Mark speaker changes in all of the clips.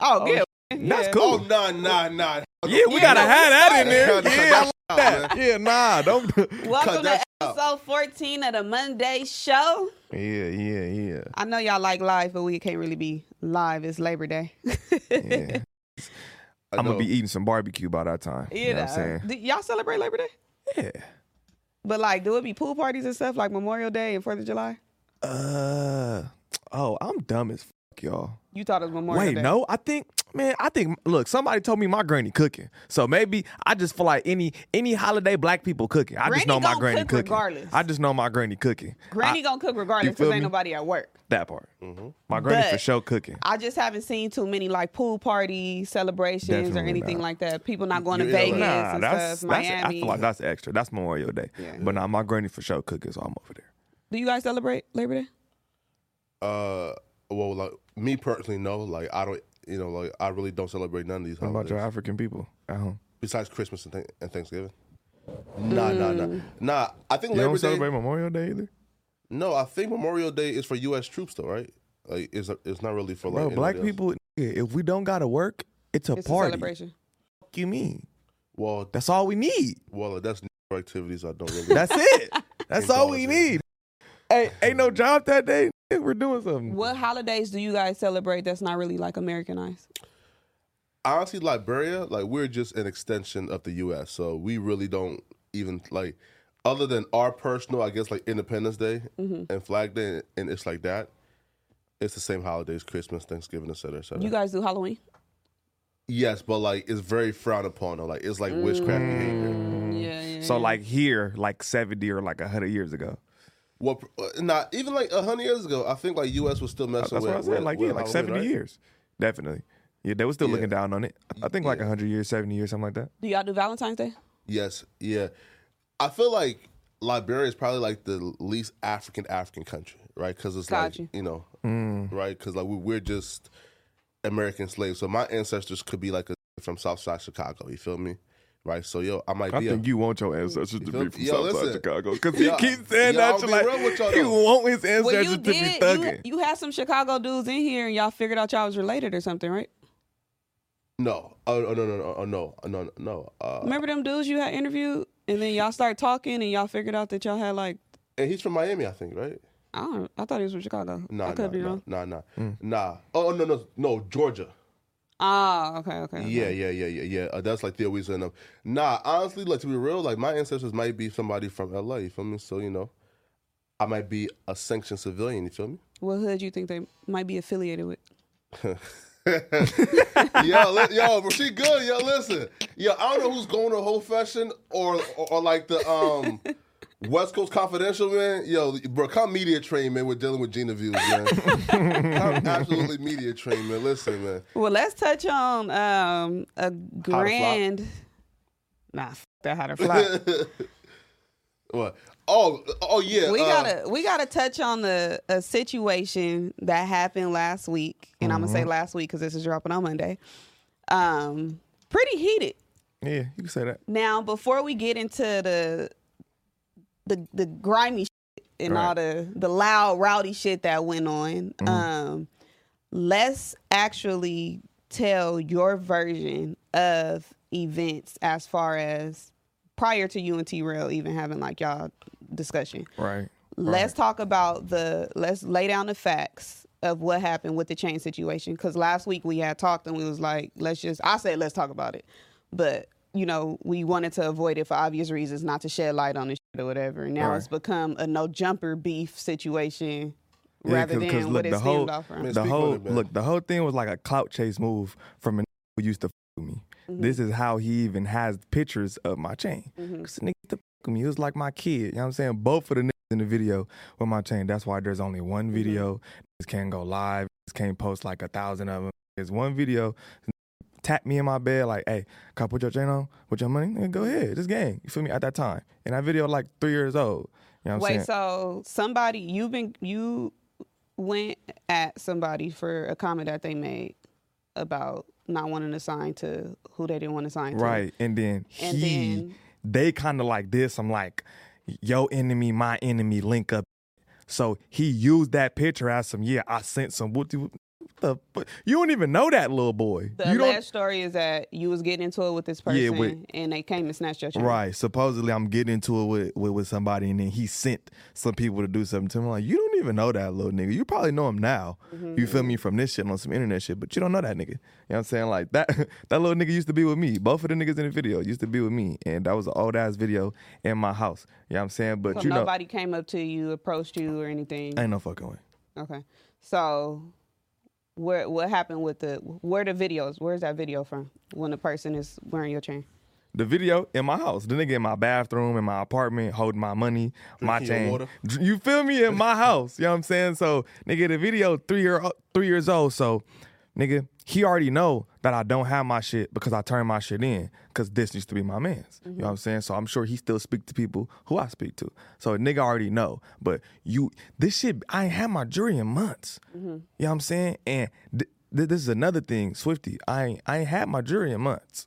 Speaker 1: Oh, yeah.
Speaker 2: That's
Speaker 1: Yeah.
Speaker 2: cool.
Speaker 3: Oh, nah, nah, nah.
Speaker 2: yeah, we gotta
Speaker 1: no,
Speaker 2: have that in there.
Speaker 3: Cut that
Speaker 2: Yeah, I
Speaker 3: out,
Speaker 2: like that. Yeah, nah, don't.
Speaker 1: Welcome to
Speaker 3: that out.
Speaker 1: episode 14 of the Monday show.
Speaker 2: yeah, yeah, yeah,
Speaker 1: I know y'all like live, but we can't really be live. It's Labor Day.
Speaker 2: yeah.
Speaker 3: I
Speaker 2: I'm gonna
Speaker 3: know.
Speaker 2: be eating some barbecue by that time. You,
Speaker 1: You
Speaker 2: know, what I'm
Speaker 1: know.
Speaker 2: saying?
Speaker 1: Do y'all celebrate Labor Day?
Speaker 2: Yeah.
Speaker 1: But like, do it be pool parties and stuff like Memorial Day and Fourth of July?
Speaker 2: Uh oh, I'm dumb as fuck, y'all.
Speaker 1: You thought it was Memorial
Speaker 2: Wait,
Speaker 1: Day.
Speaker 2: no, I think, man, I think. Look, somebody told me my granny cooking, so maybe I just feel like any any holiday black people cooking. I
Speaker 1: Granny
Speaker 2: just know my
Speaker 1: gonna
Speaker 2: granny
Speaker 1: cook
Speaker 2: cooking.
Speaker 1: regardless.
Speaker 2: I just know my granny cooking.
Speaker 1: Granny
Speaker 2: I-
Speaker 1: gonna cook regardless
Speaker 2: You feel
Speaker 1: because ain't
Speaker 2: me?
Speaker 1: nobody at work.
Speaker 2: that part. My granny for
Speaker 1: But-
Speaker 2: sure cooking.
Speaker 1: I just haven't seen too many like pool party celebrations or
Speaker 2: Definitely
Speaker 1: anything
Speaker 2: not.
Speaker 1: like that. People not going to
Speaker 3: You- you know,
Speaker 1: Vegas
Speaker 2: Nah,
Speaker 1: and
Speaker 2: that's,
Speaker 1: stuff,
Speaker 2: that's I
Speaker 1: Miami.
Speaker 2: feel like that's extra. That's Memorial Day.
Speaker 1: Yeah.
Speaker 2: But now my granny for sure cooking, so I'm over there.
Speaker 1: do you guys celebrate Labor Day?
Speaker 3: Uh, well, like me personally, no. Like I don't, you know, like I really don't celebrate none of these
Speaker 2: What about
Speaker 3: holidays
Speaker 2: your African people at home?
Speaker 3: besides Christmas and, th- and Thanksgiving. Nah, nah, nah, nah. I think
Speaker 2: Mm. You
Speaker 3: Labor
Speaker 2: don't
Speaker 3: Day.
Speaker 2: celebrate Memorial Day either.
Speaker 3: No, I think Memorial Day is for U.S. troops, though, right? Like, it's it's not really for like
Speaker 2: Bro,
Speaker 3: anybody
Speaker 2: black
Speaker 3: else.
Speaker 2: people, nigga, if we don't gotta work, it's a
Speaker 1: It's a
Speaker 2: party.
Speaker 1: celebration.
Speaker 2: Fuck you mean?
Speaker 3: Well,
Speaker 2: That's all we need.
Speaker 3: well, that's activities I don't really.
Speaker 2: That's it. That's
Speaker 3: That's
Speaker 2: all
Speaker 3: all
Speaker 2: we
Speaker 3: it
Speaker 2: need. Hey, ain't no job that day. Nigga, We're doing something.
Speaker 1: What holidays do you guys celebrate that's not really like Americanized?
Speaker 3: honestly, Liberia, like we're just an extension of the U.S., so we really don't even like, other than our personal, I guess, like Independence Day
Speaker 1: Mm-hmm.
Speaker 3: and Flag Day, and it's like that. It's the same holidays: Christmas, Thanksgiving, et cetera, et cetera.
Speaker 1: You guys do Halloween?
Speaker 3: yes, but like it's very frowned upon. Though. Like it's like witchcraft
Speaker 1: Mm.
Speaker 3: behavior.
Speaker 1: Yeah, yeah.
Speaker 2: Mm. So like here, like seventy or like hundred years ago.
Speaker 3: Well, uh, not even like a hundred years ago, I think like U.S. was still messing
Speaker 2: That's
Speaker 3: with
Speaker 2: what I said.
Speaker 3: with-
Speaker 2: Like
Speaker 3: with
Speaker 2: yeah, like
Speaker 3: Halloween,
Speaker 2: seventy
Speaker 3: right?
Speaker 2: years, definitely. Yeah, they were still
Speaker 3: Yeah.
Speaker 2: looking down on it. I think like
Speaker 3: Yeah.
Speaker 2: hundred years, seventy years, something like that.
Speaker 1: do y'all do Valentine's Day?
Speaker 3: Yes, yeah. I feel like Liberia is probably like the least African African country, right? Because it's
Speaker 1: Got
Speaker 3: like
Speaker 1: you.
Speaker 3: you, know,
Speaker 2: Mm.
Speaker 3: right? Because like we, we're just American slaves. So my ancestors could be like a, from Southside Chicago. You feel me? Right? So yo, I might
Speaker 2: I
Speaker 3: be. a-
Speaker 2: think you want your ancestors to
Speaker 3: feel
Speaker 2: be
Speaker 3: me?
Speaker 2: from
Speaker 3: Yo,
Speaker 2: Southside
Speaker 3: listen.
Speaker 2: Chicago because he
Speaker 3: Yo,
Speaker 2: keeps saying
Speaker 3: yo,
Speaker 2: that
Speaker 3: I'll
Speaker 2: to
Speaker 3: be real
Speaker 2: like
Speaker 3: with y'all,
Speaker 2: he
Speaker 3: though.
Speaker 2: want his
Speaker 1: Well,
Speaker 2: ancestors
Speaker 1: you
Speaker 2: to be
Speaker 1: did. You,
Speaker 2: thugging.
Speaker 1: you had some Chicago dudes in here, and y'all figured out y'all was related or something, right?
Speaker 3: no, oh, oh, no, no, no, oh, no, no, no. Uh,
Speaker 1: Remember them dudes you had interviewed, and then y'all start talking, and y'all figured out that y'all had like
Speaker 3: and he's from Miami, I think, right?
Speaker 1: I don't. I thought he was from Chicago.
Speaker 3: Nah,
Speaker 1: I could
Speaker 3: nah,
Speaker 1: be
Speaker 3: nah,
Speaker 1: wrong.
Speaker 3: nah, nah, nah. Oh no, no, no, Georgia.
Speaker 1: Ah, okay, okay. okay.
Speaker 3: Yeah, yeah, yeah, yeah, yeah. Uh, that's like their reason. Of, nah, honestly, like to be real, like my ancestors might be somebody from LA. You feel me? So you know, I might be a sanctioned civilian. You feel me?
Speaker 1: What hood you think they might be affiliated with?
Speaker 3: yo, li- yo, but she good. Yo, listen, yo, I don't know who's going to whole fashion or, or or like the um West Coast Confidential man. Yo, bro, come media train, man. We're dealing with Gina views, man. come absolutely media train, man. Listen, man.
Speaker 1: Well, let's touch on um a grand. Nah, f- that how to fly.
Speaker 3: What? Oh, oh yeah.
Speaker 1: we
Speaker 3: uh,
Speaker 1: gotta we gotta touch on the a situation that happened last week, and I'm gonna
Speaker 3: Mm-hmm.
Speaker 1: say last week because this is dropping on Monday. Um, pretty heated.
Speaker 2: yeah, you can say that.
Speaker 1: Now, before we get into the the the grimy shit and all
Speaker 2: Right.
Speaker 1: the the loud rowdy shit that went on,
Speaker 3: Mm-hmm.
Speaker 1: um, let's actually tell your version of events as far as prior to you and T Rail even having like y'all discussion.
Speaker 2: Right.
Speaker 1: Let's talk about the let's lay down the facts of what happened with the chain situation because last week we had talked and we was like let's just I said let's talk about it, but you know we wanted to avoid it for obvious reasons not to shed light on this shit or whatever. And now
Speaker 2: Right.
Speaker 1: it's become a no jumper beef situation
Speaker 2: Yeah,
Speaker 1: rather
Speaker 2: 'cause-
Speaker 1: than
Speaker 2: 'cause
Speaker 1: what
Speaker 2: look,
Speaker 1: it
Speaker 2: the
Speaker 1: stemmed
Speaker 2: whole-
Speaker 1: off from.
Speaker 3: Man,
Speaker 2: the
Speaker 3: speak on
Speaker 2: whole
Speaker 3: it, man.
Speaker 2: look, the whole thing was like a clout chase move from a n- who used to f- with me.
Speaker 1: Mm-hmm. Mm.
Speaker 2: This is how he even has pictures of my chain. Cause the nigga used to f- with me. It was like my kid. You know what I'm saying? Both of the niggas in the video with my chain. That's why there's only
Speaker 1: Mm-hmm.
Speaker 2: one video. Niggas can't go live. Niggas can't post like a thousand of them. There's one video. Tap me in my bed like, hey, can I put your chain on? Put your money? Nigga, go ahead. This game. You feel me? At that time. And that video like three years old. You know what I'm
Speaker 1: Wait,
Speaker 2: saying?
Speaker 1: so somebody you've been you went at somebody for a comment that they made about not wanting to sign to who they didn't want to sign to.
Speaker 2: Right. And then
Speaker 1: And
Speaker 2: he,
Speaker 1: then-
Speaker 2: they kind of like this. I'm like, yo enemy, my enemy, link up. So he used that picture as some, yeah, I sent some. What, do- what the fu- you don't even know that little boy.
Speaker 1: The
Speaker 2: you
Speaker 1: last story is that you was getting into it with this person,
Speaker 2: Yeah, wait.
Speaker 1: and they came and snatched your
Speaker 2: don't
Speaker 1: child.
Speaker 2: right. Supposedly, I'm getting into it with, with with somebody, and then he sent some people to do something to me. Like you don't even know that little nigga. You probably know him now.
Speaker 1: Mm-hmm.
Speaker 2: You feel me from this shit on some internet shit, but you don't know that nigga. You know what I'm saying? Like that that little nigga used to be with me. Both of the niggas in the video used to be with me, and that was an old ass video in my house. You know what I'm saying? But
Speaker 1: So
Speaker 2: you know,
Speaker 1: nobody came up to you, approached you, or anything.
Speaker 2: ain't no fucking way.
Speaker 1: okay. So, where what happened with the where the videos? Where's that video from? When the person is wearing your chain?
Speaker 2: the video in my house. The nigga in my bathroom, in my apartment, holding my money, my
Speaker 3: Drinking your
Speaker 2: chain.
Speaker 3: water.
Speaker 2: Dr- You feel me? In my house. You know what I'm saying? So nigga, the video three year three years old. So nigga, he already know that I don't have my shit because I turned my shit in. Cause this used to be my man's. You know what I'm saying? So I'm sure he still speak to people who I speak to. So nigga already know. But you this shit I ain't had my jury in months. You know what I'm saying? And th- th- this is another thing, Swifty. I ain't, I ain't had my jury in months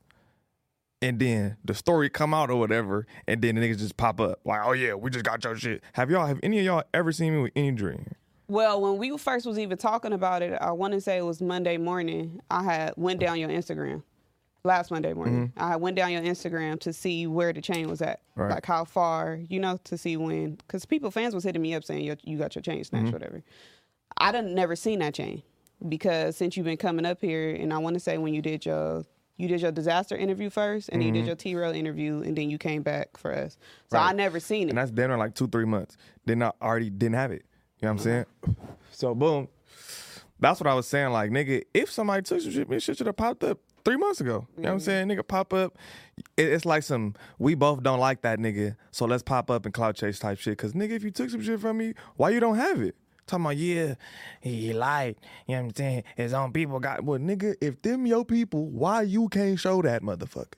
Speaker 2: and then the story come out or whatever, and then the niggas just pop up like, "Oh yeah, we just got your shit." Have y'all? Have any of y'all ever seen me with any dream?
Speaker 1: Well, when we first was even talking about it, I want to say it was Monday morning. I had went down your Instagram last Monday morning. I went down your Instagram to see where the chain was at,
Speaker 2: Mm-hmm. Right.
Speaker 1: like how far, you know, to see when, because people fans was hitting me up saying you, you got your chain
Speaker 2: Mm-hmm.
Speaker 1: snatched, or whatever. I done never seen that chain because since you've been coming up here, and I want to say when you did your you did your disaster interview first, and then
Speaker 2: Mm-hmm.
Speaker 1: you did your T rail interview, and then you came back for us. So I never seen it.
Speaker 2: And that's damn near like two, three months. Then I already didn't have it. You know what I'm saying? So boom, that's what I was saying. Like nigga, if somebody took some shit, this shit should have popped up three months ago. You know what I'm saying? Nigga, pop up. It- it's like some we both don't like that nigga, so let's pop up and cloud chase type shit. Cause nigga, if you took some shit from me, why you don't have it? Talking about yeah, he lied. You know what I'm saying? His own people got well, nigga. If them your people, why you can't show that motherfucker?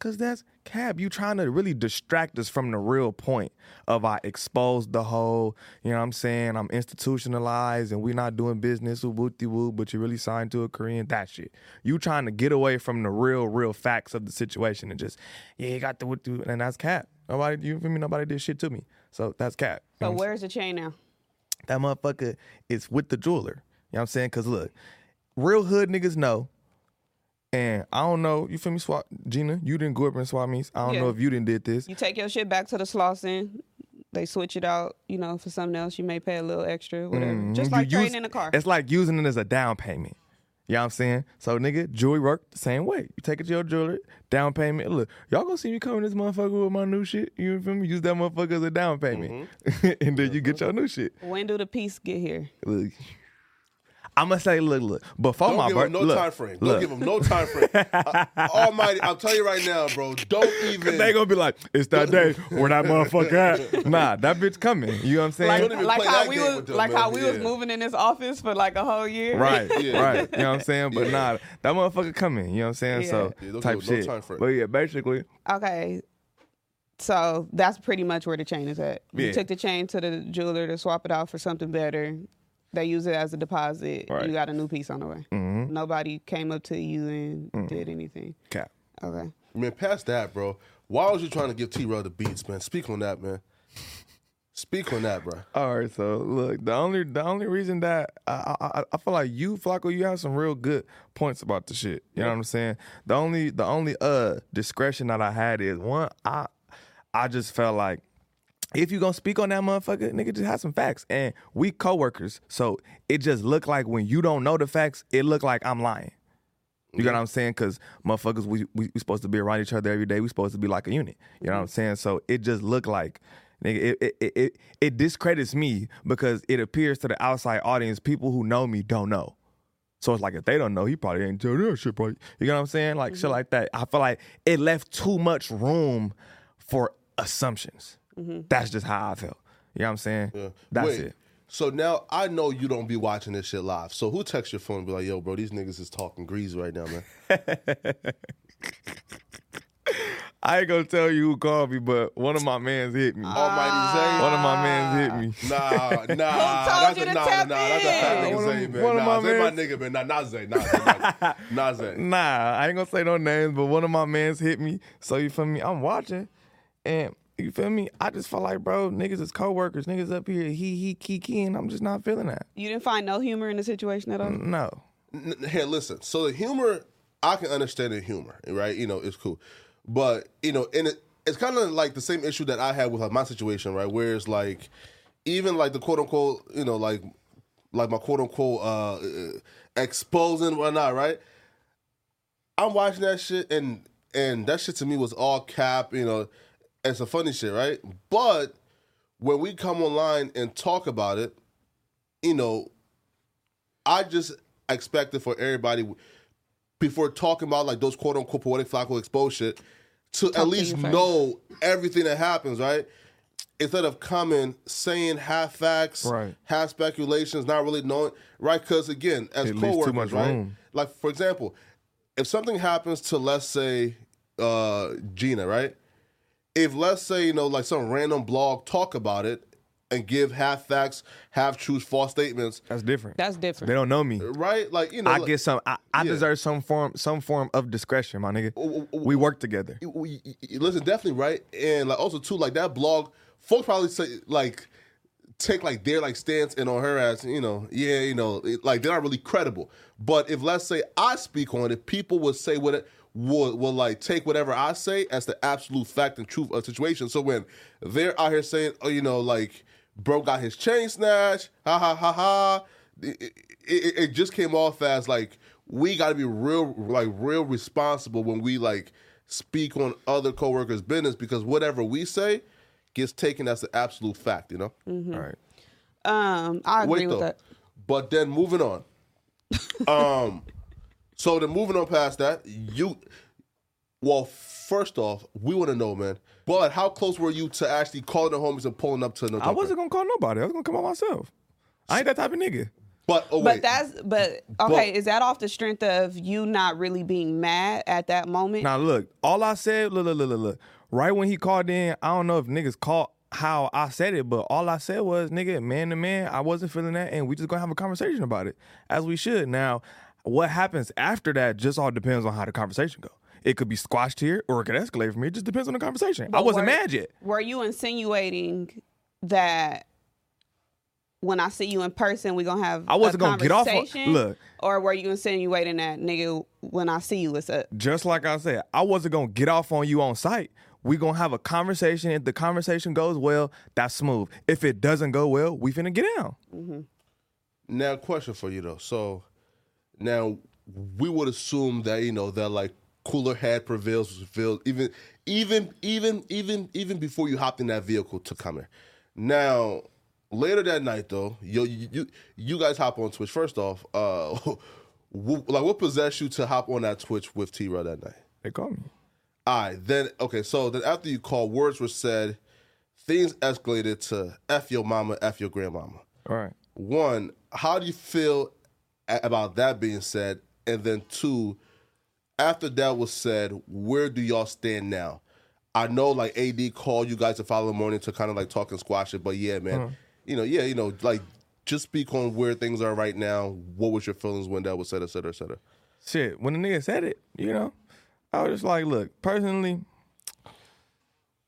Speaker 2: Cause that's cab. You trying to really distract us from the real point of I exposed the whole. You know what I'm saying? I'm institutionalized and we not doing business with wooty woo, but you really signed to a Korean. That shit. You trying to get away from the real, real facts of the situation and just yeah, you got the wooty and that's cap. Nobody, you feel me? Nobody did shit to me, so that's cap. You know
Speaker 1: So
Speaker 2: what I'm
Speaker 1: where's the chain now?
Speaker 2: that motherfucker is with the jeweler. You know what I'm saying? Cause look, real hood niggas know. And I don't know, you feel me, Swap Gina? You didn't grow up in swap meets. I don't know
Speaker 1: Yeah.
Speaker 2: if you didn't did this.
Speaker 1: You take your shit back to the Slauson. They switch it out, you know, for something else. You may pay a little
Speaker 3: Mm,
Speaker 1: extra, whatever. Just
Speaker 2: You
Speaker 1: like
Speaker 2: use-
Speaker 1: trading in a car.
Speaker 2: It's like using it as a down payment. You know what I'm saying? So nigga, jewelry work the same way. You take it to your jeweler, down payment. Look, y'all gonna see me coming this motherfucker with my new shit. You feel me? Use that motherfucker as a down payment. and then you get your new shit.
Speaker 1: When do the piece get here?
Speaker 2: Look. I'ma say, look, look. Before
Speaker 3: Don't
Speaker 2: my
Speaker 3: give
Speaker 2: birth-
Speaker 3: him no
Speaker 2: look,
Speaker 3: time frame. Don't
Speaker 2: look.
Speaker 3: give him no time frame. I- Almighty, I'll tell you right now, bro. Don't even.
Speaker 2: they gonna be like, it's that day where that motherfucker at. Nah, that bitch coming. You know what I'm saying?
Speaker 3: Like- even
Speaker 1: Like
Speaker 3: play
Speaker 1: how
Speaker 3: that
Speaker 1: we
Speaker 3: game
Speaker 1: was
Speaker 3: with them,
Speaker 1: like how
Speaker 3: man.
Speaker 1: we was
Speaker 3: Yeah.
Speaker 1: moving in this office for like a whole year.
Speaker 2: right,
Speaker 3: Yeah.
Speaker 2: right. You know what I'm saying? But nah, that motherfucker coming. You know what I'm saying?
Speaker 1: Yeah.
Speaker 2: So
Speaker 3: Yeah, don't
Speaker 2: type
Speaker 3: give no
Speaker 2: shit.
Speaker 3: time frame.
Speaker 2: But yeah, basically,
Speaker 1: Okay. So that's pretty much where the chain is at.
Speaker 2: Yeah.
Speaker 1: You took the chain to the jeweler to swap it out for something better. They use it as a deposit.
Speaker 2: Right.
Speaker 1: You got a new piece on the way.
Speaker 3: Mm-hmm.
Speaker 1: Nobody came up to you and
Speaker 3: Mm.
Speaker 1: did anything.
Speaker 2: cap.
Speaker 1: Okay.
Speaker 3: Man, past that, bro. Why was you trying to give T Rail the beats, man? Speak on that, man. Speak on that, bro.
Speaker 2: All right, so look, the only the only reason that I I, I- I feel like you Flacco, you have some real good points about the shit. You know what I'm saying? The only the only uh discretion that I had is one I I just felt like if you gonna speak on that motherfucker, nigga, just have some facts. And we coworkers, so it just looked like when you don't know the facts, it looked like I'm lying. You know what I'm saying? Cause motherfuckers, we, we we supposed to be around each other every day. We supposed to be like a unit. You know what I'm saying? So it just looked like, nigga, it it, it it it discredits me because it appears to the outside audience, people who know me don't know. So it's like if they don't know, he probably ain't tell that shit, probably. You know what I'm saying? Like shit like that. I feel like it left too much room for assumptions. That's just how I felt. You know what I'm saying? That's
Speaker 3: Wait,
Speaker 2: it.
Speaker 3: So now I know you don't be watching this shit live. So who texts your phone and be like, yo, bro, these niggas is talking grease right now, man?
Speaker 2: I ain't gonna tell you who called me, but one of my mans hit me.
Speaker 3: Oh, Almighty
Speaker 2: one of my mans hit me.
Speaker 3: Zay. Ah. Nah, nah.
Speaker 1: told
Speaker 3: that's
Speaker 1: you
Speaker 3: a,
Speaker 1: to
Speaker 3: nah,
Speaker 1: tap
Speaker 3: nah, That's a
Speaker 1: in?
Speaker 3: fat nigga
Speaker 2: One of-
Speaker 3: Zay, man.
Speaker 2: one of
Speaker 3: nah,
Speaker 2: my
Speaker 3: Zay my
Speaker 2: mans-
Speaker 3: nigga, man. Nah, not Zay. Nah, Zay. Nah, nah Zay.
Speaker 2: Nah, I ain't gonna say no names, but one of my mans hit me. So you feel me? I'm watching, and You feel me? I just felt like, bro, niggas is coworkers, niggas up here, he he kiki, and I'm just not feeling that.
Speaker 1: You didn't find no humor in the situation at
Speaker 3: Mm.
Speaker 1: all.
Speaker 2: No,
Speaker 3: N- n- Here, listen. So the humor, I can understand the humor, right? You know, it's cool, but you know, and it, it's kind of like the same issue that I had with like, my situation, right? Where it's like, even like the quote unquote, you know, like like my quote unquote uh, uh, exposing and whatnot, right? I'm watching that shit and and that shit to me was all cap, you know, it's a funny shit, right? But when we come online and talk about it, you know, I just expected for everybody before talking about like those quote unquote poetic flacco expose shit to at
Speaker 1: to
Speaker 3: least
Speaker 1: you first.
Speaker 3: know everything that happens, right? Instead of coming saying half facts,
Speaker 2: Right.
Speaker 3: half speculations, not really knowing, right? Because again, as
Speaker 2: It leaves
Speaker 3: coworkers,
Speaker 2: too much
Speaker 3: right?
Speaker 2: room.
Speaker 3: Like for example, if something happens to let's say uh, Gina, right? If let's say you know like some random blog talk about it and give half facts, half truths, false statements,
Speaker 2: that's different.
Speaker 1: That's
Speaker 2: they
Speaker 1: different.
Speaker 2: don't know me.
Speaker 3: right? Like you know,
Speaker 2: I
Speaker 3: like-
Speaker 2: get some. I, I
Speaker 3: Yeah.
Speaker 2: deserve some form, some form of discretion, my nigga.
Speaker 3: w- w-
Speaker 2: We work together.
Speaker 3: you- you- you- you- listen, definitely right, and like also too, like that blog, folks probably say like take like their like stance and on her ass, you know, yeah, you know, it- like they're not really credible. But if let's say I speak on it, people will say what it will will like take whatever I say as the absolute fact and truth of the situation. So when they're out here saying, oh, you know, like bro got his chain snatched, ha ha ha ha, it, it, it it just came off as like we got to be real like real responsible when we like speak on other coworkers' business because whatever we say gets taken as the absolute fact, you know?
Speaker 2: All right.
Speaker 1: Um, I agree
Speaker 3: Wait
Speaker 1: with
Speaker 3: though.
Speaker 1: that.
Speaker 3: But then moving on. um so then moving on past that, you well, first off, we want to know, man. But how close were you to actually calling the homies and pulling up to no
Speaker 2: I wasn't gonna call nobody. I was gonna come on myself. I ain't that type of nigga.
Speaker 3: But oh
Speaker 1: But
Speaker 3: wait.
Speaker 1: that's but okay. is that off the strength of you not really being mad at that moment?
Speaker 2: Now look, all I said, look, look, look, look, look. Right when he called in, I don't know if niggas caught how I said it, but all I said was, nigga, man to man, I wasn't feeling that, and we just gonna have a conversation about it, as we should. Now, what happens after that just all depends on how the conversation go. It could be squashed here, or it could escalate from here. It just depends on the conversation. I
Speaker 1: But
Speaker 2: wasn't
Speaker 1: were-
Speaker 2: mad yet.
Speaker 1: Were you insinuating that when I see you in person, we're gonna have
Speaker 2: I wasn't
Speaker 1: a
Speaker 2: gonna get off on-
Speaker 1: conversation?
Speaker 2: look.
Speaker 1: or were you insinuating that nigga when I see you, it's up?
Speaker 2: just like I said, I wasn't gonna get off on you on site. We gonna have a conversation. If the conversation goes well, that's smooth. If it doesn't go well, we finna get down.
Speaker 3: Now, question for you though. So, now we would assume that you know that like cooler head prevails, prevails even even even even even before you hopped in that vehicle to come here. Now, later that night though, you you you guys hop on Twitch. First off, uh, wh- like what possessed you to hop on that Twitch with T Raw that night?
Speaker 2: They call me.
Speaker 3: All right, then okay. So then after you called, words were said, things escalated to f your mama, f your grandmama
Speaker 2: All right.
Speaker 3: one, how do you feel a- about that being said? And then two, after that was said, where do y'all stand now? I know like AD called you guys the following morning to kind of like talk and squash it, but yeah, man,
Speaker 2: Mm-hmm.
Speaker 3: you know, yeah, you know, like just speak on where things are right now. What was your feelings when that was said, et cetera, et cetera?
Speaker 2: Shit, when the nigga said it, you know, I was just like, look, personally,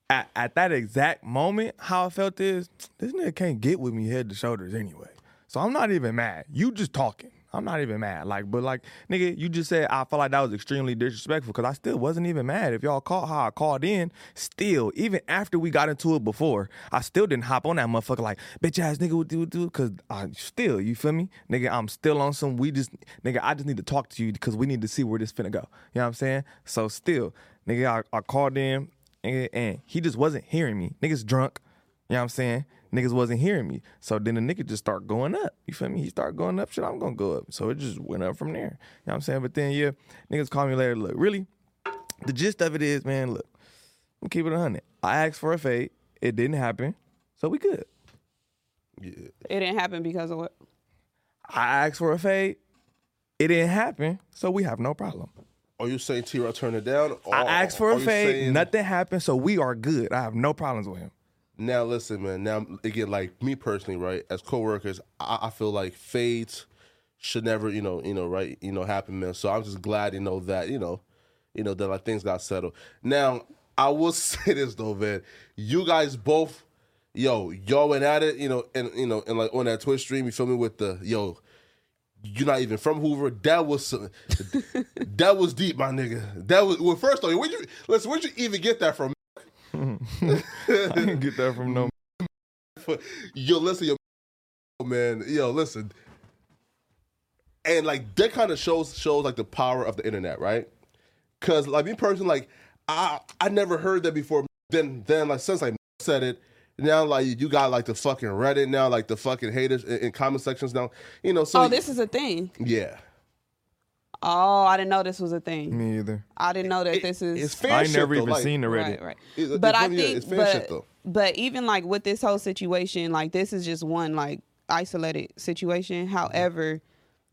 Speaker 2: at, at that exact moment, how I felt is this nigga can't get with me head to shoulders anyway. So I'm not even mad. You just talking. I'm not even mad. Like, but like, nigga, you just said I felt like that was extremely disrespectful because I still wasn't even mad. If y'all caught how I called in, still, even after we got into it before, I still didn't hop on that motherfucker like, bitch ass nigga, what do what do? Because I still, you feel me? Nigga, I'm still on some, we just, nigga, I just need to talk to you because we need to see where this finna go. You know what I'm saying? So still, nigga, I, I called in and, and he just wasn't hearing me. Niggas drunk, you know what I'm saying? Niggas wasn't hearing me. So then the nigga just start going up. You feel me? He start going up, shit, I'm gonna go up. So it just went up from there. You know what I'm saying? But then yeah, niggas call me later, look, really? The gist of it is, man, look, I'm keeping it 100. I asked for a fade, it didn't happen, so we good.
Speaker 3: Yeah.
Speaker 1: It didn't happen because of what?
Speaker 2: I asked for a fade, it didn't happen, so we have no problem.
Speaker 3: Are you saying T-Raw turned it down? Or,
Speaker 2: I asked for
Speaker 3: are
Speaker 2: a
Speaker 3: you
Speaker 2: fade,
Speaker 3: saying-
Speaker 2: nothing happened, so we are good. I have no problems with him.
Speaker 3: Now listen, man. Now again, like me personally, right? As coworkers, I, I feel like fades should never, you know, you know, right, you know, happen, man. So I'm just glad, you know, that you know, you know, that like things got settled. Now I will say this though, man. You guys both, yo, y'all went at it, you know, and you know, and like on that Twitch stream, you feel me with the yo. You're not even from Hoover. That was some- that was deep, my nigga. That was well. First off, where'd you listen? Where'd you even get that from?
Speaker 2: I didn't get that from no.
Speaker 3: yo, listen, yo, man, yo, listen, and like that kind of shows shows like the power of the internet, right? Because like me personally, like I I never heard that before. Then then like since I said it, now like you got like the fucking Reddit now, like the fucking haters in, in comment sections now, you know. So
Speaker 1: oh, this is a thing.
Speaker 3: yeah,
Speaker 1: Oh, I didn't know this was a thing.
Speaker 2: Me either.
Speaker 1: I didn't know that this is
Speaker 3: it's fan
Speaker 2: I ain't
Speaker 3: shit,
Speaker 2: never
Speaker 3: though,
Speaker 2: even
Speaker 3: like-
Speaker 2: seen the Reddit.
Speaker 1: right, right.
Speaker 3: It's-
Speaker 1: but
Speaker 3: it's-
Speaker 1: I
Speaker 3: yeah,
Speaker 1: think,
Speaker 3: it's fan
Speaker 1: but,
Speaker 3: shit, though.
Speaker 1: but even like with this whole situation, like this is just one like isolated situation.
Speaker 3: Mm-hmm.
Speaker 1: However,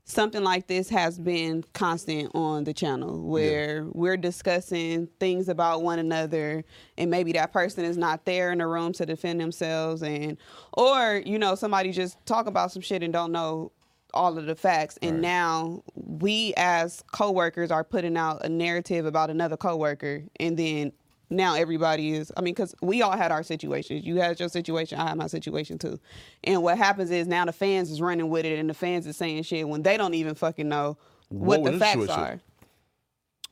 Speaker 1: something like this has been constant on the channel where we're discussing things about one another, and maybe that person is not there in the room to defend themselves, and or you know somebody just talk about some shit and don't know all of the facts and now we as coworkers are putting out a narrative about another coworker and then now everybody is i mean because we all had our situations you had your situation i had my situation too and what happens is now the fans is running with it and the fans is saying shit when they don't even fucking know what,
Speaker 3: What
Speaker 1: the
Speaker 3: was your
Speaker 1: facts
Speaker 3: situation?
Speaker 1: are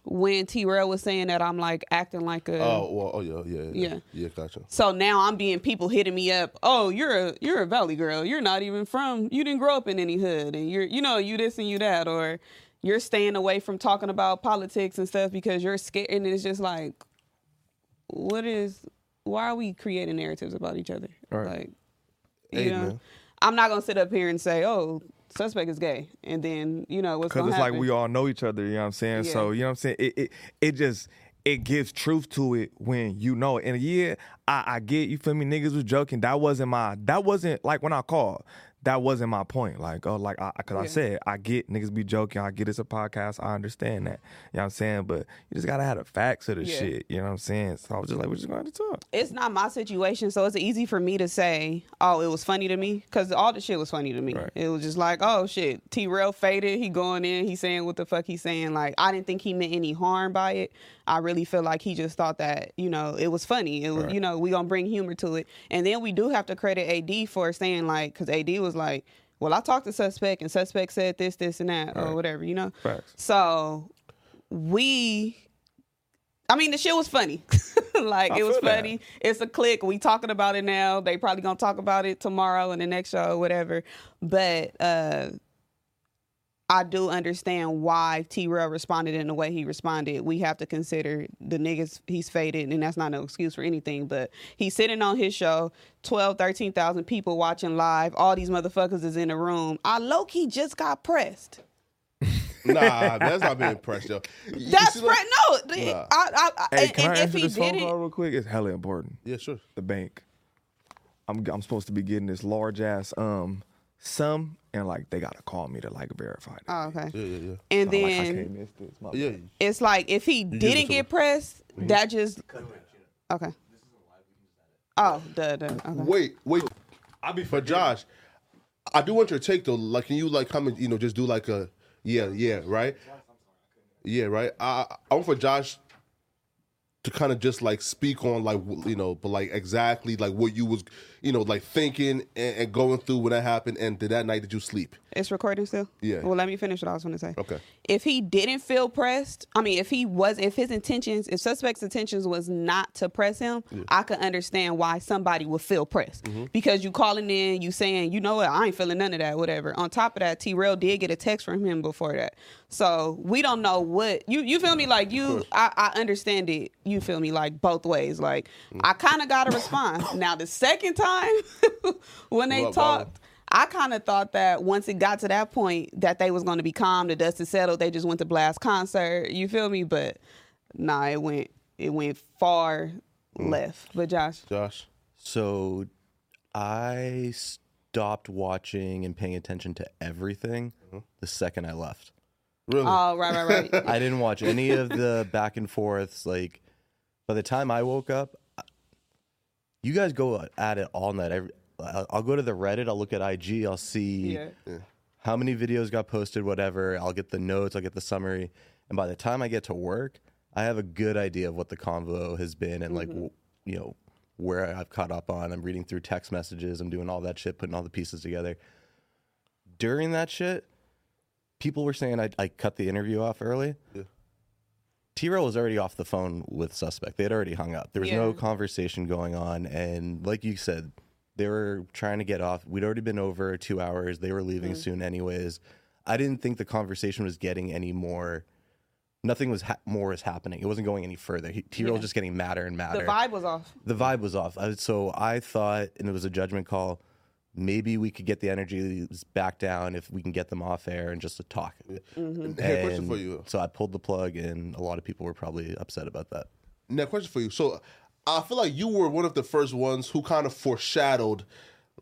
Speaker 1: when t-rail was saying that i'm like acting like a
Speaker 3: Oh well, oh yeah, yeah, yeah,
Speaker 1: Yeah.
Speaker 3: yeah, yeah gotcha.
Speaker 1: so now I'm being people hitting me up. Oh, you're a you're a valley girl. You're not even from. You didn't grow up in any hood, and you're you know you this and you that, or you're staying away from talking about politics and stuff because you're scared. And it's just like, what is? Why are we creating narratives about each other? Like, you
Speaker 3: Hey,
Speaker 1: know,
Speaker 3: man.
Speaker 1: I'm not gonna sit up here and say, oh, suspect is gay, and then you know what's
Speaker 2: Cause
Speaker 1: gonna
Speaker 2: it's
Speaker 1: happen?
Speaker 2: like we all know each other, you know what I'm saying?
Speaker 1: Yeah.
Speaker 2: So you know what I'm saying? It, it it just it gives truth to it when you know it. And yeah, I, I get you feel me, niggas was joking. That wasn't my that wasn't like when I called, that wasn't my point. Like, oh like I cause I said I get niggas be joking, I get it's a podcast, I understand that. You know what I'm saying? But you just gotta have the facts of the
Speaker 1: Yeah.
Speaker 2: shit. You know what I'm saying? So I was just like, we're just gonna have to talk.
Speaker 1: it's not my situation, so it's easy for me to say, "Oh, it was funny to me," because all the shit was funny to me. It was just like, "Oh shit, T. Rail faded. He going in. He saying what the fuck he's saying. Like, I didn't think he meant any harm by it. I really feel like he just thought that you know it was funny. It was you know we gonna bring humor to it. And then we do have to credit AD for saying like, because AD was like, "Well, I talked to suspect, and suspect said this, this, and that, or whatever," you know.
Speaker 2: Facts.
Speaker 1: So we I mean, the shit was funny. like it was
Speaker 2: feel that.
Speaker 1: funny. It's a click. We talking about it now. They probably gonna talk about it tomorrow in the next show or whatever. But uh I do understand why T Rail responded in the way he responded. We have to consider the niggas he's faded, and that's not an excuse for anything, but he's sitting on his show, 12, 13,000 people watching live. All these motherfuckers is in the room. I low key just got pressed.
Speaker 3: Nah, that's not being impressed, yo. You
Speaker 1: That's
Speaker 3: see,
Speaker 1: right.
Speaker 3: like-
Speaker 1: No, the-
Speaker 3: Nah.
Speaker 1: I, I, I,
Speaker 2: Hey,
Speaker 1: and,
Speaker 2: can
Speaker 1: and if
Speaker 2: I answer
Speaker 1: he
Speaker 2: this phone
Speaker 1: did
Speaker 2: call
Speaker 1: it,
Speaker 2: real quick? It's hella important.
Speaker 3: Yeah, sure.
Speaker 2: the bank. I'm I'm supposed to be getting this large ass um sum, and like they gotta call me to like verify it.
Speaker 1: oh, okay.
Speaker 3: Yeah, yeah, yeah.
Speaker 1: And
Speaker 2: like I
Speaker 1: then
Speaker 2: can't miss this. My
Speaker 3: Yeah,
Speaker 1: it's like if he
Speaker 3: it
Speaker 1: didn't
Speaker 3: to
Speaker 1: get pressed,
Speaker 2: Mm-hmm.
Speaker 1: that just okay. Oh, duh, duh. Okay.
Speaker 3: Wait, wait. I be but Josh, I do want your take though. Like, can you like come and you know just do like a yeah, yeah, right? Yeah, right. I I- I want for Josh to kind of just like speak on like w- you know, but like exactly like what you was you know like thinking and, and going through when that happened and did that night did you sleep?
Speaker 1: It's recording still.
Speaker 3: Yeah.
Speaker 1: Well, let me finish what I was going to say.
Speaker 3: Okay.
Speaker 1: If he didn't feel pressed, I mean, if he was, if his intentions, if suspect's intentions was not to press him, I could understand why somebody would feel pressed
Speaker 3: Mm-hmm.
Speaker 1: because you calling in, you saying, you know what, I ain't feeling none of that, whatever. On top of that, T. Rail did get a text from him before that, so we don't know what you you feel me like you. I, I understand it. You feel me like both ways. Like
Speaker 3: Mm.
Speaker 1: I kind of got a response now. The second time when they
Speaker 3: Well, well,
Speaker 1: talked. I kind of thought that once it got to that point that they was going to be calm, the dust is settled, they just went to blast concert. You feel me? But nah, it went it went far
Speaker 3: Mm.
Speaker 1: left. But Josh,
Speaker 3: Josh,
Speaker 4: So I stopped watching and paying attention to everything the second I left.
Speaker 3: really?
Speaker 1: oh right, right, right.
Speaker 4: I didn't watch any of the back and forths. Like by the time I woke up, I- you guys go at it all night. Every, I'll I'll go to the Reddit. I'll look at IG. I'll see
Speaker 1: yeah.
Speaker 4: how many videos got posted, whatever. I'll get the notes, I'll get the summary. And by the time I get to work, I have a good idea of what the convo has been and like w- you know where I've caught up on. I'm reading through text messages. I'm doing all that shit, putting all the pieces together. During that shit, people were saying I, I cut the interview off early.
Speaker 3: Yeah.
Speaker 4: T-Row was already off the phone with suspect. They had already hung up. There was no
Speaker 1: Yeah.
Speaker 4: conversation going on, and like you said, they were trying to get off. We'd already been over two hours. They were
Speaker 1: Mm.
Speaker 4: leaving soon, anyways. I didn't think the conversation was getting any more. Nothing was ha- more was happening. It wasn't going any further. He- T-Row was just getting madder and madder
Speaker 1: The vibe was off.
Speaker 4: the vibe was off. I, so I thought, and it was a judgment call. Maybe we could get the energies back down if we can get them off air and just to talk.
Speaker 3: Hey, question
Speaker 4: And
Speaker 3: for you.
Speaker 4: So I pulled the plug, and a lot of people were probably upset about that.
Speaker 3: Now, question for you. So, I feel like you were one of the first ones who kind of foreshadowed.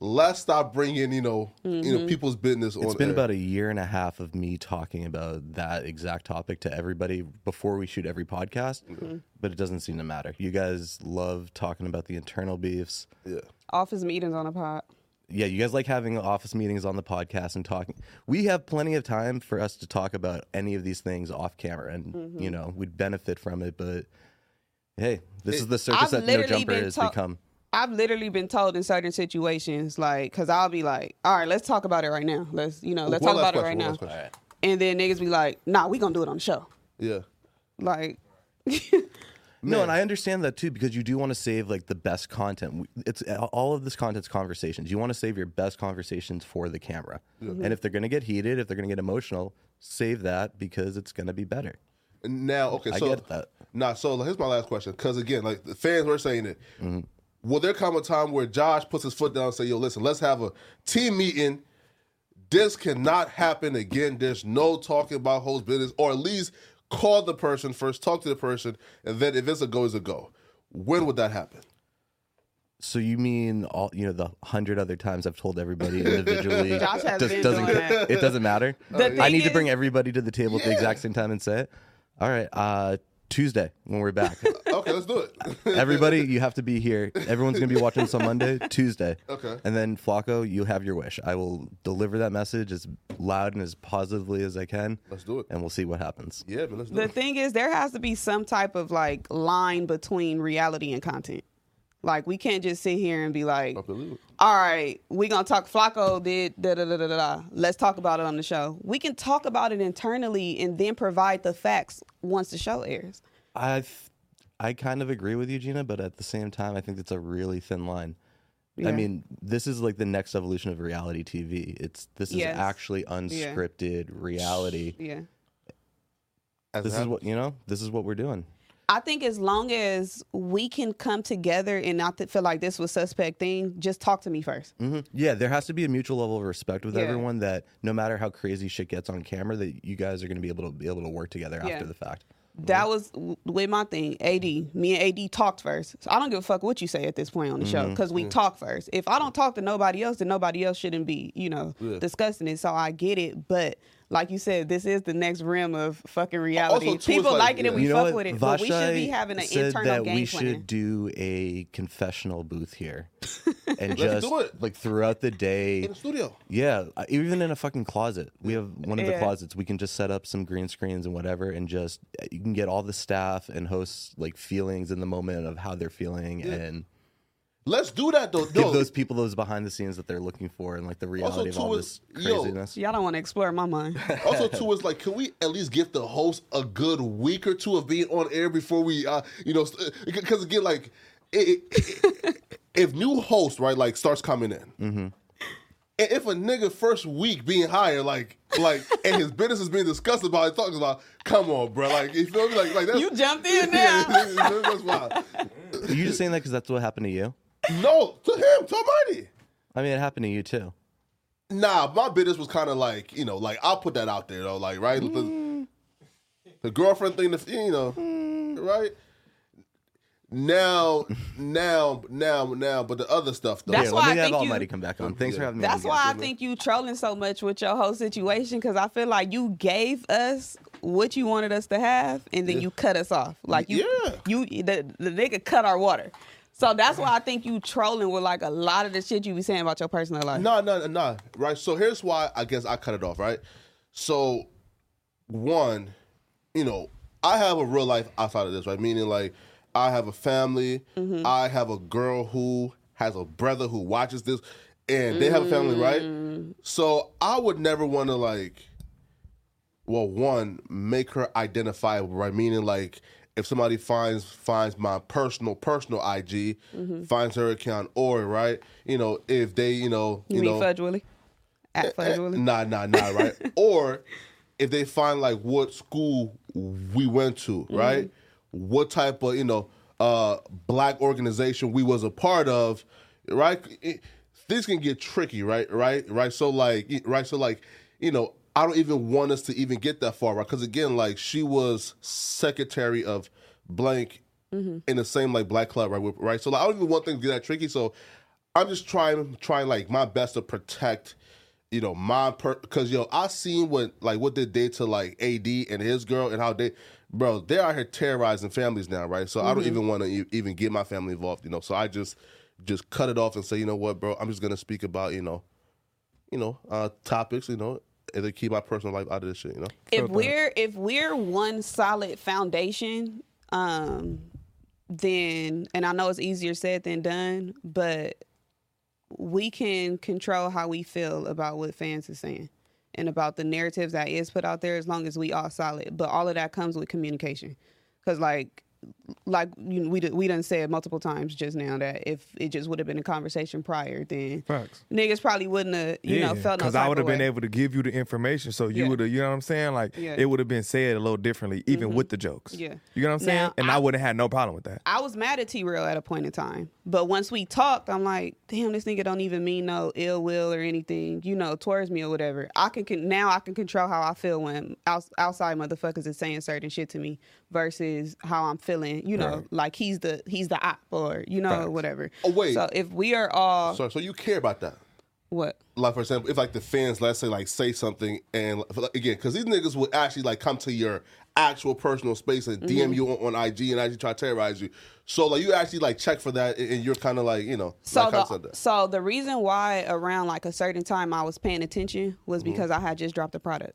Speaker 3: Let's stop bringing you know you know people's business on.
Speaker 4: It's been
Speaker 3: air."
Speaker 4: about a year and a half of me talking about that exact topic to everybody before we shoot every podcast,
Speaker 1: Mm-hmm.
Speaker 4: but it doesn't seem to matter. You guys love talking about the internal beefs.
Speaker 3: yeah.
Speaker 1: Office meetings on a pod.
Speaker 4: yeah, you guys like having office meetings on the podcast and talking. We have plenty of time for us to talk about any of these things off camera, and
Speaker 1: Mm-hmm.
Speaker 4: you know we'd benefit from it. But hey, this is the
Speaker 1: I've
Speaker 4: circus that no
Speaker 1: literally
Speaker 4: jumper
Speaker 1: been
Speaker 4: has
Speaker 1: ta-
Speaker 4: become.
Speaker 1: I've literally been told in certain situations, like, because I'll be like, all right, let's talk about it right now. Let's, you know, let's
Speaker 3: One
Speaker 1: talk
Speaker 3: last
Speaker 1: about it right
Speaker 3: question, one
Speaker 1: now.
Speaker 3: last question.
Speaker 1: And then niggas be like, nah, we gonna do it on the show.
Speaker 3: Yeah.
Speaker 1: Like,
Speaker 4: No, and I understand that too because you do want to save like the best content. We- It's all of this content's conversations. You want to save your best conversations for the camera, and if they're going to get heated, if they're going to get emotional, save that because it's going to be better.
Speaker 3: Now, okay,
Speaker 4: I
Speaker 3: so
Speaker 4: get that.
Speaker 3: Nah, so like, here's my last question. Because again, like the fans were saying it.
Speaker 4: Mm-hmm.
Speaker 3: Will there come a time where Josh puts his foot down and say, "Yo, listen, let's have a team meeting. This cannot happen again. There's no talking about host business, or at least call the person first, talk to the person, and then if it's a go, it's a go." When would that happen?
Speaker 4: So you mean all you know the hundred other times I've told everybody individually
Speaker 1: Josh has been
Speaker 4: doesn't
Speaker 1: doing that.
Speaker 4: it doesn't matter.
Speaker 1: The
Speaker 4: I
Speaker 1: thing
Speaker 4: need to
Speaker 1: is-
Speaker 4: bring everybody to the table at the exact same time and say it. All right, uh, Tuesday when we're back,
Speaker 3: Okay, let's do it.
Speaker 4: everybody you have to be here. Everyone's gonna be watching this on Monday, Tuesday.
Speaker 3: Okay.
Speaker 4: and then Flacco, you have your wish. I will deliver that message as loud and as positively as I can,
Speaker 3: let's do it.
Speaker 4: and we'll see what happens.
Speaker 3: Yeah, man, let's do
Speaker 1: the
Speaker 3: it.
Speaker 1: thing is, there has to be some type of like line between reality and content. Like, we can't just sit here and be like,
Speaker 3: I believe it.
Speaker 1: all right, we gonna talk. Flacco did da da da da da. da. Let's talk about it on the show. We can talk about it internally and then provide the facts once the show airs.
Speaker 4: I I kind of agree with you, Gina, but at the same time, I think it's a really thin line.
Speaker 1: Yeah.
Speaker 4: I mean, this is like the next evolution of reality TV. It's this
Speaker 1: Yes.
Speaker 4: is actually unscripted reality.
Speaker 1: Yeah.
Speaker 3: As
Speaker 4: This
Speaker 3: it
Speaker 4: is what you know. This is what we're doing.
Speaker 1: I think as long as we can come together and not th- feel like this was suspect thing, just talk to me 1st
Speaker 4: Yeah, there has to be a mutual level of respect with
Speaker 1: Mm-hmm. Yeah.
Speaker 4: everyone that no matter how crazy shit gets on camera, that you guys are going to be able to be able to work together
Speaker 1: Yeah.
Speaker 4: after the fact.
Speaker 1: That was w- with my thing. AD, me and AD talked first. So I don't give a fuck what you say at this point on the
Speaker 4: Mm-hmm.
Speaker 1: show because we talk first. If I don't talk to nobody else, then nobody else shouldn't be, you know, discussing it. So I get it, but. Like you said, this is the next rim of fucking reality.
Speaker 3: too, it's
Speaker 1: People
Speaker 3: like-
Speaker 1: like it
Speaker 3: yeah.
Speaker 1: and we
Speaker 4: you know
Speaker 1: fuck
Speaker 4: what?
Speaker 1: with it, but we should be
Speaker 4: Vashai
Speaker 1: having an
Speaker 4: said
Speaker 1: internal
Speaker 4: that
Speaker 1: game
Speaker 4: we
Speaker 1: plan.
Speaker 4: should do a confessional booth here, and
Speaker 3: Let's
Speaker 4: just
Speaker 3: do it.
Speaker 4: like throughout the day,
Speaker 3: in the studio.
Speaker 4: Yeah, uh, even in a fucking closet. We have one of the
Speaker 1: Yeah.
Speaker 4: closets. We can just set up some green screens and whatever, and just uh, you can get all the staff and hosts like feelings in the moment of how they're feeling and
Speaker 3: Let's do that though.
Speaker 4: give
Speaker 3: Yo,
Speaker 4: those people those behind the scenes that they're looking for and like the reality of
Speaker 3: too,
Speaker 4: all
Speaker 3: is-
Speaker 4: this
Speaker 3: yo,
Speaker 4: craziness.
Speaker 1: Y'all don't want to explore my mind.
Speaker 3: Also, too, is like, can we at least give the host a good week or two of being on air before we, uh, you know, because again, like, it, it- if new host right, like, starts coming in,
Speaker 4: Mm-hmm.
Speaker 3: and if a nigga first week being hired, like, like, and his business is being discussed about, it talks about, come on, bro, like, you feel me, like, like that's
Speaker 1: you jumped in
Speaker 3: yeah,
Speaker 1: now.
Speaker 3: that's wild.
Speaker 4: Are you just saying that because that's what happened to you?
Speaker 3: No, to him, to Mighty.
Speaker 4: I mean, it happened to you too.
Speaker 3: Nah, my business was kind of like, you know, like I'll put that out there though, like right, the, the girlfriend thing, the, you know, right. Now, now, now, now, but the other stuff though.
Speaker 1: That's
Speaker 4: Here,
Speaker 1: why
Speaker 4: let
Speaker 1: I
Speaker 4: me have
Speaker 1: think you-
Speaker 4: Almighty come back on. Thanks for
Speaker 3: Yeah.
Speaker 4: having me. on
Speaker 1: That's
Speaker 4: again.
Speaker 1: why I think you trolling so much with your whole situation because I feel like you gave us what you wanted us to have and then you cut us off. Like you,
Speaker 3: Yeah.
Speaker 1: you the, the nigga cut our water. So that's why I think you trolling with like a lot of the shit you be saying about your personal life.
Speaker 3: No, no, no. Right. So here's why I guess I cut it off. Right. So, one, you know, I have a real life outside of this, right? Meaning, like, I have a family. I have a girl who has a brother who watches this, and they have a family, right? So I would never want to like, well, one, make her identifiable, right? Meaning, like, if somebody finds finds my personal personal IG, finds her account, or right, you know, if they, you know,
Speaker 1: You,
Speaker 3: you
Speaker 1: mean
Speaker 3: know,
Speaker 1: Fudge Willie?
Speaker 3: Eh,
Speaker 1: At Fudge Willie?
Speaker 3: Nah, nah, nah, right? or if they find like what school we went to, right? What type of, you know, uh black organization we was a part of, right? It- things can get tricky, right? Right? Right? So like right so like, you know, I don't even want us to even get that far, right? Cuz again, like she was secretary of blank in the same like black club, right? Right? So like, I don't even want things to get that tricky, so I'm just trying trying like my best to protect you know my per because yo I seen what like what they did to like AD and his girl and how they bro they're out here terrorizing families now right so I don't even want to e- even get my family involved you know so I just just cut it off and say you know what bro I'm just gonna speak about you know you know uh topics you know and they keep my personal life out of this shit you know
Speaker 1: if we're if we're one solid foundation um then and i know it's easier said than done but we can control how we feel about what fans are saying and about the narratives that is put out there as long as we all solid but all of that comes with communication because like like you know, we d- we done said multiple times just now that if it just would have been a conversation prior then
Speaker 2: Facts.
Speaker 1: niggas probably wouldn't have you know felt no
Speaker 2: because
Speaker 1: type
Speaker 2: I would have
Speaker 1: of
Speaker 2: been
Speaker 1: way.
Speaker 2: able to give you the information, so you
Speaker 1: Yeah.
Speaker 2: would have, you know what I'm saying? Like
Speaker 1: Yeah. Mm-hmm.
Speaker 2: it would have been said a little differently, even with the jokes.
Speaker 1: Yeah.
Speaker 2: you know what I'm saying?
Speaker 1: Now,
Speaker 2: and I,
Speaker 1: I-
Speaker 2: would have had no problem with that.
Speaker 1: I was mad at T Real at a point in time. But once we talked, I'm like, damn, this nigga don't even mean no ill will or anything, you know, towards me or whatever. I can, can now I can control how I feel when outs outside motherfuckers is saying certain shit to me versus how I'm feeling, you know, like he's the he's the op or you know whatever.
Speaker 3: Oh, wait.
Speaker 1: So if we are all
Speaker 3: so so you care about that
Speaker 1: what
Speaker 3: like for example, if like the fans, let's say like say something, and like, again, because these niggas will actually like come to your actual personal space and DM you on, on IG and actually try to terrorize you. So like you actually like check for that, and and you're kind of like you know
Speaker 1: so
Speaker 3: like how I said
Speaker 1: the,
Speaker 3: that.
Speaker 1: so the reason why around like a certain time I was paying attention was
Speaker 3: Mm-hmm.
Speaker 1: because I had just dropped a product.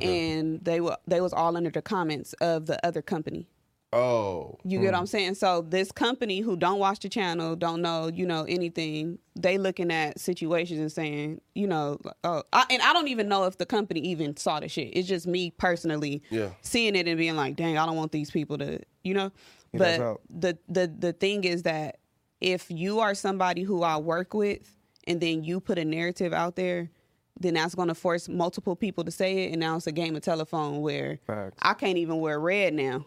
Speaker 1: And they were they was all under the comments of the other company.
Speaker 3: Oh,
Speaker 1: You get what
Speaker 2: Mm.
Speaker 1: I'm saying? So this company who don't watch the channel, don't know, you know, anything, they looking at situations and saying, you know, like, oh, I, and I don't even know if the company even saw the shit. It's just me personally
Speaker 3: Yeah.
Speaker 1: seeing it and being like, dang, I don't want these people to, you know.
Speaker 2: that's
Speaker 1: But
Speaker 2: out.
Speaker 1: the the the thing is that if you are somebody who I work with and then you put a narrative out there, then that's going to force multiple people to say it, and now it's a game of telephone where
Speaker 2: Facts.
Speaker 1: I can't even wear red now.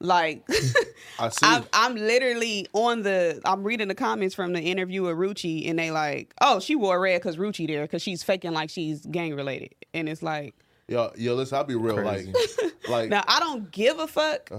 Speaker 1: Like
Speaker 3: I see.
Speaker 1: I'm, I'm literally on the. I'm reading the comments from the interview with Ruchi, and they like, oh, she wore red because Ruchi there because she's faking like she's gang related, and it's like,
Speaker 3: yo, yo, listen, I'll be real.
Speaker 2: Crazy.
Speaker 3: Like, like
Speaker 1: now I don't give a fuck,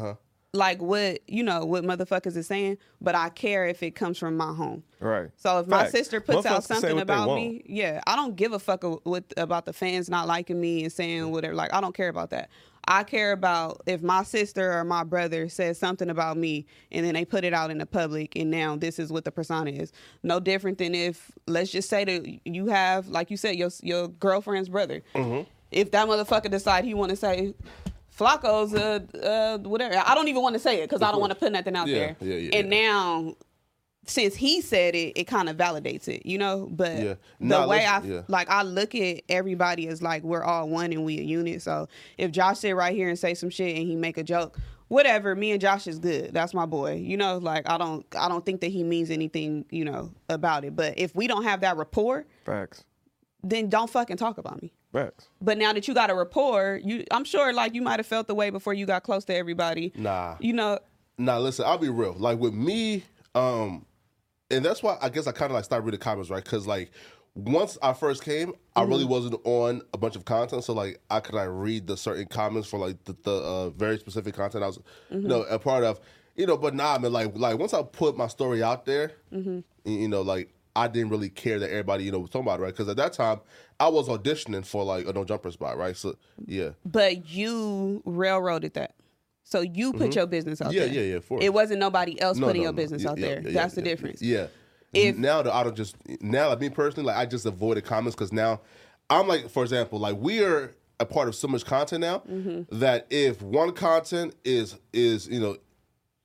Speaker 1: like what you know what motherfuckers is saying, but I care if it comes from my home.
Speaker 2: Right.
Speaker 1: So if my
Speaker 2: Facts.
Speaker 1: sister puts out
Speaker 2: Motherfuckers can say
Speaker 1: something
Speaker 2: what they
Speaker 1: about
Speaker 2: want.
Speaker 1: me, yeah, I don't give a fuck a- with about the fans not liking me and saying
Speaker 2: Mm.
Speaker 1: whatever. Like I don't care about that. I care about if my sister or my brother says something about me and then they put it out in the public and now this is what the persona is. No different than if let's just say that you have like you said your your girlfriend's brother.
Speaker 2: Mm-hmm.
Speaker 1: If that motherfucker decide he want to say Flacco's uh, uh whatever, I don't even want to say it because I don't want to put nothing out
Speaker 3: Yeah,
Speaker 1: there.
Speaker 3: yeah, yeah,
Speaker 1: and
Speaker 3: yeah.
Speaker 1: now since he said it, it kind of validates it, you know. But
Speaker 3: Yeah.
Speaker 1: the
Speaker 3: Nah,
Speaker 1: way I
Speaker 3: let's- yeah.
Speaker 1: like, I look at everybody as like we're all one and we a unit. So if Josh sit right here and say some shit and he make a joke, whatever, me and Josh is good. That's my boy, you know. Like I don't, I don't think that he means anything, you know, about it. But if we don't have that rapport,
Speaker 2: Facts.
Speaker 1: then don't fucking talk about me.
Speaker 2: Facts.
Speaker 1: But now that you got a rapport, you, I'm sure like you might have felt the way before you got close to everybody.
Speaker 3: Nah.
Speaker 1: you know,
Speaker 3: Now listen, I'll be real. Like with me, um, and that's why I guess I kind of like started reading comments, right? Because like once I first came, I really wasn't on a bunch of content, so like I could like read the certain comments for like the, the uh, very specific content I was, you know, a part of, you know. But nah, I mean, like like once I put my story out there, y- you know, like. I didn't really care that everybody, you know, was talking about it, right? Because at that time, I was auditioning for like a no jumper spot, right? So yeah,
Speaker 1: but you railroaded that. So you put your business out
Speaker 3: Mm-hmm. Yeah,
Speaker 1: there.
Speaker 3: yeah, yeah, for
Speaker 1: it
Speaker 3: it.
Speaker 1: wasn't nobody else
Speaker 3: No,
Speaker 1: putting
Speaker 3: no,
Speaker 1: your
Speaker 3: no.
Speaker 1: business
Speaker 3: Yeah,
Speaker 1: out
Speaker 3: yeah,
Speaker 1: there.
Speaker 3: yeah, yeah,
Speaker 1: That's the
Speaker 3: yeah,
Speaker 1: difference.
Speaker 3: Yeah.
Speaker 1: If-
Speaker 3: now the auto just now like me personally, like I just avoided comments because now I'm like, for example, like we are a part of so much content now
Speaker 1: Mm-hmm.
Speaker 3: that if one content is is you know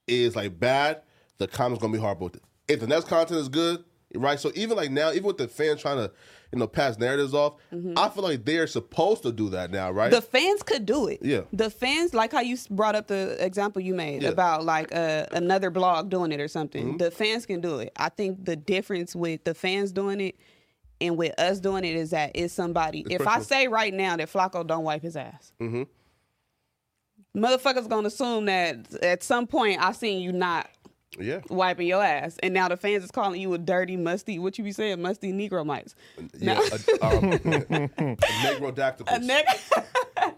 Speaker 3: is like bad, the comment's gonna be hard with it. If the next content is good, right? So even like now, even with the fans trying to you know pass narratives off, I feel like they're supposed to do that now, right?
Speaker 1: Mm-hmm. The fans could do it.
Speaker 3: Yeah.
Speaker 1: The fans, like how you s- brought up the example you made
Speaker 3: Yeah. Mm-hmm.
Speaker 1: about like uh, another blog doing it or something. The fans can do it. I think the difference with the fans doing it and with us doing it is that it's somebody. if I
Speaker 3: personal.
Speaker 1: say right now that Flacco don't wipe his ass,
Speaker 3: mm-hmm.
Speaker 1: motherfuckers gonna assume that at some point I seen you not
Speaker 3: Yeah.
Speaker 1: wiping your ass, and now the fans is calling you a dirty, musty. What you be saying, musty Negro mites?
Speaker 3: Yeah, a, um, a negrodactylus.
Speaker 1: a nigga.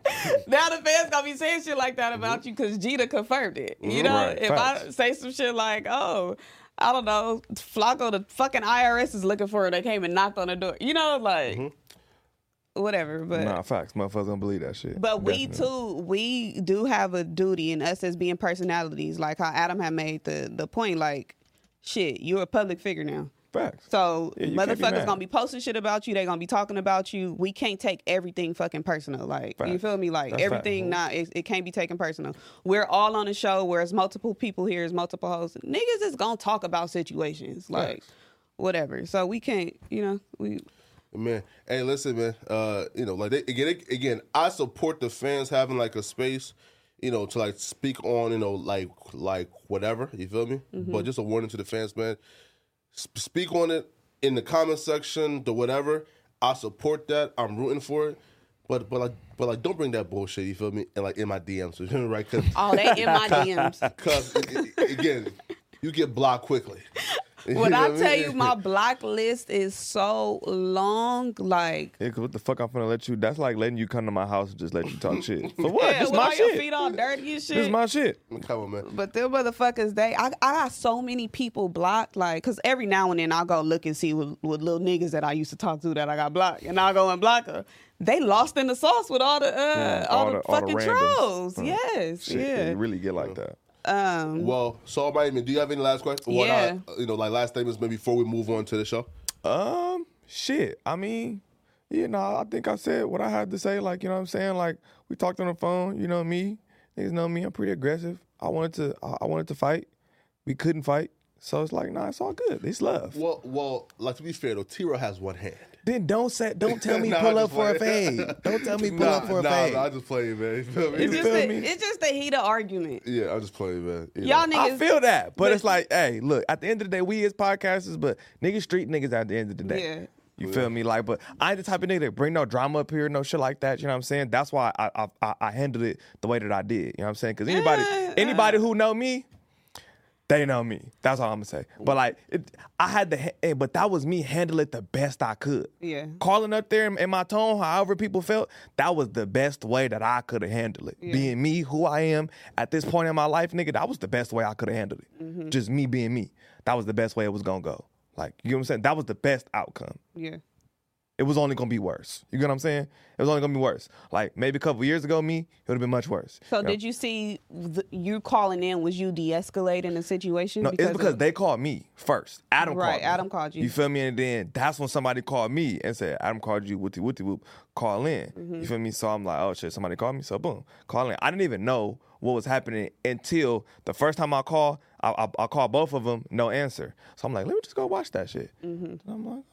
Speaker 1: now the fans gonna be saying shit like that about you because Gita confirmed it. You know,
Speaker 2: Mm-hmm. Right,
Speaker 1: if I
Speaker 2: facts.
Speaker 1: say some shit like, "Oh, I don't know, Flacco, the fucking IRS is looking for her. They came and knocked on the door." You know, like whatever. But
Speaker 2: Mm-hmm. Nah, facts. Motherfuckers don't believe that shit.
Speaker 1: but we
Speaker 2: Definitely.
Speaker 1: too, we do have a duty, and us as being personalities, like how Adam had made the the point, like, shit, you're a public figure now.
Speaker 2: Facts.
Speaker 1: So
Speaker 2: Yeah, you can't be
Speaker 1: motherfuckers
Speaker 2: mad.
Speaker 1: gonna be posting shit about you. They gonna be talking about you. We can't take everything fucking personal. Like you
Speaker 2: Facts. Mhm.
Speaker 1: feel me? Like
Speaker 2: That's
Speaker 1: everything not it, it can't be taken personal. We're all on a show where it's multiple people here, it's multiple hosts. Niggas is gonna talk about situations like whatever. So we can't, you know, we
Speaker 3: Man, hey, listen, man. Uh, you know, like they, again, they- again, I support the fans having like a space, you know, to like speak on, you know, like like whatever. You feel me?
Speaker 1: Mm-hmm.
Speaker 3: But just a warning to the fans, man. Sp- speak on it in the comment section, the whatever. I support that. I'm rooting for it. But but like but like don't bring that bullshit. You feel me? And like in my DMs, you feel me? right? Because
Speaker 1: all they in my DMs.
Speaker 3: again, you get blocked quickly. You
Speaker 1: When
Speaker 3: know
Speaker 1: I
Speaker 3: what
Speaker 1: tell
Speaker 3: mean?
Speaker 1: you my block list is so long, like
Speaker 2: Yeah, 'cause what the fuck I'm gonna let you? That's like letting you come to my house and just let you talk shit. For what?
Speaker 1: yeah,
Speaker 2: this
Speaker 1: with
Speaker 2: my
Speaker 1: all your
Speaker 2: shit.
Speaker 1: feet all dirty and shit.
Speaker 2: This my shit.
Speaker 3: come on, man.
Speaker 1: But them motherfuckers, they I, I got so many people blocked, like, cause every now and then I'll go look and see with, with little niggas that I used to talk to that I got blocked, and I'll go and block her. They lost in the sauce with all the uh,
Speaker 2: Yeah,
Speaker 1: all,
Speaker 2: all
Speaker 1: the,
Speaker 2: the- all the
Speaker 1: fucking
Speaker 2: randoms.
Speaker 1: trolls.
Speaker 2: Mm.
Speaker 1: Yes,
Speaker 2: Shit,
Speaker 1: yeah.
Speaker 2: You really get like that.
Speaker 1: um,
Speaker 3: Well, so I mean, do you have any last questions? Well,
Speaker 1: Yeah.
Speaker 3: uh, you know, like last statements, maybe before we move on to the show.
Speaker 2: Um, shit. I mean, you know, I think I said what I had to say. Like, you know what I'm saying? Like, we talked on the phone. You know me. Niggas know me. I'm pretty aggressive. I wanted to. I I wanted to fight. We couldn't fight. So it's like, nah, it's all good. It's love.
Speaker 3: Well, well, like to be fair though, Tiro has one hand.
Speaker 2: Then don't say. Don't tell me
Speaker 3: Nah,
Speaker 2: pull
Speaker 3: I
Speaker 2: up
Speaker 3: just
Speaker 2: for a
Speaker 3: played.
Speaker 2: fade. Don't tell me pull
Speaker 3: nah,
Speaker 2: up for a
Speaker 3: nah,
Speaker 2: fade.
Speaker 3: nah, I just play it, man. You feel me?
Speaker 1: it's
Speaker 2: you
Speaker 1: just
Speaker 2: feel
Speaker 1: the,
Speaker 2: me?
Speaker 1: it's just the heat of argument.
Speaker 3: yeah, I just play it, man. You
Speaker 1: Y'all
Speaker 3: know.
Speaker 1: niggas,
Speaker 2: I feel that, but it's like, hey, look. At the end of the day, we is podcasters, but niggas street niggas. At the end of the day,
Speaker 1: Yeah.
Speaker 2: you feel me? Like, but I ain't the type of nigga that bring no drama up here, no shit like that. You know what I'm saying? That's why I I, I, I handled it the way that I did. You know what I'm saying? Because anybody
Speaker 1: Yeah.
Speaker 2: anybody who know me, they know me. That's all I'm gonna say. But like, it, I had to, ha- eh, but that was me handle it the best I could.
Speaker 1: Yeah.
Speaker 2: Calling up there in, in my tone, however people felt, that was the best way that I could have handled it. Being me, who I am at this point in my life, nigga, that was the best way I could have handled it. Just me being me. That was the best way it was gonna go. Like, you know what I'm saying? That was the best outcome
Speaker 1: yeah.
Speaker 2: it was only gonna be worse. You get what I'm saying? It was only gonna be worse. Like maybe a couple years ago, me, it would have been much worse.
Speaker 1: So
Speaker 2: You know?
Speaker 1: did you see the, you calling in? Was you de-escalating the situation?
Speaker 2: No, it's because
Speaker 1: of-
Speaker 2: they called me first. Adam
Speaker 1: Right,
Speaker 2: called me.
Speaker 1: Adam called you.
Speaker 2: You feel me? And then that's when somebody called me and said, Adam called you, wooty wooty whoop, call in.
Speaker 1: Mm-hmm.
Speaker 2: You feel me? So I'm like, oh shit, somebody called me. So boom, call in. I didn't even know what was happening until the first time I call, I, I, I call both of them, no answer. So I'm like, let me just go watch that shit.
Speaker 1: Mm-hmm.
Speaker 2: And I'm like,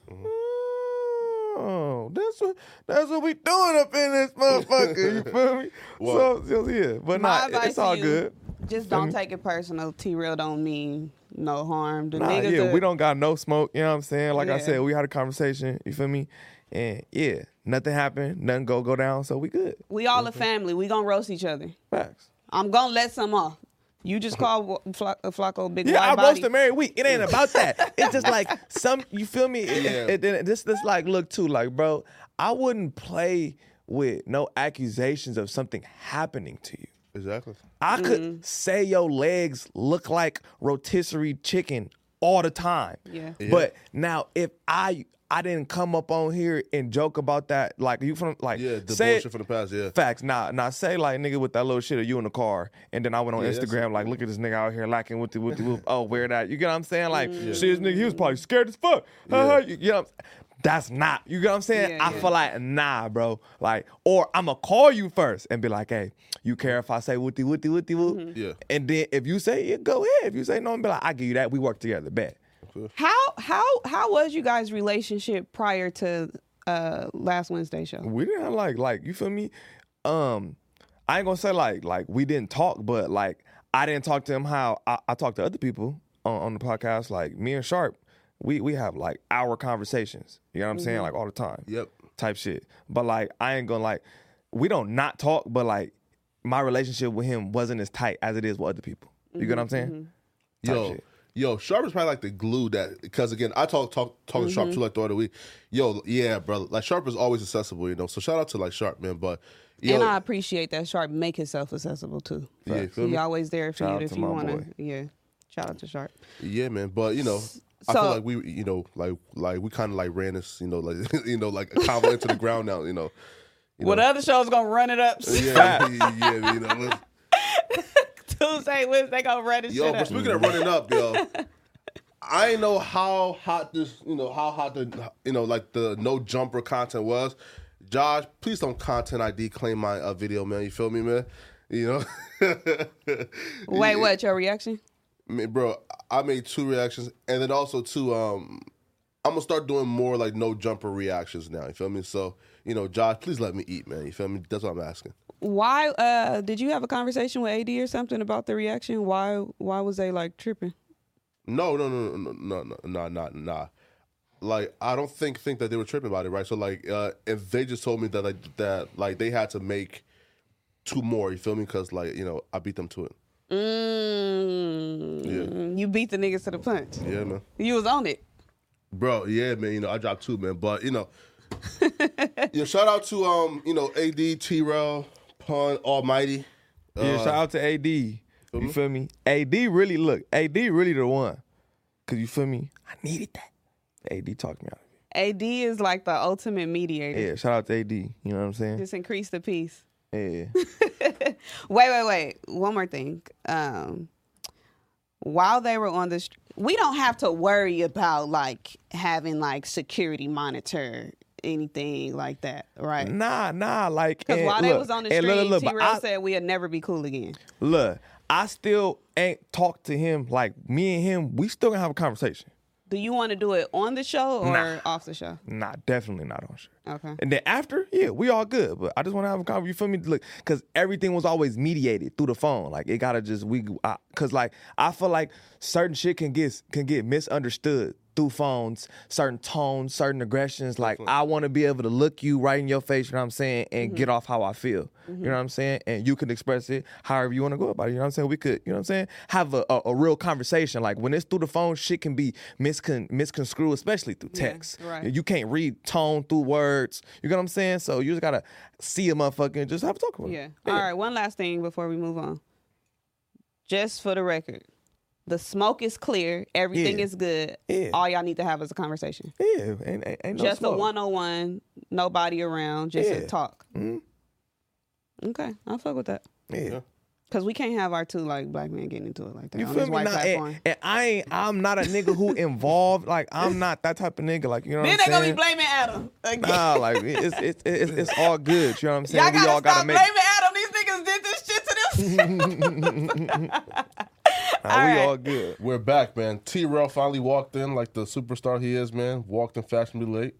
Speaker 2: oh, that's what that's what we doing up in this motherfucker. You feel me? so, so yeah, but
Speaker 1: My
Speaker 2: nah,
Speaker 1: advice
Speaker 2: it's all
Speaker 1: to you,
Speaker 2: good.
Speaker 1: Just don't take it personal. T real don't mean no harm. The
Speaker 2: Nah,
Speaker 1: niggas
Speaker 2: yeah,
Speaker 1: are-
Speaker 2: we don't got no smoke. You know what I'm saying? Like I
Speaker 1: Yeah.
Speaker 2: said, we had a conversation. You feel me? And yeah, nothing happened. Nothing go go down. So we good.
Speaker 1: We all a
Speaker 3: Mm-hmm.
Speaker 1: family. We gonna roast each other.
Speaker 2: Facts.
Speaker 1: I'm gonna let some off. You just call Fla- uh, Flacco big
Speaker 2: Yeah,
Speaker 1: white
Speaker 2: I
Speaker 1: body.
Speaker 2: roasted Mary week. It ain't about that. It's just like some. You feel me? It-
Speaker 3: Yeah.
Speaker 2: it- it- this this like look too. Like bro, I wouldn't play with no accusations of something happening to you.
Speaker 3: exactly.
Speaker 2: I could say your legs look like rotisserie chicken all the time.
Speaker 1: Yeah.
Speaker 2: But now if I I didn't come up on here and joke about that, like you from like
Speaker 3: Yeah, the
Speaker 2: say it-
Speaker 3: bullshit from the past. Yeah,
Speaker 2: Facts. Nah, nah, say like nigga with that little shit of you in the car. And then I went on
Speaker 3: Yeah, that's-
Speaker 2: Instagram, like, look at this nigga out here lacking with the with the whoop. Oh, wear that. You get what I'm saying? Like, shit, this nigga, he was probably scared as fuck. Uh-huh. You, you know what I'm- that's not. You get what I'm saying?
Speaker 1: Yeah,
Speaker 2: I
Speaker 1: yeah.
Speaker 2: feel like nah, bro. Like, or I'ma call you first and be like, hey, you care if I say wooty wooty wooty woo?
Speaker 3: Mm-hmm. Yeah.
Speaker 2: And then if you say it, go ahead. If you say no, I'm be like, I give you that. We work together, bet.
Speaker 1: How how how was you guys' relationship prior to uh last Wednesday show?
Speaker 2: We didn't have like like you feel me? Um, I ain't gonna say like like we didn't talk, but like I didn't talk to him how I, I talked to other people on, on the podcast. Like me and Sharp, we we have like our conversations. You know what I'm saying? Like all the time.
Speaker 3: Yep.
Speaker 2: Type shit. But like I ain't gonna like we don't not talk, but like my relationship with him wasn't as tight as it is with other people. You get what I'm saying? Type
Speaker 3: Yo,
Speaker 2: shit.
Speaker 3: yo, Sharp is probably like the glue that because again, I talk talk talk to
Speaker 1: Mm-hmm.
Speaker 3: Sharp too like throughout the week. Yo, yeah, brother. Like Sharp is always accessible, you know. So shout out to like Sharp, man. But yo,
Speaker 1: and I appreciate that Sharp make himself accessible too.
Speaker 3: Yeah, you feel
Speaker 1: he
Speaker 3: me?
Speaker 1: always there for
Speaker 2: Shout out
Speaker 1: you if
Speaker 2: to
Speaker 1: you
Speaker 2: my
Speaker 1: wanna.
Speaker 2: boy.
Speaker 1: Yeah, shout out to Sharp.
Speaker 3: yeah, man. But you know, I
Speaker 1: so-
Speaker 3: feel like we, you know, like like we kind of like ran this, you know, like you know, like a combo into the ground now, you know. You
Speaker 1: well,
Speaker 3: know.
Speaker 1: the other show's gonna run it up
Speaker 3: Yeah, yeah, you know.
Speaker 1: Tuesday, Wednesday, gonna run it
Speaker 3: Yo,
Speaker 1: shit
Speaker 3: but
Speaker 1: up.
Speaker 3: speaking of running up, yo, I ain't know how hot this, you know, how hot the, you know, like the no jumper content was. Josh, please don't content ID claim my uh, video, man. You feel me, man? You know,
Speaker 1: Wait, what? Your reaction?
Speaker 3: I mean, bro, I made two reactions, and then also two. Um, I'm gonna start doing more like no jumper reactions now. You feel me? So, you know, Josh, please let me eat, man. You feel me? That's what I'm asking.
Speaker 1: Why uh did you have a conversation with AD or something about the reaction? Why why was they like tripping?
Speaker 3: No, no, no, no, no, no, no, nah, nah. Like I don't think think that they were tripping about it, right? So like, uh, if they just told me that like that like they had to make two more, you feel me? Because like you know I beat them to it.
Speaker 1: Mm, You beat the niggas to the punch.
Speaker 3: Yeah, man,
Speaker 1: You was on it.
Speaker 3: bro. Yeah, man. You know I dropped two, man. But you know, yeah. Shout out to um you know AD T Rel Pun Almighty.
Speaker 2: Yeah, shout out to AD. You feel me? AD really look. AD really the one. Cause you feel me? I needed that. AD talked me out. of
Speaker 1: AD is like the ultimate mediator.
Speaker 2: it. Yeah, shout out to AD. You know what I'm saying?
Speaker 1: Just increase the peace.
Speaker 2: Yeah.
Speaker 1: Wait, wait, wait. One more thing. Um, while they were on this, we don't have to worry about like having like security monitor anything like that, right?
Speaker 2: Nah, nah. Like,
Speaker 1: Because
Speaker 2: and
Speaker 1: while they
Speaker 2: Mm, look,
Speaker 1: was on the
Speaker 2: and look,
Speaker 1: stream,
Speaker 2: look,
Speaker 1: T.
Speaker 2: but
Speaker 1: Rail
Speaker 2: I-
Speaker 1: said we'll never be cool again.
Speaker 2: Look, I still ain't talked to him. Like me and him, we still gonna have a conversation.
Speaker 1: Do you want to do it on the show or off the show?
Speaker 2: Nah, definitely not on shit.
Speaker 1: Okay.
Speaker 2: And then after, yeah, we all good. But I just want to have a conversation. You feel me? Look, because everything was always mediated through the phone. Like it gotta just we, because like I feel like certain shit can get can get misunderstood through phones. Certain tones, certain aggressions. Like I want to be able to look you right in your face. You know what I'm saying? And get off how I feel. You know what I'm saying? And you can express it however you want to go about it. You know what I'm saying? We could, you know what I'm saying? Have a, a, a real conversation. Like when it's through the phone, shit can be miscon misconstrued, especially through text.
Speaker 1: right.
Speaker 2: You can't read tone through words. You get what I'm saying? So you just gotta see a motherfucker and just have a talk with him.
Speaker 1: Yeah. All right. One last thing before we move on. Just for the record, the smoke is clear. Everything
Speaker 2: Yeah.
Speaker 1: is good.
Speaker 2: Yeah.
Speaker 1: All y'all need to have is a conversation.
Speaker 2: Yeah, ain't, ain't, ain't no
Speaker 1: just a
Speaker 2: smoke.
Speaker 1: one on one, nobody around, just a
Speaker 2: Yeah. Mm-hmm.
Speaker 1: talk.
Speaker 2: Mhm.
Speaker 1: Okay, I'll fuck with that
Speaker 2: Yeah.
Speaker 1: because we can't have our two like black men getting into it like that
Speaker 2: You
Speaker 1: on
Speaker 2: feel
Speaker 1: this
Speaker 2: me?
Speaker 1: white
Speaker 2: Nah,
Speaker 1: platform.
Speaker 2: and, and I ain't. I'm not a nigga who involved. Like I'm not that type of nigga. Like you know.
Speaker 1: Then
Speaker 2: what
Speaker 1: they
Speaker 2: I'm
Speaker 1: gonna be
Speaker 2: saying?
Speaker 1: blaming Adam again.
Speaker 2: Nah, like it's it's, it's it's all good. You know what I'm saying?
Speaker 1: Y'all gotta
Speaker 2: we all
Speaker 1: stop
Speaker 2: gotta make.
Speaker 1: blaming Adam. These niggas did this shit to them.
Speaker 2: Nah, we
Speaker 1: All
Speaker 2: all
Speaker 1: right.
Speaker 2: good.
Speaker 3: We're back, man. T Rel finally walked in like the superstar he is, man. Walked in fashionably late.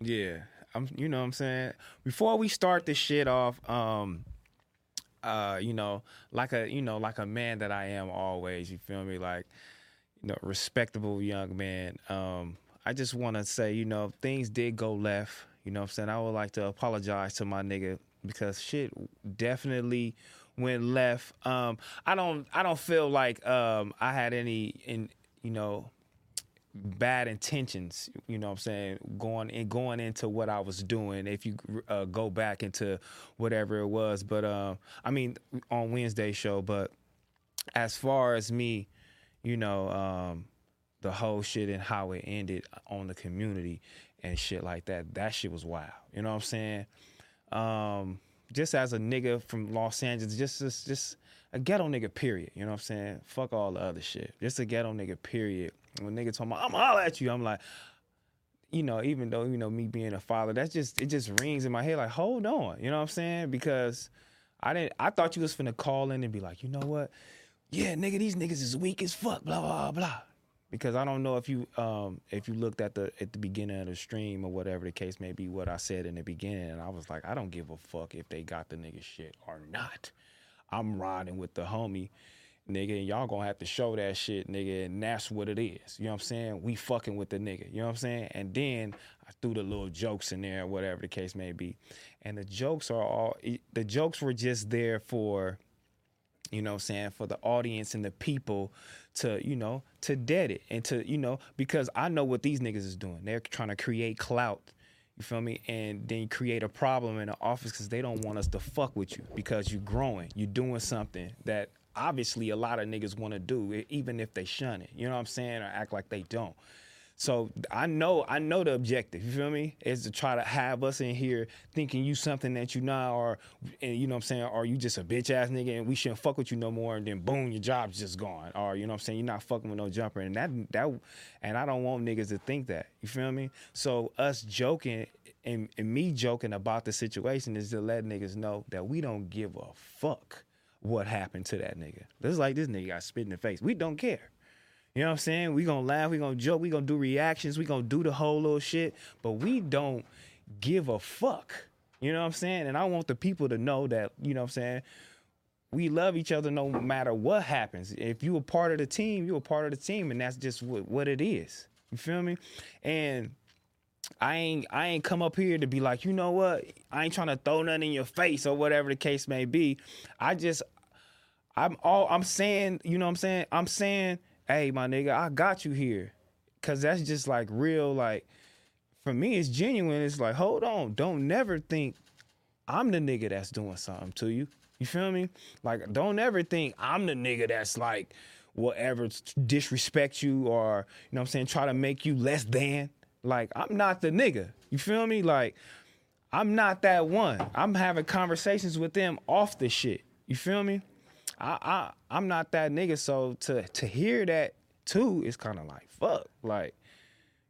Speaker 5: Yeah. I'm you know what I'm saying? Before we start this shit off, um uh, you know, like a you know, like a man that I am always, you feel me? Like, you know, respectable young man. Um, I just wanna say, you know, things did go left. You know what I'm saying? I would like to apologize to my nigga because shit definitely went left. Um, I don't I don't feel like um I had any in you know bad intentions you know what i'm saying going and going into what i was doing if you uh, go back into whatever it was but um i mean on wednesday show but as far as me you know um the whole shit and how it ended on the community and shit like that that shit was wild you know what i'm saying um, just as a nigga from Los Angeles, just just just a ghetto nigga, period. You know what I'm saying? Fuck all the other shit. Just a ghetto nigga, period. When nigga talking about, I'm going to holler at you, I'm like, you know, even though you know me being a father, that's just it just rings in my head like, hold on, you know what I'm saying? Because I didn't, I thought you was finna call in and be like, you know what? Yeah, nigga, these niggas is weak as fuck, blah blah blah. Because I don't know if you um if you looked at the at the beginning of the stream or whatever the case may be, what I said in the beginning, and I was like, I don't give a fuck if they got the nigga shit or not. I'm riding with the homie, nigga, and y'all gonna have to show that shit, nigga, and that's what it is. You know what I'm saying? We fucking with the nigga. You know what I'm saying? And then I threw the little jokes in there, whatever the case may be. And the jokes are all the jokes were just there for, you know what I'm saying, for the audience and the people to, you know, to dead it and to, you know, because I know what these niggas is doing. They're trying to create clout. You feel me? And then you create a problem in the office because they don't want us to fuck with you because you're growing. You're doing something that obviously a lot of niggas want to do, e- even if they shun it. You know what I'm saying? Or act like they don't. So I know, I know the objective. You feel me? Is to try to have us in here thinking you something that you not, or and you know what I'm saying, or you just a bitch ass nigga, and we shouldn't fuck with you no more. And then boom, your job's just gone, or you know what I'm saying, you're not fucking with no jumper. And that that, and I don't want niggas to think that. You feel me? So us joking and, and me joking about the situation is to let niggas know that we don't give a fuck what happened to that nigga. This is like this nigga got spit in the face. We don't care. You know what I'm saying? We gonna laugh, we gonna joke, we gonna do reactions, we gonna do the whole little shit, but we don't give a fuck. You know what I'm saying? And I want the people to know that, you know what I'm saying, we love each other no matter what happens. If you a part of the team, you a part of the team, and that's just what, what it is. You feel me? And I ain't I ain't come up here to be like, you know what? I ain't trying to throw nothing in your face or whatever the case may be. I just I'm all I'm saying, you know what I'm saying? I'm saying, hey, my nigga, I got you here. Cause that's just like real, like for me, it's genuine. It's like, hold on, don't never think I'm the nigga that's doing something to you. You feel me? Like, don't ever think I'm the nigga that's like whatever disrespect you or, you know what I'm saying, try to make you less than. Like, I'm not the nigga. You feel me? Like, I'm not that one. I'm having conversations with them off the shit. You feel me? I I I'm not that nigga. So to to hear that too is kind of like fuck. Like,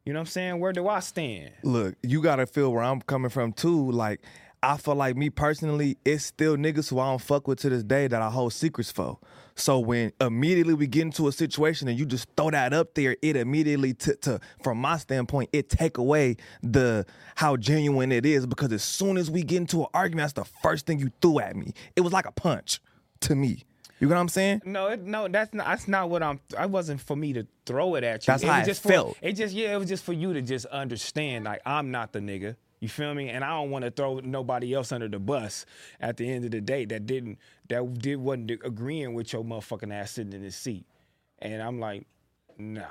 Speaker 5: you know what I'm saying? Where do I stand?
Speaker 2: look, you gotta feel where I'm coming from too. Like, I feel like me personally, it's still niggas who I don't fuck with to this day that I hold secrets for. So when immediately we get into a situation and you just throw that up there, it immediately t- to from my standpoint, it take away the how genuine it is because as soon as we get into an argument, that's the first thing you threw at me. It was like a punch to me. You get what I'm saying?
Speaker 5: No, it, no, that's not that's not what I'm. I wasn't for me to throw it at you.
Speaker 2: That's
Speaker 5: it
Speaker 2: how
Speaker 5: was
Speaker 2: it
Speaker 5: just
Speaker 2: felt.
Speaker 5: For, it just yeah, it was just for you to just understand. Like I'm not the nigga. You feel me? And I don't want to throw nobody else under the bus. At the end of the day, that didn't that did wasn't agreeing with your motherfucking ass sitting in his seat. And I'm like, nah.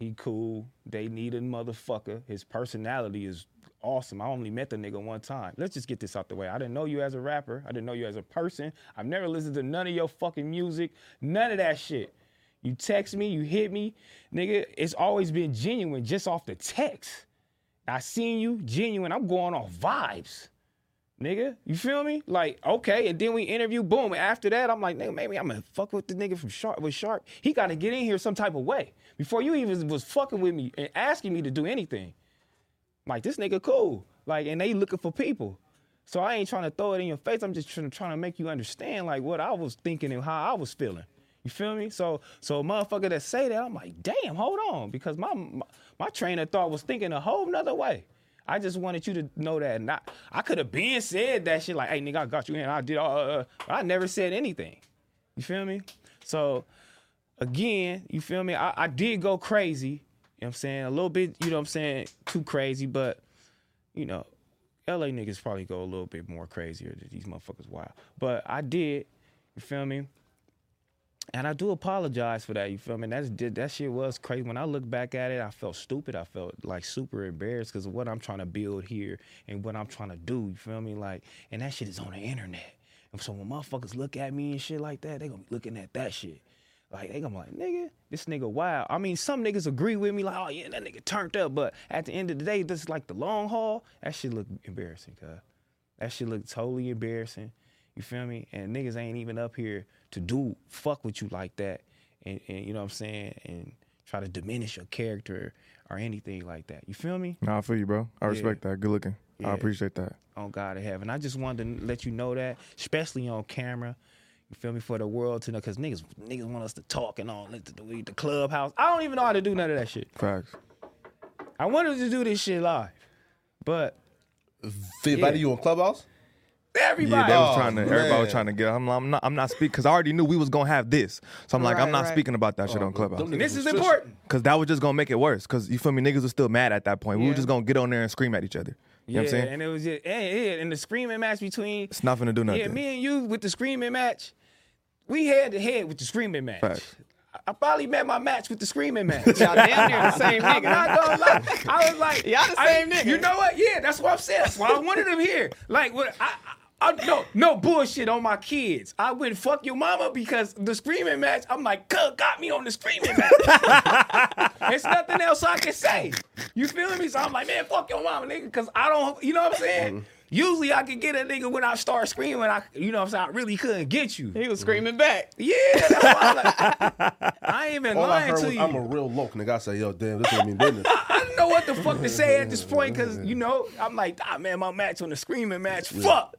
Speaker 5: He cool. They need a motherfucker. His personality is awesome. I only met the nigga one time. Let's just get this out the way. I didn't know you as a rapper. I didn't know you as a person. I've never listened to none of your fucking music. None of that shit. You text me, you hit me, nigga. It's always been genuine just off the text. I seen you genuine. I'm going off vibes nigga. You feel me? Like, okay. And then we interview, boom. And after that, I'm like, nigga, maybe I'm gonna fuck with the nigga from Sharp with Sharp. He gotta get in here some type of way. Before you even was fucking with me and asking me to do anything. Like, this nigga cool. Like, and they looking for people. So I ain't trying to throw it in your face. I'm just trying, trying to make you understand like what I was thinking and how I was feeling. You feel me? So so a motherfucker that say that, I'm like, damn, hold on. Because my my, my train of thought was thinking a whole nother way. I just wanted you to know that. And I, I could have been said that shit like, hey, nigga, I got you in. I did all, uh, uh, but I never said anything. You feel me? So again, you feel me? I, I did go crazy. You know what I'm saying? A little bit, you know what I'm saying? Too crazy, but you know, LA niggas probably go a little bit more crazier than these motherfuckers wild. But I did, you feel me? And I do apologize for that. You feel me? That's did that shit was crazy. When I look back at it, I felt stupid. I felt like super embarrassed because of what I'm trying to build here and what I'm trying to do. You feel me? Like, and that shit is on the internet. And so when motherfuckers look at me and shit like that, they gonna be looking at that shit. Like they gonna be like, nigga, this nigga wild. I mean, some niggas agree with me, like, oh yeah, that nigga turned up. But at the end of the day, this is like the long haul. That shit look embarrassing, cuz. That shit look totally embarrassing. You feel me? And niggas ain't even up here to do fuck with you like that. And, and you know what I'm saying? And try to diminish your character or anything like that. You feel me?
Speaker 2: Nah, I feel you, bro. I respect that. Good looking.
Speaker 5: Yeah.
Speaker 2: I appreciate that.
Speaker 5: on God in heaven. I just wanted to let you know that, especially on camera. You feel me? For the world to know, because niggas, niggas want us to talk and all, like the, the, the clubhouse. I don't even know how to do none of that shit.
Speaker 2: Facts.
Speaker 5: I wanted to do this shit live, but
Speaker 3: They invited you on Clubhouse?
Speaker 5: everybody,
Speaker 2: Yeah, they was
Speaker 3: Oh,
Speaker 2: trying to. Everybody was
Speaker 3: man.
Speaker 2: trying to get. I'm, I'm not. I'm not speaking because I already knew we was gonna have this. So I'm like,
Speaker 1: Right,
Speaker 2: I'm not
Speaker 1: right.
Speaker 2: speaking about that shit on Clubhouse.
Speaker 3: Oh, Them niggas
Speaker 5: this
Speaker 3: was
Speaker 5: is
Speaker 3: just-
Speaker 5: important.
Speaker 2: Cause that was just gonna make it worse. Cause you feel me, niggas was still mad at that point. We
Speaker 5: Yeah.
Speaker 2: were just gonna get on there and scream at each other. You
Speaker 5: yeah,
Speaker 2: know what I'm saying?
Speaker 5: and it was just, and, yeah, and the screaming match between,
Speaker 2: It's nothing to do nothing.
Speaker 5: yeah, me and you with the screaming match, we head to head with the screaming match.
Speaker 2: Facts.
Speaker 5: I- I probably met my match with the screaming match.
Speaker 1: Y'all damn near the same nigga.
Speaker 5: I'm not gonna lie. I was like,
Speaker 1: Y'all the
Speaker 5: I-
Speaker 1: same nigga.
Speaker 5: You know what? Yeah, that's what I'm saying. That's why I wanted him here. Like, what? I, I, I no, no bullshit on my kids. I wouldn't fuck your mama because the screaming match. I'm like, Cub got me on the screaming match. There's nothing else I can say. You feeling me? So I'm like, man, fuck your mama, nigga, because I don't. You know what I'm
Speaker 3: Mm-hmm.
Speaker 5: saying? Usually I could get a nigga when I start screaming. I, you know what I'm saying? I really couldn't get you.
Speaker 1: He was screaming back.
Speaker 5: Yeah, that's why I'm like, I ain't even
Speaker 3: All I
Speaker 5: lying
Speaker 3: heard
Speaker 5: to
Speaker 3: was,
Speaker 5: you.
Speaker 3: I'm a real loke, nigga. I said, yo, damn, this ain't mean business.
Speaker 5: I didn't know what the fuck to say at this point because you know I'm like, ah man, my match on the screaming match, fuck.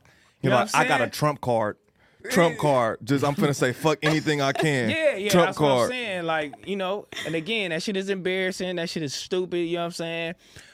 Speaker 2: You're
Speaker 5: You know
Speaker 2: like,
Speaker 5: what I'm
Speaker 2: I got a
Speaker 5: saying?
Speaker 2: Trump card. Trump card. Just I'm finna say fuck anything I can.
Speaker 5: yeah, yeah,
Speaker 2: Trump
Speaker 5: that's
Speaker 2: card.
Speaker 5: what I'm saying. Like you know, and again, that shit is embarrassing. That shit is stupid. You know what I'm saying?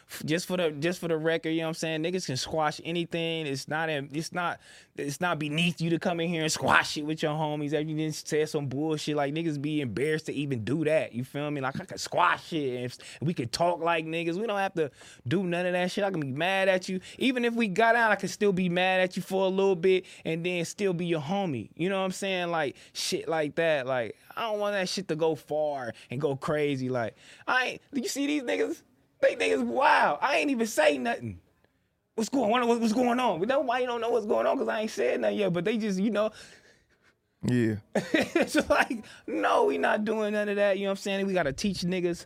Speaker 5: F- Just for the just for the record, you know what I'm saying. Niggas can squash anything. It's not in- it's not it's not beneath you to come in here and squash it with your homies. If you didn't say some bullshit, like niggas be embarrassed to even do that. You feel me? Like I could squash it. and If we could talk like niggas, we don't have to do none of that shit. I can be mad at you. Even if we got out, I could still be mad at you for a little bit and then still be your homie. You know what I'm saying? Like shit like that. Like I don't want that shit to go far and go crazy. Like I ain't you see these niggas? They niggas wild. I ain't even say nothing. What's going on? What- What's going on? But nobody don't know what's going on because I ain't said nothing yet. But they just, you know,
Speaker 2: Yeah.
Speaker 5: it's like, no, we not doing none of that. You know what I'm saying? We gotta teach niggas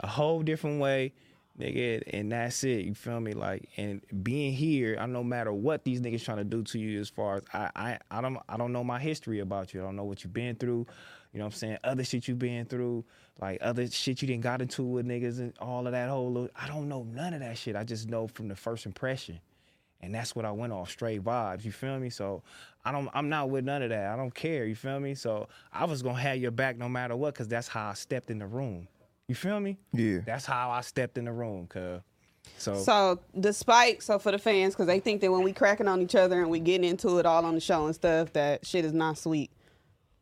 Speaker 5: a whole different way, nigga, and that's it. You feel me? Like, and being here, I no matter what these niggas trying to do to you, as far as I, I, I don't, I don't know my history about you. I don't know what you've been through. You know what I'm saying? Other shit you been through, like other shit you didn't got into with niggas and all of that whole. Little, I don't know none of that shit. I just know from the first impression and that's what I went off straight vibes. You feel me? So I don't. I'm not with none of that. I don't care. You feel me? So I was gonna have your back no matter what, cause that's how I stepped in the room. You feel me?
Speaker 2: Yeah.
Speaker 5: That's how I stepped in the room, cuz. So,
Speaker 1: So despite so for the fans, because they think that when we cracking on each other and we getting into it all on the show and stuff, that shit is not sweet.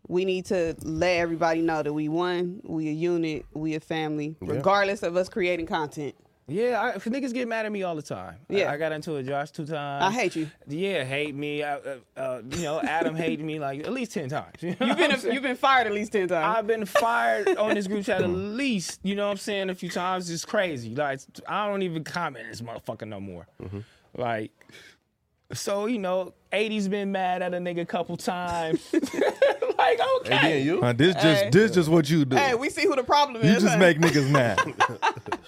Speaker 1: We need to let everybody know that we one, we a unit, we a family, regardless of us creating content.
Speaker 5: yeah, I, 'cause niggas get mad at me all the time. I-
Speaker 1: Yeah.
Speaker 5: I, got into a Josh two times.
Speaker 1: I hate you.
Speaker 5: Yeah, hate me. I, uh, uh, you know, Adam hated me like at least ten times. You know
Speaker 1: You've
Speaker 5: what
Speaker 1: been
Speaker 5: I'm saying?
Speaker 1: you've been fired at least ten times.
Speaker 5: I've been fired on this group chat at least, you know what I'm saying, a few times. It's crazy. Like I don't even comment this motherfucker no more. Like so, you know, 80's been mad at a nigga a couple times. like,
Speaker 3: And
Speaker 5: okay.
Speaker 3: then you?
Speaker 2: Nah, this
Speaker 1: Hey.
Speaker 2: just this just what you do.
Speaker 1: hey, we see who the problem is.
Speaker 2: you just
Speaker 1: huh?
Speaker 2: make niggas mad.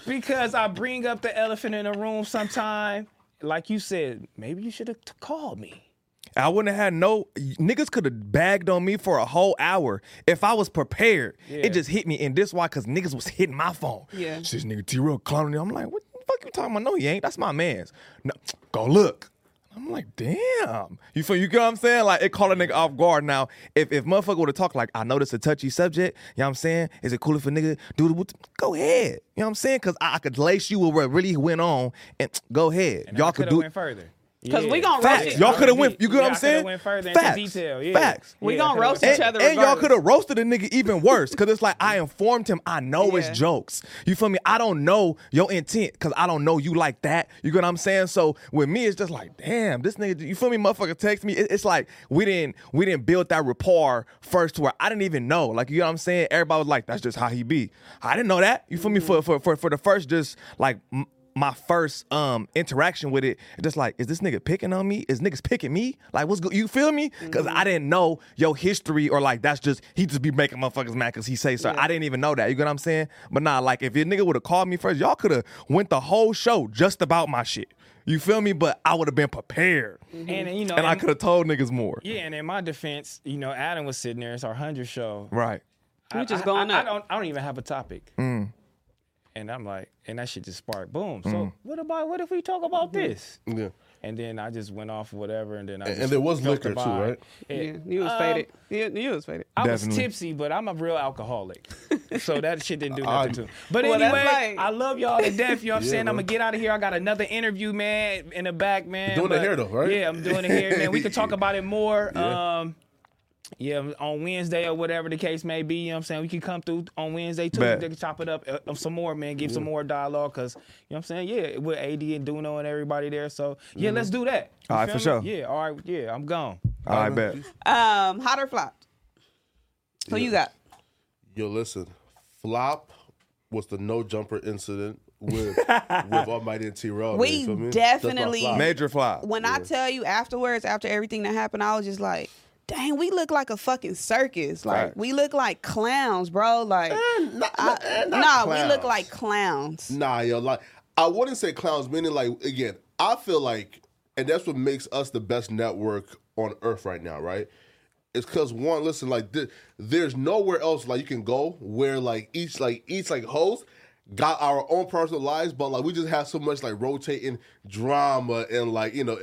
Speaker 5: Because I bring up the elephant in the room sometime. Like you said, maybe you should have t- called me.
Speaker 2: I wouldn't have had no niggas could have bagged on me for a whole hour if I was prepared. It just hit me, and this why because niggas was hitting my phone.
Speaker 1: Yeah.
Speaker 2: this nigga T real clowning. I'm like, what the fuck you talking about? No, he ain't. That's my man's. No, go look. I'm like, damn. You feel you get what I'm saying? Like it caught a nigga off guard. Now, if if motherfucker would have talked like, I know this a touchy subject, you know what I'm saying? Is it cool if a nigga do the what- go ahead. You know what I'm saying? Cause I, I could lace you with what really went on and go ahead.
Speaker 5: And I
Speaker 2: Y'all
Speaker 5: could
Speaker 2: could
Speaker 5: have
Speaker 2: do
Speaker 5: went further.
Speaker 1: 'Cause we gonna roast
Speaker 2: Facts.
Speaker 1: it.
Speaker 2: Y'all could have went. You get
Speaker 5: Yeah,
Speaker 2: what
Speaker 5: I
Speaker 2: I'm
Speaker 5: coulda
Speaker 2: saying?
Speaker 5: went further into
Speaker 2: Facts.
Speaker 5: detail, yeah.
Speaker 2: Facts.
Speaker 1: We
Speaker 5: Yeah, I
Speaker 1: gonna
Speaker 5: coulda
Speaker 1: roast
Speaker 5: went-
Speaker 1: each
Speaker 2: And,
Speaker 1: other.
Speaker 2: and y'all
Speaker 1: regardless.
Speaker 2: could have roasted the nigga even worse, cause it's like I informed him. I know
Speaker 1: Yeah.
Speaker 2: it's jokes. You feel me? I don't know your intent, cause I don't know you like that. You get what I'm saying? So with me, it's just like, damn, this nigga. You feel me? Motherfucker, text me. It- it's like we didn't we didn't build that rapport first to where I didn't even know. Like you know what I'm saying? Everybody was like, that's just how he be. I didn't know that. You feel me? For for for for the first just like. m- my first um interaction with it, just like, is this nigga picking on me? Is niggas picking me? Like, what's good? You feel me? Because I didn't know your history, or like, that's just he just be making motherfuckers mad because he say so. I didn't even know that. You get what I'm saying? But nah, like, if your nigga would have called me first, y'all could have went the whole show just about my shit. You feel me? But I would have been prepared,
Speaker 5: Mm-hmm. And you know,
Speaker 2: and I could have told niggas more.
Speaker 5: Yeah, and in my defense, you know, Adam was sitting there, it's our hundred show.
Speaker 2: Right.
Speaker 5: I-
Speaker 1: We just
Speaker 5: I-
Speaker 1: going
Speaker 5: I, I
Speaker 1: up.
Speaker 5: don't. I don't even have a topic.
Speaker 2: Mm.
Speaker 5: And I'm like, and that shit just sparked. Boom.
Speaker 3: Mm.
Speaker 5: So what about what if we talk about this?
Speaker 3: Yeah.
Speaker 5: And then I just went off whatever. And then I
Speaker 3: And-
Speaker 5: just
Speaker 3: and there was
Speaker 5: felt the
Speaker 3: liquor too,
Speaker 5: vibe.
Speaker 3: right?
Speaker 5: Yeah.
Speaker 1: Yeah, you was
Speaker 5: Um,
Speaker 1: faded. Yeah, you was faded.
Speaker 5: I was
Speaker 2: Definitely.
Speaker 5: tipsy, but I'm a real alcoholic. So that shit didn't do
Speaker 3: I-
Speaker 5: nothing to me. But
Speaker 1: Well, that's
Speaker 5: anyway,
Speaker 1: like-
Speaker 5: I love y'all to death. You know what I'm
Speaker 3: Yeah,
Speaker 5: saying?
Speaker 3: bro.
Speaker 5: I'm going to get out of here. I got another interview, man, in the back, man.
Speaker 3: You're doing it
Speaker 5: but-
Speaker 3: here, though, right?
Speaker 5: Yeah, I'm doing it here, man. We can talk about it more. Um, yeah, on Wednesday or whatever the case may be, you know what I'm saying? We can come through on Wednesday too.
Speaker 2: Bet.
Speaker 5: They can chop it up uh, uh, some more, man. Give some more dialogue because, you know what I'm saying? Yeah, with AD and Duno and everybody there. So, yeah, let's do that. You
Speaker 2: All right,
Speaker 5: feel
Speaker 2: for
Speaker 5: me?
Speaker 2: sure.
Speaker 5: Yeah, all right. Yeah, I'm gone.
Speaker 2: All right, bet.
Speaker 1: Um, hot or flopped? Who you got?
Speaker 3: Yo, listen, flop was the no jumper incident with with Almighty and T. Raw.
Speaker 1: We
Speaker 3: man, you feel me? That's my
Speaker 1: definitely-
Speaker 3: flop.
Speaker 2: Major flop.
Speaker 1: When I tell you afterwards, after everything that happened, I was just like, dang, we look like a fucking circus. Like
Speaker 2: Facts.
Speaker 1: we look like clowns, bro. Like
Speaker 2: Eh,
Speaker 1: I- nah, we look
Speaker 3: clowns.
Speaker 1: like clowns.
Speaker 3: Nah, yo, like I wouldn't say clowns. Meaning, like again, I feel like, and that's what makes us the best network on earth right now, right? It's because one, listen, like th- there's nowhere else like you can go where like each like each like host got our own personal lives, but like we just have so much like rotating drama and like you know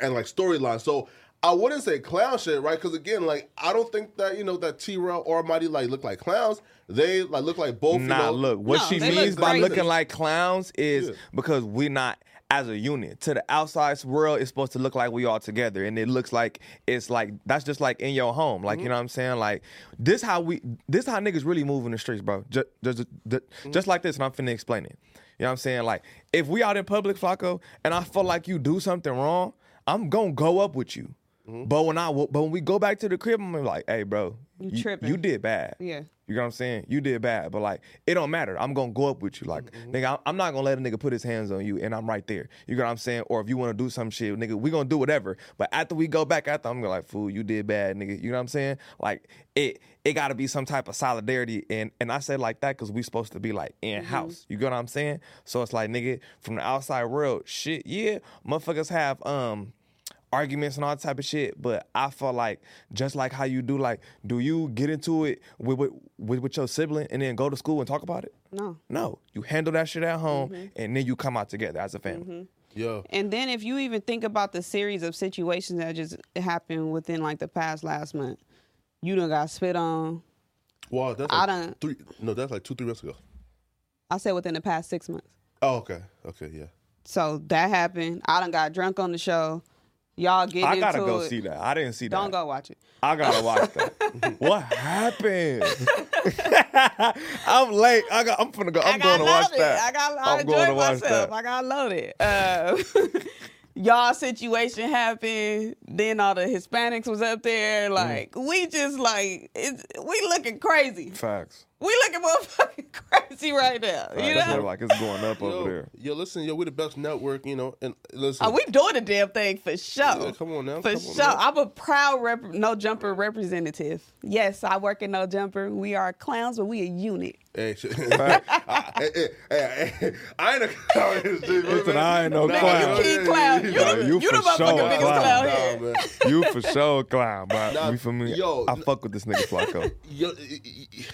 Speaker 3: and like storyline. So I wouldn't say clown shit, right? Because again, like I don't think that you know that T. Rail or Mighty like look like clowns. They like look like both. you
Speaker 2: Nah,
Speaker 3: know-
Speaker 2: look, what
Speaker 1: No,
Speaker 2: she
Speaker 1: they
Speaker 2: means
Speaker 1: look
Speaker 2: by
Speaker 1: crazy.
Speaker 2: looking like clowns is
Speaker 3: Yeah.
Speaker 2: because we're not as a unit. To the outside world, it's supposed to look like we all together, and it looks like it's like that's just like in your home.
Speaker 1: Mm-hmm.
Speaker 2: Like you know what I'm saying? Like this how we this how niggas really move in the streets, bro. Just just, just,
Speaker 1: Mm-hmm.
Speaker 2: just like this, and I'm finna explain it. You know what I'm saying? Like if we out in public, Flacco, and I feel like you do something wrong, I'm gonna go up with you.
Speaker 1: Mm-hmm.
Speaker 2: But when I but when we go back to the crib, I'm like, hey, bro,
Speaker 1: You tripping.
Speaker 2: You did bad.
Speaker 1: Yeah.
Speaker 2: You know what I'm saying? You did bad, but like it don't matter. I'm gonna go up with you. Like, nigga, I- I'm not gonna let a nigga put his hands on you, and I'm right there. You know what I'm saying? Or if you wanna do some shit, nigga, we gonna do whatever. But after we go back, after I'm gonna like, fool, you did bad, nigga. You know what I'm saying? Like it, it gotta be some type of solidarity, and and I say like that because we supposed to be like in house. You know what I'm saying? So it's like, nigga, from the outside world, shit, yeah, motherfuckers have um arguments and all that type of shit. But I felt like just like how you do, like, do you get into it with with, with, with your sibling and then go to school and talk about it?
Speaker 1: No. Mm-hmm.
Speaker 2: No, you handle that shit at home and then you come out together as a family.
Speaker 3: Yo,
Speaker 1: And then if you even think about the series of situations that just happened within like the past last month, you done got spit on.
Speaker 3: Wow, that's
Speaker 1: I
Speaker 3: like
Speaker 1: done-
Speaker 3: three. No, that's like two, three months ago.
Speaker 1: I said within the past six months.
Speaker 3: Oh, okay, okay, yeah.
Speaker 1: So that happened. I done got drunk on the show. Y'all get
Speaker 2: I
Speaker 1: into
Speaker 2: gotta go
Speaker 1: it.
Speaker 2: see that. I didn't see
Speaker 1: Don't
Speaker 2: that.
Speaker 1: go watch it.
Speaker 2: I gotta watch that. what happened? I'm late. I got. I'm finna go. I'm
Speaker 1: I got
Speaker 2: going to watch
Speaker 1: loaded.
Speaker 2: that.
Speaker 1: I got. I
Speaker 2: I'm going to
Speaker 1: enjoyed
Speaker 2: watch
Speaker 1: myself.
Speaker 2: that.
Speaker 1: I got loaded. Uh, y'all situation happened. Then all the Hispanics was up there.
Speaker 2: Mm-hmm.
Speaker 1: Like we just like it's, we looking crazy.
Speaker 2: Facts.
Speaker 1: We looking motherfucking crazy right now. You
Speaker 2: Facts.
Speaker 1: know.
Speaker 2: Like it's going up
Speaker 3: Yo,
Speaker 2: over there.
Speaker 3: yo, listen, yo, we the best network, you know. And listen,
Speaker 1: Uh, we doing the damn thing for sure.
Speaker 3: Yeah, come on now,
Speaker 1: For
Speaker 3: come on
Speaker 1: sure.
Speaker 3: now.
Speaker 1: I'm a proud rep- no jumper representative. Yes, I work in no jumper. We are clowns, but we a unit.
Speaker 3: hey, shit. I, I, hey, hey, hey, I ain't a clown. Listen,
Speaker 2: I ain't no
Speaker 1: Man,
Speaker 2: clown.
Speaker 1: you king clown. You,
Speaker 2: Nah,
Speaker 1: the,
Speaker 2: you
Speaker 1: you, the
Speaker 2: for sure
Speaker 1: motherfucking biggest
Speaker 2: clown.
Speaker 1: clown
Speaker 3: Nah,
Speaker 1: here.
Speaker 3: man.
Speaker 2: You for sure clown, bro.
Speaker 3: Nah,
Speaker 2: you for me?
Speaker 3: yo,
Speaker 2: I
Speaker 3: n-
Speaker 2: fuck with this nigga Flacco.
Speaker 3: Yo, y- y- y-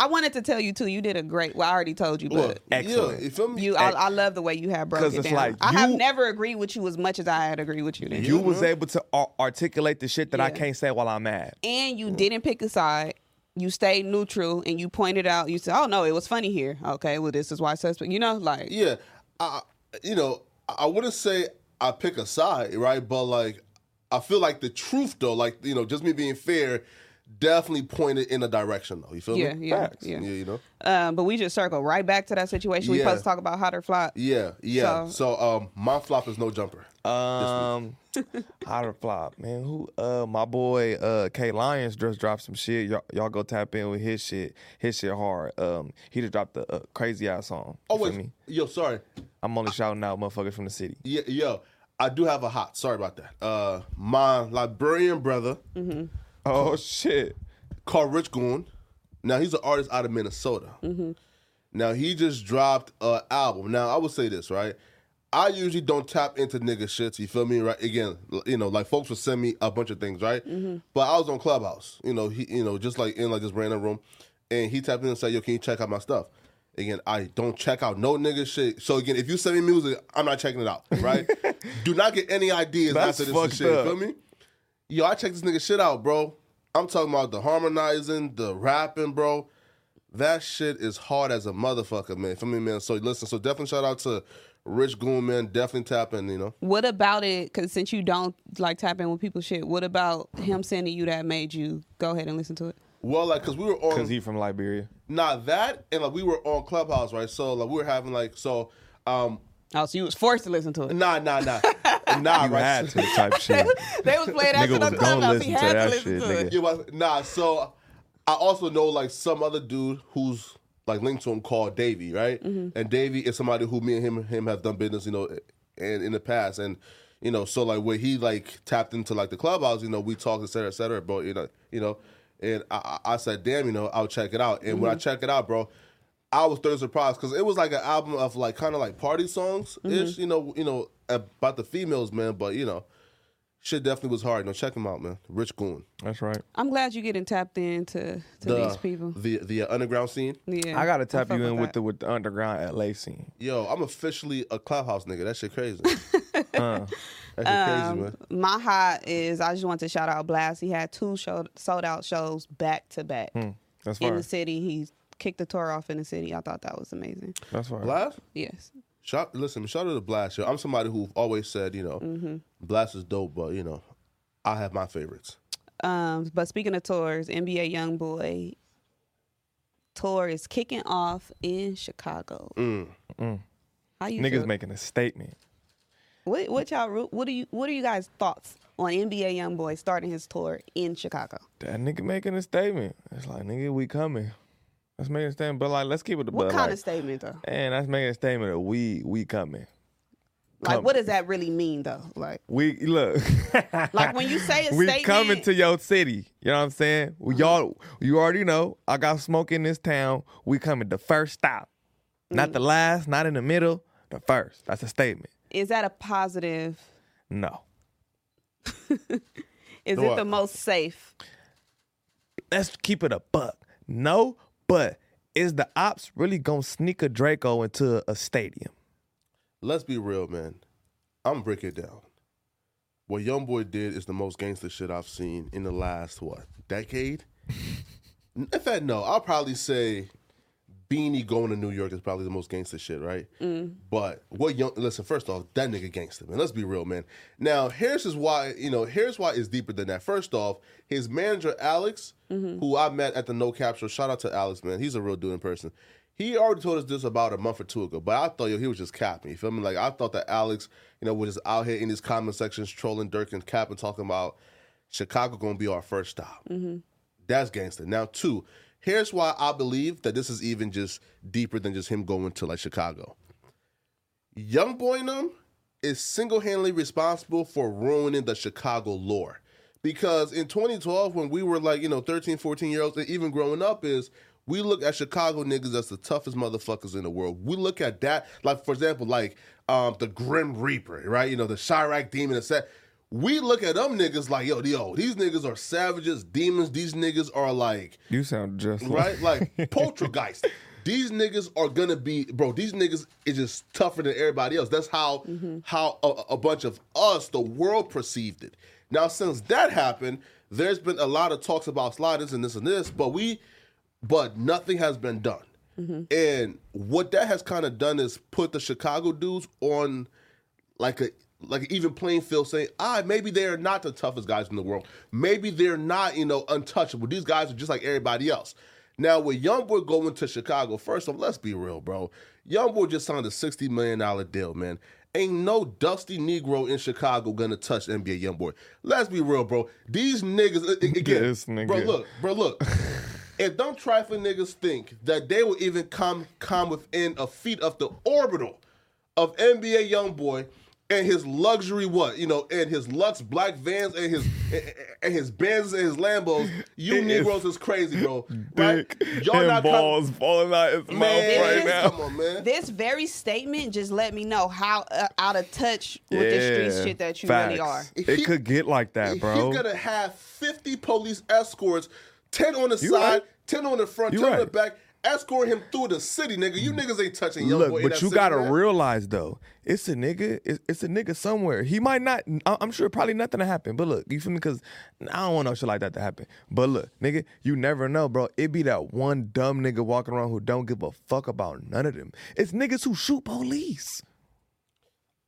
Speaker 1: I wanted to tell you too. You did a great. Well, I already told you,
Speaker 3: look,
Speaker 1: but
Speaker 2: Excellent.
Speaker 3: Yeah, you feel me?
Speaker 1: you. I, I love the way you have broke
Speaker 2: 'Cause
Speaker 1: it
Speaker 2: it's
Speaker 1: down.
Speaker 2: like
Speaker 1: I have
Speaker 2: you-
Speaker 1: never agreed with you as much as I had agreed with you. Then.
Speaker 2: You was able to ar- articulate the shit that I
Speaker 1: Yeah.
Speaker 2: can't say while I'm mad.
Speaker 1: and
Speaker 2: Mm.
Speaker 1: you didn't pick a side. You stayed neutral and you pointed out. You said, "Oh no, it was funny here." Okay, well this is why suspect. You know, like
Speaker 3: yeah, I, you know, I I wouldn't say I pick a side, right? But like, I feel like the truth, though, like you know, just me being fair, definitely pointed in a direction, though. You feel
Speaker 1: yeah,
Speaker 3: me?
Speaker 1: yeah,
Speaker 2: Facts.
Speaker 1: yeah.
Speaker 3: yeah, you know.
Speaker 1: Um, but we just circle right back to that situation. We
Speaker 3: Yeah.
Speaker 1: supposed to talk about hot or flop.
Speaker 3: Yeah, yeah.
Speaker 1: So-
Speaker 3: So, um, my flop is no jumper.
Speaker 2: Um, hot or flop, man. Who? Uh, my boy, uh, K Lyons just dropped some shit. Y'all, y'all go tap in with his shit. His shit hard. Um, he just dropped the uh, crazy ass song.
Speaker 3: oh
Speaker 2: You feel
Speaker 3: wait,
Speaker 2: me?
Speaker 3: yo, sorry.
Speaker 2: I'm only shouting out motherfuckers from the city.
Speaker 3: Yeah, yo, I do have a hot. Sorry about that. Uh, my Liberian brother
Speaker 2: Oh shit.
Speaker 3: called Rich Goon. Now he's an artist out of Minnesota.
Speaker 2: Mm-hmm.
Speaker 3: Now he just dropped a album. Now I would say this right. I usually don't tap into nigga shits. You feel me? Right? Again, l- you know, like folks would
Speaker 2: Mm-hmm.
Speaker 3: send me a bunch of things, right? But I was on Clubhouse. You know, he, you know, just like in like this random room, and he tapped in and said, "Yo, can you check out my stuff?" Again, I don't check out no nigga shit. So again, if you send me music, I'm not checking it out. Right? Do not get any ideas
Speaker 2: That's
Speaker 3: after this and
Speaker 2: fucked
Speaker 3: shit.
Speaker 2: up.
Speaker 3: Feel me? Yo, I checked this nigga shit out, bro. I'm talking about the harmonizing, the rapping, bro. That shit is hard as a motherfucker, man. Feel me, man? So listen, so definitely shout out to Rich Goon, man. Definitely tap in, you know.
Speaker 1: What about it? Because since you don't like tap in with people's shit, what about him sending you that made you go ahead and listen to it?
Speaker 3: Well, like, cause we were on
Speaker 2: Cause he from Liberia.
Speaker 3: Nah, that and like we were on Clubhouse, right? So like we were having like so um
Speaker 1: Oh, so you was forced to listen to it.
Speaker 3: nah nah nah nah
Speaker 2: You
Speaker 3: right.
Speaker 2: had to type shit.
Speaker 1: They was playing that
Speaker 2: Nigga
Speaker 1: shit on
Speaker 2: was gonna
Speaker 1: Clubhouse. He
Speaker 2: listen to
Speaker 1: had to
Speaker 2: that
Speaker 1: listen
Speaker 2: shit,
Speaker 1: to it.
Speaker 3: Yeah, but- nah, so I also know like some other dude who's like linked to him called Davey, right? And Davey is somebody who me and him him have done business, you know, and in the past, and you know, so like where he like tapped into like the clubhouse, you know, we talked, et cetera, et cetera, bro, you know, you know, and I, I I said, damn, you know, I'll check it out, and when I check it out, bro. I was thoroughly surprised because it was like an album of like kind of like party songs ish, you know, you know about the females, man. But you know, shit definitely was hard. You know, check him out, man. Rich Goon
Speaker 2: That's right.
Speaker 1: I'm glad you're getting tapped into to these people.
Speaker 3: the the underground scene.
Speaker 1: Yeah,
Speaker 2: I gotta tap
Speaker 1: fuck
Speaker 2: you in with
Speaker 1: that.
Speaker 2: the with the underground LA scene.
Speaker 3: Yo, I'm officially a clubhouse nigga. That shit crazy. That shit
Speaker 1: Um,
Speaker 3: crazy, man.
Speaker 1: My hot is I just want to shout out Blast. He had two show, sold out shows back to back in
Speaker 2: Hmm, Mm, That's
Speaker 1: the
Speaker 2: fire.
Speaker 1: city. He kicked the tour off in the city. I thought that was amazing.
Speaker 2: That's fire.
Speaker 3: Blast?
Speaker 1: Yes.
Speaker 3: Shout, listen, shout out to Blast. Yo, I'm somebody who always said, you know,
Speaker 1: Mm-hmm.
Speaker 3: Blast is dope, but you know, I have my favorites.
Speaker 1: Um, but speaking of tours, NBA YoungBoy tour is kicking off in Chicago. How you
Speaker 2: Mm. Niggas
Speaker 1: feel?
Speaker 2: making a statement.
Speaker 1: What, what y'all? ru- What do you? What are you guys' thoughts on NBA YoungBoy starting his tour in Chicago?
Speaker 2: That nigga making a statement. It's like nigga, we coming. That's making a statement. But like, let's keep it the.
Speaker 1: What
Speaker 2: buck,
Speaker 1: kind
Speaker 2: like,
Speaker 1: of statement though?
Speaker 2: And that's making a statement that we we coming.
Speaker 1: Like,
Speaker 2: Come.
Speaker 1: what does that really mean though? Like,
Speaker 2: We look.
Speaker 1: like when you say Mm-hmm. a
Speaker 2: we
Speaker 1: statement,
Speaker 2: coming to your city. You know what I'm saying? We y'all, you already know. I got smoke in this town. We coming the first stop,
Speaker 1: Mm.
Speaker 2: not the last, not in the middle, the first. That's a statement.
Speaker 1: is that a positive?
Speaker 2: No,
Speaker 1: Is
Speaker 3: What?
Speaker 1: it the most safe?
Speaker 2: let's keep it a buck. No, but is the ops really gonna sneak a Draco into a stadium?
Speaker 3: Let's be real, man. I'm break it down. What YoungBoy did is the most gangster shit I've seen in the last what decade. In fact, no, I'll probably say Beanie going to New York is probably the most gangster shit, right? But what young listen, first off, that nigga gangster, man. Let's be real, man. Now, here's is why, you know, here's why it's deeper than that. First off, his manager Alex, who I met at the No Capture, shout out to Alex, man. He's a real dude in person. He already told us this about a month or two ago, but I thought yo, he was just capping. You feel me? Like I thought that Alex, you know, was just out here in these comment sections trolling Dirk and capping, talking about Chicago gonna be our first stop. That's gangster. Now, two, here's why I believe that this is even just deeper than just him going to like Chicago. Young Boy and them is single handedly responsible for ruining the Chicago lore. Because in 2012, when we were like, you know, 13, 14 year olds, and even growing up, is we look at Chicago niggas as the toughest motherfuckers in the world. We look at that, like, for example, like um, the Grim Reaper, right? You know, the Chirac Demon, et cetera. We look at them niggas like, yo, yo, these niggas are savages, demons. These niggas are like,
Speaker 2: You sound just
Speaker 3: right? Like poltergeist. These niggas are gonna be, bro. These niggas is just tougher than everybody else. That's how how a, a bunch of us, the world, perceived it. Now, since that happened, there's been a lot of talks about sliders and this and this, but we, but nothing has been done. And what that has kind of done is put the Chicago dudes on like a like an even playing field saying, ah, maybe they're not the toughest guys in the world. Maybe they're not, you know, untouchable. These guys are just like everybody else. Now with Youngboy going to Chicago, first off, let's be real, bro. Youngboy just signed a $60 million deal, man. Ain't no dusty Negro in Chicago gonna touch NBA Youngboy. Let's be real, bro. These niggas a- a- again,
Speaker 2: This nigga.
Speaker 3: bro. Look, bro. Look, if them trifling niggas think that they will even come come within a feet of the orbital of NBA YoungBoy and his luxury what you know and his luxe black vans and his and- and his Benzes and his Lambos, you
Speaker 2: is
Speaker 3: Negroes is crazy, bro. Right?
Speaker 2: Dick and
Speaker 3: come-
Speaker 2: balls falling out his
Speaker 3: Man,
Speaker 2: mouth right
Speaker 1: is-
Speaker 2: now.
Speaker 3: come on, man.
Speaker 1: This very statement just let me know how uh, out of touch with the street shit that you really are.
Speaker 2: Facts. It
Speaker 3: He-
Speaker 2: could get like that, bro.
Speaker 3: He's gonna have 50 police escorts, 10 on the
Speaker 2: You
Speaker 3: side,
Speaker 2: right.
Speaker 3: ten on the front,
Speaker 2: You
Speaker 3: ten on the
Speaker 2: right. Mm.
Speaker 3: back, escorting him through the city, nigga. You niggas ain't touching young boy.
Speaker 2: Look,
Speaker 3: in
Speaker 2: but
Speaker 3: that
Speaker 2: you
Speaker 3: city,
Speaker 2: gotta
Speaker 3: man.
Speaker 2: realize though, it's a nigga. It's, it's a nigga somewhere. He might not. I- I'm sure probably nothing to happen. But look, you feel me? Because I don't want no shit like that to happen. But look, nigga, you never know, bro. It be that one dumb nigga walking around who don't give a fuck about none of them. It's niggas who shoot police.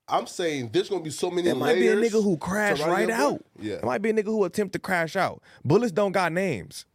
Speaker 3: I'm saying there's gonna be so many.
Speaker 2: It might be a
Speaker 3: layers
Speaker 2: nigga who crashed
Speaker 3: surrounding
Speaker 2: right
Speaker 3: Young Boy.
Speaker 2: out.
Speaker 3: Yeah,
Speaker 2: It might be a nigga who attempt to crash out. Bullets don't got names.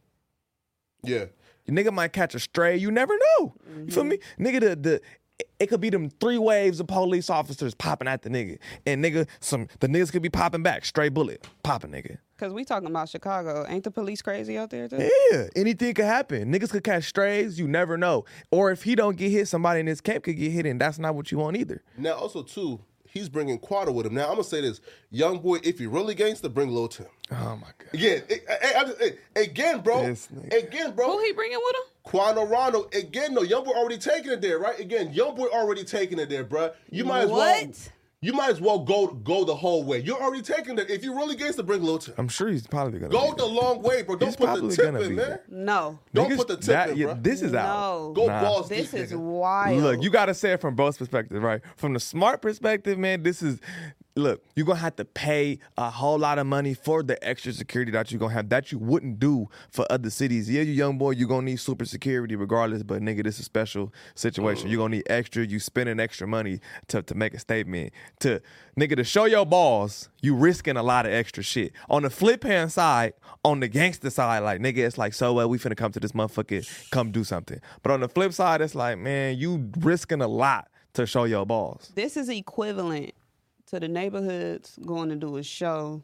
Speaker 3: yeah.
Speaker 2: Your nigga might catch a stray. You never know. You feel me? Nigga, the, the it- it could be them three waves of police officers popping at the nigga. And nigga, some the niggas could be popping back. Stray bullet. Popping nigga.
Speaker 1: Because we talking about Chicago. Ain't the police crazy out there, too?
Speaker 2: Yeah. Anything could happen. Niggas could catch strays. You never know. Or if he don't get hit, somebody in his camp could get hit, and that's not what you want either.
Speaker 3: Now also too, he's bringing Quater with him. Now I'm gonna say this, young boy, if you really gangster, bring Lil Tim.
Speaker 2: Oh my god.
Speaker 3: Again, it, I- I- I just- it- again, bro.
Speaker 2: This nigga.
Speaker 3: Again, bro.
Speaker 1: Who he bringing with him?
Speaker 3: Quano Rondo again. No, young boy already taking it there, right? Again, young boy already taking it there, bruh. You might as well.
Speaker 1: What?
Speaker 3: You might as well go go the whole way. You're already taking it. If you really gangster, bring Lil Tim.
Speaker 2: I'm sure he's probably gonna
Speaker 3: Go
Speaker 2: be there.
Speaker 3: the long way, bro. Don't
Speaker 2: He's
Speaker 3: put the
Speaker 2: probably
Speaker 3: tip
Speaker 2: gonna
Speaker 3: in,
Speaker 2: be
Speaker 3: man.
Speaker 2: there.
Speaker 1: No.
Speaker 3: Don't
Speaker 2: Niggas-
Speaker 3: put the tip
Speaker 2: that-
Speaker 3: in,
Speaker 2: yeah,
Speaker 3: bro.
Speaker 2: this is out.
Speaker 1: No.
Speaker 3: Go
Speaker 2: Nah.
Speaker 3: balls
Speaker 1: This
Speaker 3: deep,
Speaker 1: is
Speaker 3: nigga.
Speaker 1: wild.
Speaker 2: Look, you gotta say it from both perspectives, right? From the smart perspective, man, this is look, you're gonna have to pay a whole lot of money for the extra security that you're gonna have that you wouldn't do for other cities. Yeah, you young boy, you're gonna need super security regardless, but nigga, this is a special situation. You're gonna need extra, you spending extra money to, to make a statement. To nigga, to show your balls, you risking a lot of extra shit. On the flip hand side, on the gangster side, like nigga, it's like so what we finna come to this motherfucker, come do something. But on the flip side, it's like man, you risking a lot to show your balls.
Speaker 1: This is equivalent to the neighborhoods going to do a show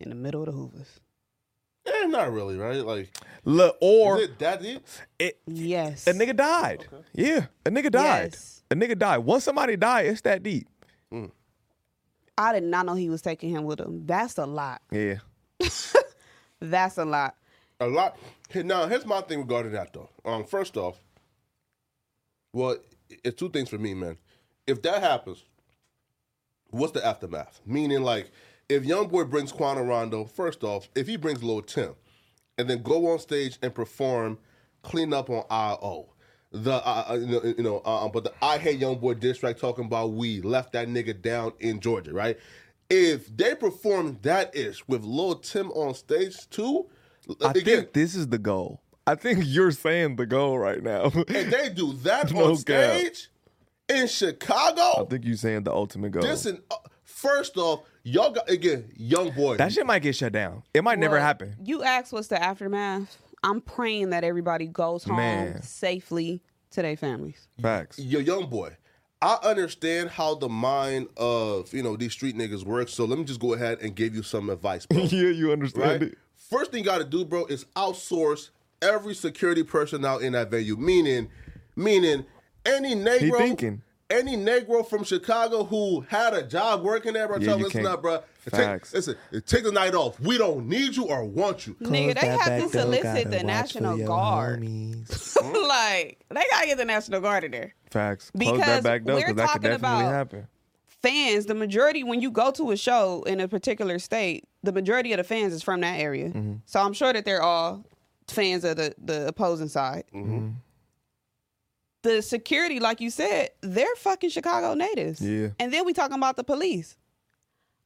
Speaker 1: in the middle of the Hoovers.
Speaker 3: Eh, not really, right? Like,
Speaker 2: Look, or
Speaker 3: is it that deep?
Speaker 2: it,
Speaker 1: Yes.
Speaker 2: a nigga died. Yeah, a nigga died.
Speaker 1: Yes.
Speaker 2: A nigga died. Once somebody died, it's that deep.
Speaker 1: I did not know he was taking him with him. That's a lot.
Speaker 2: Yeah.
Speaker 1: That's a lot.
Speaker 3: A lot. Hey, Now, here's my thing regarding that, though. Um, first off, well, it's two things for me, man. If that happens, what's the aftermath? Meaning, like, if YoungBoy brings Quan Rondo, first off, if he brings Lil Tim, and then go on stage and perform, clean up on IO. The uh, uh, you know, you know uh, but the I hate YoungBoy diss track talking about we left that nigga down in Georgia, right? If they perform that ish with Lil Tim on stage too,
Speaker 2: I
Speaker 3: again,
Speaker 2: think this is the goal. I think you're saying the goal right now.
Speaker 3: and
Speaker 2: I
Speaker 3: they do that
Speaker 2: No
Speaker 3: on
Speaker 2: cap.
Speaker 3: stage in Chicago.
Speaker 2: think you're saying the ultimate goal.
Speaker 3: Listen, uh, first off, y'all got again, young boy.
Speaker 2: that shit might get shut down. It might never
Speaker 1: Well,
Speaker 2: happen.
Speaker 1: You asked what's the aftermath. I'm praying that everybody goes home
Speaker 2: Man.
Speaker 1: safely to their families.
Speaker 2: Facts.
Speaker 3: your young boy. I understand how the mind of you know these street niggas works. So let me just go ahead and give you some advice, bro.
Speaker 2: yeah, you understand
Speaker 3: right?
Speaker 2: it.
Speaker 3: First thing you got to do, bro, is outsource every security personnel in that venue. Meaning, meaning any negro,
Speaker 2: thinking.
Speaker 3: any negro from Chicago who had a job working there, bro.
Speaker 2: Yeah,
Speaker 3: tell
Speaker 2: you
Speaker 3: him, listen
Speaker 2: can't-
Speaker 3: up, bro. Take,
Speaker 2: Facts.
Speaker 3: listen, take the night off. We don't need you or want you.
Speaker 1: Nigga, they have to solicit the National Guard. like, they gotta get the National Guard in there.
Speaker 2: Facts. Close
Speaker 1: Because
Speaker 2: that back door
Speaker 1: we're
Speaker 2: because that could
Speaker 1: talking
Speaker 2: definitely
Speaker 1: about-
Speaker 2: happen.
Speaker 1: Fans, the majority, when you go to a show in a particular state, the majority of the fans is from that area.
Speaker 2: Mm-hmm.
Speaker 1: So I'm sure that they're all fans of the, the opposing side.
Speaker 2: Mm-hmm.
Speaker 1: The security, like you said, they're fucking Chicago natives.
Speaker 2: Yeah.
Speaker 1: And then we talking about the police.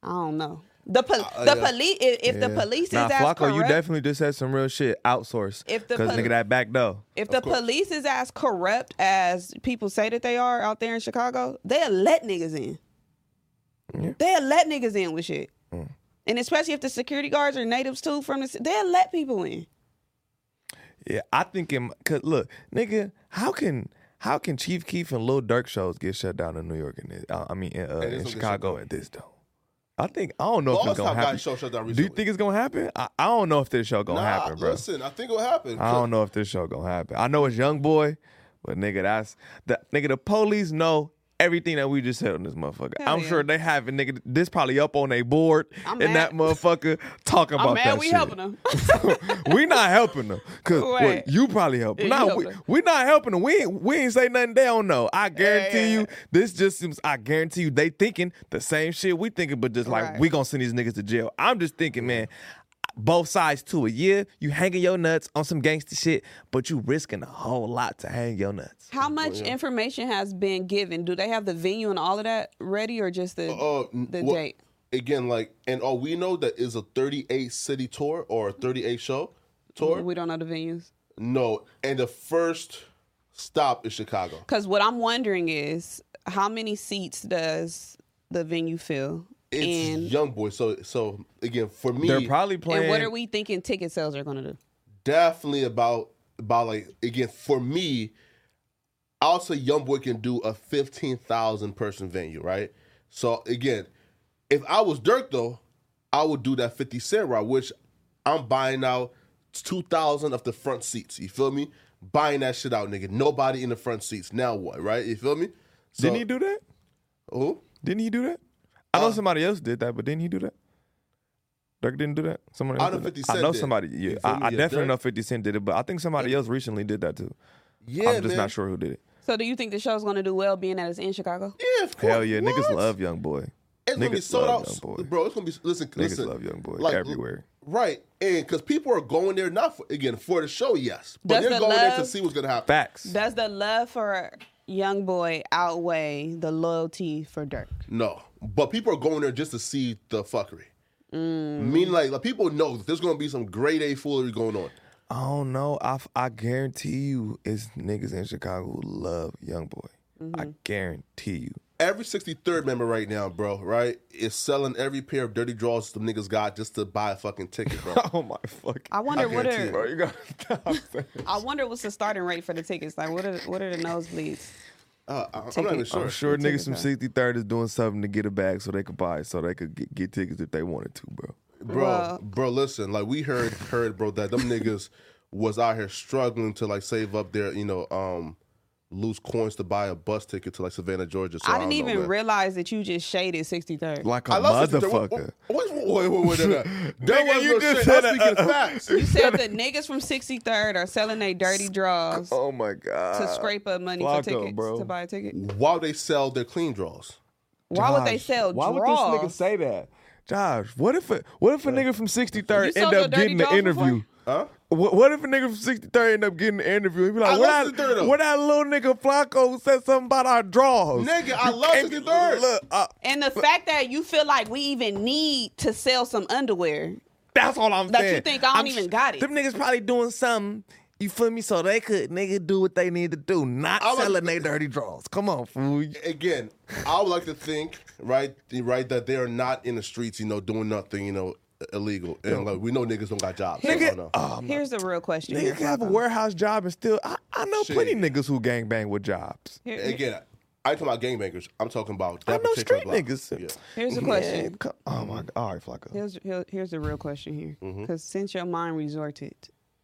Speaker 1: I don't know. The, po- the police, if, if the
Speaker 2: Uh, Yeah.
Speaker 1: police
Speaker 2: nah,
Speaker 1: is as
Speaker 2: Flacco,
Speaker 1: corrupt,
Speaker 2: you definitely just said some real shit. Outsource.
Speaker 1: If the
Speaker 2: Because
Speaker 1: poli-
Speaker 2: nigga, that back door.
Speaker 1: If the police is as corrupt as people say that they are out there in Chicago, they'll let niggas in.
Speaker 2: Yeah. Mm.
Speaker 1: They'll let niggas in with shit. And especially if the security guards are natives too from the ci- they'll let people in.
Speaker 2: Yeah, I think in cause look, nigga, how can how can Chief Keef and Lil Durk shows get shut down in New York and uh, I mean in, uh,
Speaker 3: Hey,
Speaker 2: in
Speaker 3: this don't get shut
Speaker 2: Chicago
Speaker 3: down.
Speaker 2: and this though? I think I don't know if
Speaker 3: Lost
Speaker 2: it's gonna
Speaker 3: Top got
Speaker 2: happen.
Speaker 3: his show shut down
Speaker 2: Do you
Speaker 3: recently.
Speaker 2: think it's gonna happen? I, I don't know if this show gonna
Speaker 3: Nah,
Speaker 2: happen, bro.
Speaker 3: Listen, I think it'll happen.
Speaker 2: I don't know if this show gonna happen. I know it's Young Boy, but nigga, that's the nigga. The police know everything that we just said on this motherfucker.
Speaker 1: Hell
Speaker 2: I'm
Speaker 1: yeah.
Speaker 2: sure they have it, nigga. This probably up on their board,
Speaker 1: I'm
Speaker 2: and
Speaker 1: mad.
Speaker 2: that motherfucker talking about
Speaker 1: I'm mad
Speaker 2: that
Speaker 1: Oh, we
Speaker 2: shit.
Speaker 1: helping them.
Speaker 2: we not helping them because
Speaker 1: Right.
Speaker 2: you probably help.
Speaker 1: Yeah,
Speaker 2: nah,
Speaker 1: you
Speaker 2: we,
Speaker 1: helping.
Speaker 2: we not helping them. We ain't, we ain't say nothing they don't know. I guarantee
Speaker 1: yeah, yeah.
Speaker 2: you, this just seems. I guarantee you, they thinking the same shit we thinking, but just like
Speaker 1: Right.
Speaker 2: we gonna send these niggas to jail. I'm just thinking, man. both sides to it. Yeah, you hanging your nuts on some gangster shit, but you risking a whole lot to hang your nuts.
Speaker 1: How much information has been given? Do they have the venue and all of that ready, or just the
Speaker 2: um,
Speaker 3: Uh, n-
Speaker 1: the
Speaker 3: well,
Speaker 1: date?
Speaker 3: again, like, and all we know that is a 38 city tour or a 38 show tour.
Speaker 1: We don't know the venues.
Speaker 3: No, and the first stop is Chicago.
Speaker 1: Because what I'm wondering is how many seats does the venue fill?
Speaker 3: It's
Speaker 1: and
Speaker 3: Young Boy. So, so again, for me,
Speaker 2: They're probably playing.
Speaker 1: and what are we thinking ticket sales are going to do?
Speaker 3: definitely about about like again for me. I'll say Young Boy can do a fifteen thousand person venue, right? So again, if I was Dirk though, I would do that fifty cent route, which I'm buying out two thousand of the front seats. You feel me? Buying that shit out, nigga. Nobody in the front seats. Now what, right? You feel me? So,
Speaker 2: Didn't he do that?
Speaker 3: Who?
Speaker 2: Didn't he do that? I
Speaker 3: Uh,
Speaker 2: know somebody else did that, but didn't he do that? Dirk didn't do that. Someone
Speaker 3: I
Speaker 2: else
Speaker 3: know
Speaker 2: did that?
Speaker 3: 50
Speaker 2: I
Speaker 3: Cent
Speaker 2: know
Speaker 3: did.
Speaker 2: somebody.
Speaker 3: You
Speaker 2: Yeah,
Speaker 3: feel
Speaker 2: I,
Speaker 3: me?
Speaker 2: I
Speaker 3: Yeah,
Speaker 2: definitely
Speaker 3: Dirk.
Speaker 2: know Fifty Cent did it, but I think somebody else recently did that too.
Speaker 3: Yeah,
Speaker 2: I'm just
Speaker 3: man.
Speaker 2: not sure who did it.
Speaker 1: So do you think the show's going to do well being that it's in Chicago?
Speaker 3: Yeah, of course.
Speaker 2: Hell yeah, niggas
Speaker 3: What?
Speaker 2: love Young Boy.
Speaker 3: It's gonna be
Speaker 2: Niggas
Speaker 3: sold
Speaker 2: love
Speaker 3: out,
Speaker 2: Young Boy.
Speaker 3: bro. It's gonna be listen,
Speaker 2: Niggas
Speaker 3: listen.
Speaker 2: love Young Boy
Speaker 3: like,
Speaker 2: everywhere.
Speaker 3: right? And because people are going there not for, again for the show, yes, but
Speaker 1: Does
Speaker 3: they're
Speaker 1: the
Speaker 3: going there to
Speaker 1: love-
Speaker 3: see what's gonna happen.
Speaker 2: Facts.
Speaker 1: Does the love for Young Boy outweigh the loyalty for Dirk?
Speaker 3: No, but people are going there just to see the fuckery.
Speaker 1: Mm.
Speaker 3: Meaning, like, like people know that there's gonna be some grade A foolery going on.
Speaker 2: I don't know. I, f- I guarantee you, it's niggas in Chicago who love Young Boy. I guarantee you.
Speaker 3: Every 63rd member right now, bro, right, is selling every pair of dirty draws the niggas got just to buy a fucking ticket, bro.
Speaker 2: Oh my fucking.
Speaker 1: I wonder what
Speaker 3: guarantee it,
Speaker 1: are
Speaker 2: you gotta stop saying.
Speaker 1: I wonder what's the starting rate for the tickets? Like what are what are the nosebleeds?
Speaker 3: Uh, I- I'm not even
Speaker 1: Ticket. Oh,
Speaker 3: sure.
Speaker 2: I'm sure
Speaker 1: Tickets
Speaker 2: niggas from
Speaker 1: are-
Speaker 2: 63rd is doing something to get a bag so they could buy it, so they could get, get tickets if they wanted to, bro.
Speaker 3: bro,
Speaker 1: Well-
Speaker 3: bro. Listen, like we heard, heard, bro, that them niggas was out here struggling to like save up their, you know, um, loose coins to buy a bus ticket to like Savannah, Georgia. So I,
Speaker 1: I didn't
Speaker 3: don't know,
Speaker 1: even
Speaker 3: man.
Speaker 1: realize that you just shaded 63rd.
Speaker 2: Like a
Speaker 3: I love sister-
Speaker 2: motherfucker.
Speaker 3: Wait, wait, wait, wait, wait, wait, wait. There
Speaker 2: Nigga,
Speaker 3: was
Speaker 2: you
Speaker 3: no
Speaker 2: just
Speaker 3: shit. I'm
Speaker 2: said a-
Speaker 3: speaking
Speaker 2: a-
Speaker 3: facts.
Speaker 1: you said the niggas from 63rd are selling their dirty draws
Speaker 2: Oh my
Speaker 3: uh,
Speaker 2: god.
Speaker 1: to scrape up money for
Speaker 2: Flacco,
Speaker 1: tickets
Speaker 2: bro.
Speaker 1: to buy a ticket.
Speaker 3: Why they sell their clean draws?
Speaker 1: Why would they sell
Speaker 2: Why
Speaker 1: draws?
Speaker 2: would this nigga say that? Josh, what if a what if a nigga from 63rd
Speaker 1: You
Speaker 2: end
Speaker 1: sold your
Speaker 2: up
Speaker 1: dirty
Speaker 2: getting the
Speaker 1: draws
Speaker 2: interview?
Speaker 1: before?
Speaker 3: Huh?
Speaker 2: What, what if a nigga from 63rd end up getting the interview? He be
Speaker 3: I
Speaker 2: like,
Speaker 3: love
Speaker 2: what, I,
Speaker 3: 63rd though.
Speaker 2: what that little nigga Flacco said something about our draws.
Speaker 3: Nigga, I love
Speaker 2: And
Speaker 3: 63rd.
Speaker 2: Look, uh,
Speaker 1: And the fact that you feel like we even need to sell some underwear.
Speaker 2: that's all I'm
Speaker 1: That you
Speaker 2: saying.
Speaker 1: think I don't
Speaker 2: I'm-
Speaker 1: even got it.
Speaker 2: Them niggas probably doing something. You feel me? So they could nigga do what they need to do, not
Speaker 3: I was-
Speaker 2: selling their dirty draws. Come on, fool.
Speaker 3: Again, I would like to think, right, right, that they are not in the streets, you know, doing nothing, you know, illegal. And like we know niggas don't got jobs. so I
Speaker 2: Nigga,
Speaker 3: don't know.
Speaker 2: oh,
Speaker 1: Here's the real question.
Speaker 2: Nigga
Speaker 1: here,
Speaker 2: can have a
Speaker 1: Flacco.
Speaker 2: warehouse job and still. I, I know
Speaker 3: Shit.
Speaker 2: plenty niggas who gang bang with jobs.
Speaker 1: Here-
Speaker 3: again, I ain't talking about gangbangers. I'm talking about
Speaker 2: I
Speaker 3: that
Speaker 2: know
Speaker 3: particular
Speaker 2: street
Speaker 3: block.
Speaker 2: niggas.
Speaker 3: Yeah.
Speaker 1: here's the
Speaker 2: Man,
Speaker 1: question.
Speaker 2: co- oh my god! All right, Flacco.
Speaker 1: Here's, here- here's the real question here.
Speaker 2: Mm-hmm.
Speaker 1: Because since your mind resorted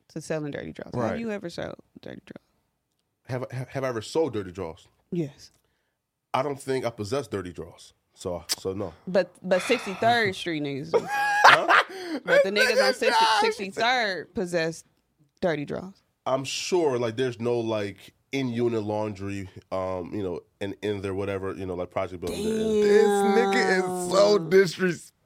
Speaker 1: to selling dirty drugs, have
Speaker 2: Right.
Speaker 1: you ever sold dirty drugs?
Speaker 3: Have, I- have have I ever sold dirty draws?
Speaker 1: Yes.
Speaker 3: I don't think I possess dirty draws. So so no.
Speaker 1: But but 63rd Street niggas do. But the niggas on 60, 63rd possess dirty draws.
Speaker 3: I'm sure like there's no like in unit laundry, um, you know, and in there whatever, you know, like project building. there is.
Speaker 2: This nigga is so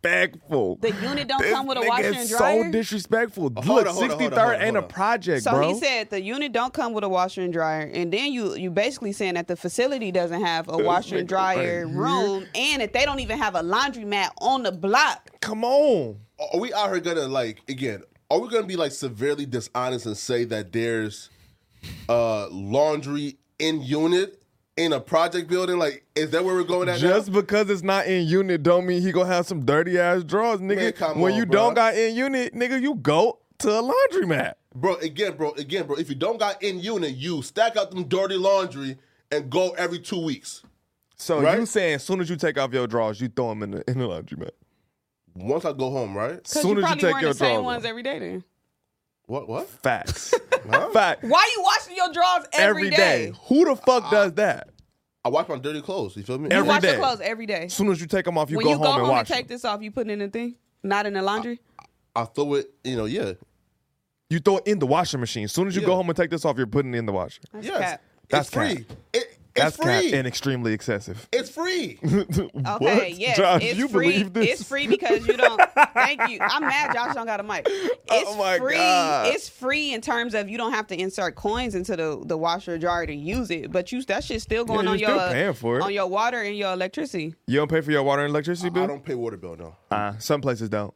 Speaker 2: disrespectful.
Speaker 1: The unit don't
Speaker 2: This
Speaker 1: come with a
Speaker 2: nigga
Speaker 1: washer
Speaker 2: is
Speaker 1: and
Speaker 2: so
Speaker 1: dryer.
Speaker 2: disrespectful.
Speaker 3: Hold
Speaker 2: Look,
Speaker 3: on, hold on, hold on,
Speaker 2: 63rd
Speaker 3: hold on,
Speaker 2: ain't a
Speaker 3: hold on.
Speaker 2: project,
Speaker 1: so
Speaker 2: bro.
Speaker 1: he said the unit don't come with a washer and dryer, and then you you basically saying that the facility doesn't have a washer and
Speaker 2: nigga right
Speaker 1: dryer
Speaker 2: here.
Speaker 1: room, and that they don't even have a laundromat on the block.
Speaker 2: Come on.
Speaker 3: Are we out here gonna like again? Are we gonna be like severely dishonest and say that there's uh laundry in unit in a project building? Like, is that where we're going at?
Speaker 2: Just
Speaker 3: now?
Speaker 2: because it's not in unit, don't mean he gonna have some dirty ass drawers, nigga.
Speaker 3: Man, come
Speaker 2: when
Speaker 3: on,
Speaker 2: you
Speaker 3: bro.
Speaker 2: don't got in unit, nigga, you go to a laundromat.
Speaker 3: bro, again, bro, again, bro. If you don't got in unit, you stack out them dirty laundry and go every two weeks.
Speaker 2: So
Speaker 3: Right?
Speaker 2: you saying as soon as you take off your drawers, you throw them in the in the laundromat.
Speaker 3: Once I go home, right?
Speaker 1: Cause
Speaker 2: Soon
Speaker 1: you
Speaker 2: as you
Speaker 1: probably
Speaker 2: take
Speaker 1: wearing
Speaker 2: your
Speaker 1: the same
Speaker 2: drawers
Speaker 1: ones
Speaker 2: off.
Speaker 1: every day. Then
Speaker 3: What? What?
Speaker 2: Facts.
Speaker 3: Huh?
Speaker 2: Fact.
Speaker 1: why you washing your drawers
Speaker 2: every day. Who the fuck does that?
Speaker 3: I wash my dirty clothes. You feel me?
Speaker 1: You
Speaker 2: Every
Speaker 1: wash
Speaker 2: day.
Speaker 1: your clothes every day.
Speaker 2: As soon as you take them off, you
Speaker 1: when
Speaker 2: go
Speaker 1: you
Speaker 2: home
Speaker 1: go
Speaker 2: and
Speaker 1: home and
Speaker 2: wash Uh,
Speaker 1: take
Speaker 2: them.
Speaker 1: this off, you put it in the thing, not in the laundry.
Speaker 3: I throw it. You know, yeah,
Speaker 2: You throw it in the washing machine. As soon as you
Speaker 3: Yeah.
Speaker 2: go home and take this off, you're putting it in the washer.
Speaker 1: That's
Speaker 3: yes.
Speaker 1: cap.
Speaker 2: That's
Speaker 3: it's free.
Speaker 2: cap.
Speaker 3: It,
Speaker 2: That's cap
Speaker 3: free.
Speaker 2: and extremely excessive.
Speaker 3: It's free.
Speaker 1: Okay,
Speaker 2: What?
Speaker 1: yes,
Speaker 2: Josh,
Speaker 1: it's
Speaker 2: you
Speaker 1: free.
Speaker 2: believe this?
Speaker 1: It's free because you don't. thank you. I'm mad Josh don't got a mic. It's
Speaker 2: Oh my
Speaker 1: free.
Speaker 2: God.
Speaker 1: It's free in terms of you don't have to insert coins into the, the washer or jar to use it, but you that shit's still going
Speaker 2: you're
Speaker 1: on your
Speaker 2: still paying for it.
Speaker 1: on your water and your electricity.
Speaker 2: You don't pay for your water and electricity
Speaker 3: I
Speaker 2: bill?
Speaker 3: don't pay water bill, no.
Speaker 2: Uh, some places don't.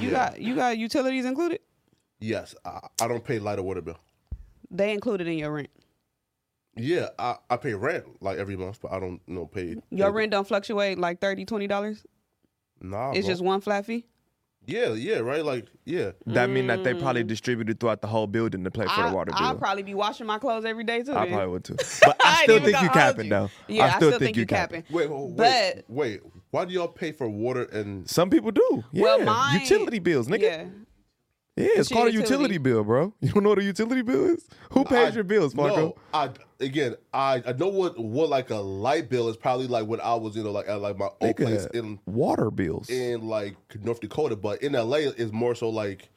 Speaker 1: You
Speaker 3: Yeah.
Speaker 1: got you got utilities included.
Speaker 3: Yes, I, I don't pay light or water bill.
Speaker 1: They included in your rent.
Speaker 3: Yeah, I, I pay rent like every month, but I don't you know pay
Speaker 1: Your
Speaker 3: pay-
Speaker 1: rent don't fluctuate like 30 dollars.
Speaker 3: Nah,
Speaker 1: It's
Speaker 3: bro.
Speaker 1: just one flat fee.
Speaker 3: yeah, yeah, right. Like yeah,
Speaker 2: That mean that they probably distributed throughout the whole building to pay for the water bill.
Speaker 1: I'll Mm. probably be washing my clothes every day too.
Speaker 2: I
Speaker 1: then.
Speaker 2: probably would too. But I,
Speaker 1: ain't
Speaker 2: still
Speaker 1: even
Speaker 2: think you
Speaker 1: gonna hold
Speaker 2: capping though.
Speaker 1: Yeah, I still, think, you capping.
Speaker 3: Wait, oh, wait,
Speaker 1: But-
Speaker 3: wait. Why do y'all pay for water and
Speaker 2: Some people do. Yeah.
Speaker 1: Well, mine-
Speaker 2: utility bills, nigga. Yeah,
Speaker 1: Yeah.
Speaker 2: it's,
Speaker 1: It's your
Speaker 2: called a
Speaker 1: utility.
Speaker 2: utility bill, bro. You don't know what a utility bill is? Who pays
Speaker 3: I-
Speaker 2: your bills, Marco?
Speaker 3: No, I again, I I know what what like a light bill is probably like when I was you know like at like my old place
Speaker 2: Nigga,
Speaker 3: in
Speaker 2: water bills.
Speaker 3: in like North Dakota, but in LA it's more so like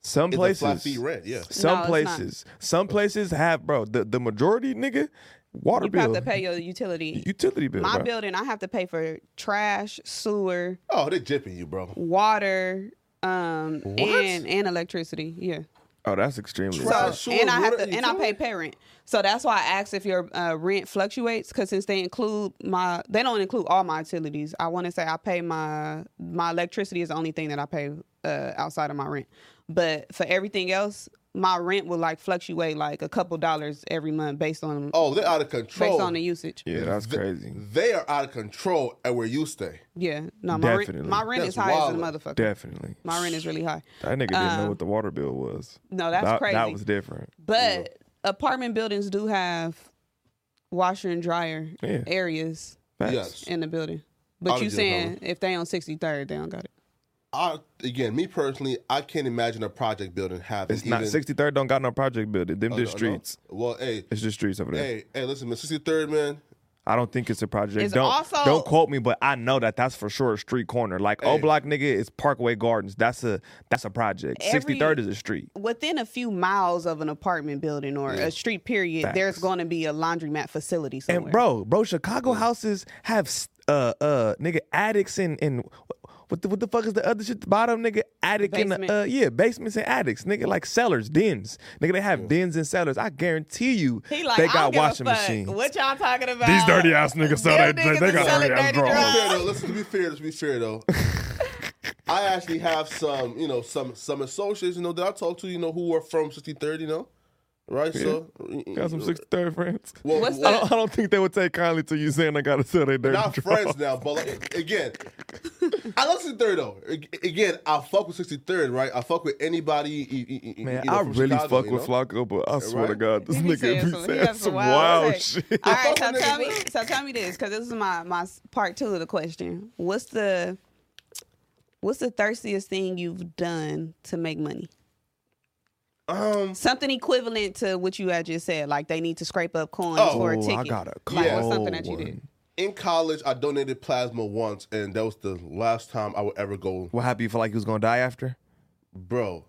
Speaker 2: Some
Speaker 3: it's
Speaker 2: places
Speaker 3: a flat fee rent. Yeah,
Speaker 1: No,
Speaker 2: Some
Speaker 1: it's not.
Speaker 2: places. Some places have, bro. The the majority, nigga, water
Speaker 1: You
Speaker 2: bill,
Speaker 1: have to pay your utility.
Speaker 2: utility bill.
Speaker 1: my
Speaker 2: bro.
Speaker 1: building, I have to pay for trash, sewer,
Speaker 3: oh they're jipping you, bro.
Speaker 1: water, um, and and electricity. Yeah.
Speaker 2: Oh, that's extremely.
Speaker 3: Trash.
Speaker 1: So
Speaker 3: Right, sewer,
Speaker 1: and I have
Speaker 3: water,
Speaker 1: to and I pay
Speaker 3: utility.
Speaker 1: parent. So that's why I asked if your uh, rent fluctuates because since they include my they don't include all my utilities. I want to say I pay my my electricity is the only thing that I pay uh, outside of my rent. But for everything else, my rent will like fluctuate like a couple dollars every month based on
Speaker 3: Oh, they're out of control.
Speaker 1: based on the usage. Yeah,
Speaker 2: Yeah, that's
Speaker 3: Th-
Speaker 2: crazy.
Speaker 3: They are out of control at where you stay.
Speaker 1: no, my rent
Speaker 2: Definitely.
Speaker 1: my rent is
Speaker 3: That's
Speaker 1: high as
Speaker 3: wild.
Speaker 1: a motherfucker.
Speaker 2: Definitely.
Speaker 1: My rent is really high.
Speaker 2: That nigga didn't know what the water bill was.
Speaker 1: Um, No, that's
Speaker 2: that,
Speaker 1: crazy.
Speaker 2: That was different.
Speaker 1: But apartment buildings do have washer and dryer
Speaker 2: Yeah.
Speaker 1: areas
Speaker 2: Facts.
Speaker 3: Yes.
Speaker 1: in the building. But
Speaker 3: I'll
Speaker 1: you
Speaker 3: just
Speaker 1: saying if they on 63rd, they don't got it.
Speaker 3: I again, me personally, I can't imagine a project building having.
Speaker 2: It's not
Speaker 3: even-
Speaker 2: 63rd. Don't got no project building. Them
Speaker 3: Oh,
Speaker 2: just
Speaker 3: no, no.
Speaker 2: streets.
Speaker 3: Well, hey,
Speaker 2: It's just streets over there.
Speaker 3: hey, hey, listen, man, sixty third man.
Speaker 2: I don't think it's a project.
Speaker 1: It's
Speaker 2: don't
Speaker 1: also-
Speaker 2: don't quote me, but I know that that's for sure a street corner. Like O
Speaker 3: Hey.
Speaker 2: Block nigga is Parkway Gardens. That's a that's a project.
Speaker 1: Every-
Speaker 2: Sixty third is a street.
Speaker 1: Within a few miles of an apartment building or a street period, there's
Speaker 2: Facts.
Speaker 1: going to be a laundromat facility somewhere.
Speaker 2: And bro, bro, Chicago houses have s- uh uh nigga attics and and wh- what the, what the fuck is the other shit? The bottom nigga attic and
Speaker 1: Basement.
Speaker 2: uh yeah basements and attics nigga like cellars dens nigga they have dens and cellars. I guarantee you
Speaker 1: he like,
Speaker 2: they
Speaker 1: I don't
Speaker 2: got
Speaker 1: give a
Speaker 2: washing
Speaker 1: fuck
Speaker 2: machines.
Speaker 1: What y'all talking about?
Speaker 2: These dirty ass niggas sell
Speaker 1: Them
Speaker 2: that they, they
Speaker 1: niggas
Speaker 2: got
Speaker 1: sell
Speaker 2: dirty
Speaker 1: it
Speaker 2: ass
Speaker 1: dirty
Speaker 2: drawers.
Speaker 1: drugs.
Speaker 3: fair though. Listen, to be fair, to be fair though. I actually have some, you know, some some associates, you know, that I talk to, you know, who are from 63rd, you know, right? So
Speaker 2: Got some sixty third friends.
Speaker 3: Well,
Speaker 1: What's
Speaker 2: I
Speaker 3: well,
Speaker 2: don't, I don't think they would take kindly to you saying I gotta sell their dirty
Speaker 3: not
Speaker 2: drawers.
Speaker 3: friends now, but like, again, I love 63rd though. A- Again, I fuck with 63rd, right? I fuck with anybody. you- you- you-
Speaker 2: Man,
Speaker 3: you know,
Speaker 2: I
Speaker 3: from
Speaker 2: really
Speaker 3: Chicago,
Speaker 2: fuck
Speaker 3: you
Speaker 2: with
Speaker 3: know?
Speaker 2: Flocko, but I swear to
Speaker 3: Right?
Speaker 2: God, this
Speaker 1: He be
Speaker 2: nigga
Speaker 1: saying
Speaker 2: be
Speaker 1: some- he
Speaker 2: saying
Speaker 1: got
Speaker 2: some, wild shit.
Speaker 1: All right, so
Speaker 3: Fucking
Speaker 1: tell me,
Speaker 3: niggas.
Speaker 1: so tell me this, because this is my my s- part two of the question. What's the what's the thirstiest thing you've done to make money?
Speaker 3: Um,
Speaker 1: Something equivalent to what you had just said, like they need to scrape up coins
Speaker 3: Oh,
Speaker 1: for a ticket.
Speaker 2: I got a
Speaker 1: Like, what's something
Speaker 2: cold
Speaker 1: that you did?
Speaker 2: one.
Speaker 3: in college, I donated plasma once, and that was the last time I would ever go,
Speaker 2: What happened? You feel like he was gonna die after?
Speaker 3: bro.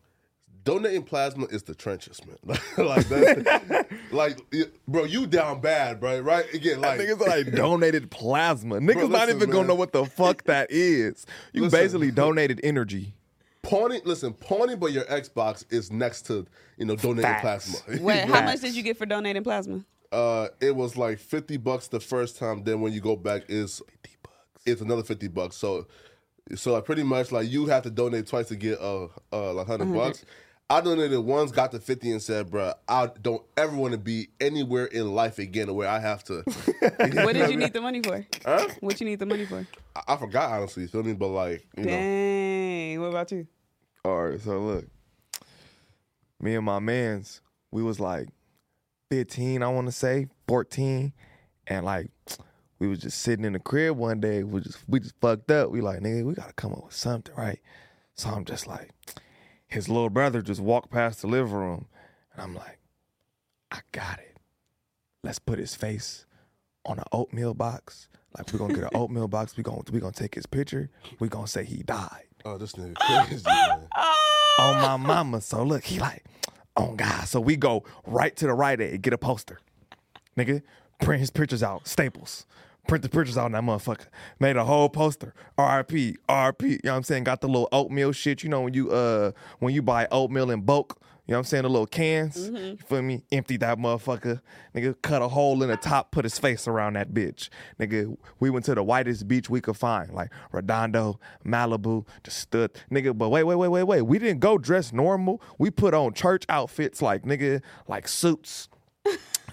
Speaker 3: Donating plasma is the trenches, man. like that, like, y- bro, you down bad, bro. Right? Again, like,
Speaker 2: Niggas like donated plasma. Niggas not
Speaker 3: listen,
Speaker 2: even gonna
Speaker 3: man.
Speaker 2: know what the fuck that is. You
Speaker 3: Listen.
Speaker 2: basically donated energy.
Speaker 3: Pawning, listen, pawning by your Xbox is next to you know donating
Speaker 2: Facts.
Speaker 3: plasma.
Speaker 1: Wait, how much
Speaker 2: Facts.
Speaker 1: did you get for donating plasma?
Speaker 3: Uh, it was like fifty bucks the first time. Then when you go back, is it's another fifty bucks. So, so like pretty much like you have to donate twice to get uh uh like hundred
Speaker 2: Mm-hmm.
Speaker 3: bucks. I donated once, got to fifty, and said, "Bruh, I don't ever want to be anywhere in life again where I have to."
Speaker 1: What did you need the money for? What you need the money for?
Speaker 3: I, I forgot honestly, you feel me? But like you know,
Speaker 1: Dang. What about you?
Speaker 2: All right, so look, me and my man's, we was like 15, I want to say 14, and like we was just sitting in the crib one day. We just we just fucked up. We like nigga, we gotta come up with something, right? So I'm just like, his little brother just walked past the living room, and I'm like, I got it. Let's put his face on an oatmeal box. Like we're gonna get an oatmeal box. We gonna we gonna take his picture. We gonna say he died
Speaker 3: oh this nigga crazy. man.
Speaker 2: on my mama. So look, oh he like, on God. So we go right to the right aid, get a poster. Nigga, print his pictures out, Staples. Print the pictures out on that motherfucker. Made a whole poster. RP, RP. You know what I'm saying? Got the little oatmeal shit. You know when you uh when you buy oatmeal in bulk, you know what I'm saying? The little cans. You feel me? Empty that motherfucker. Nigga cut a hole in the top, put his face around that bitch. Nigga, we went to the whitest beach we could find, like Redondo, Malibu, just stood. Nigga, but wait, wait, wait, wait, wait. We didn't go dress normal. We put on church outfits like nigga, like suits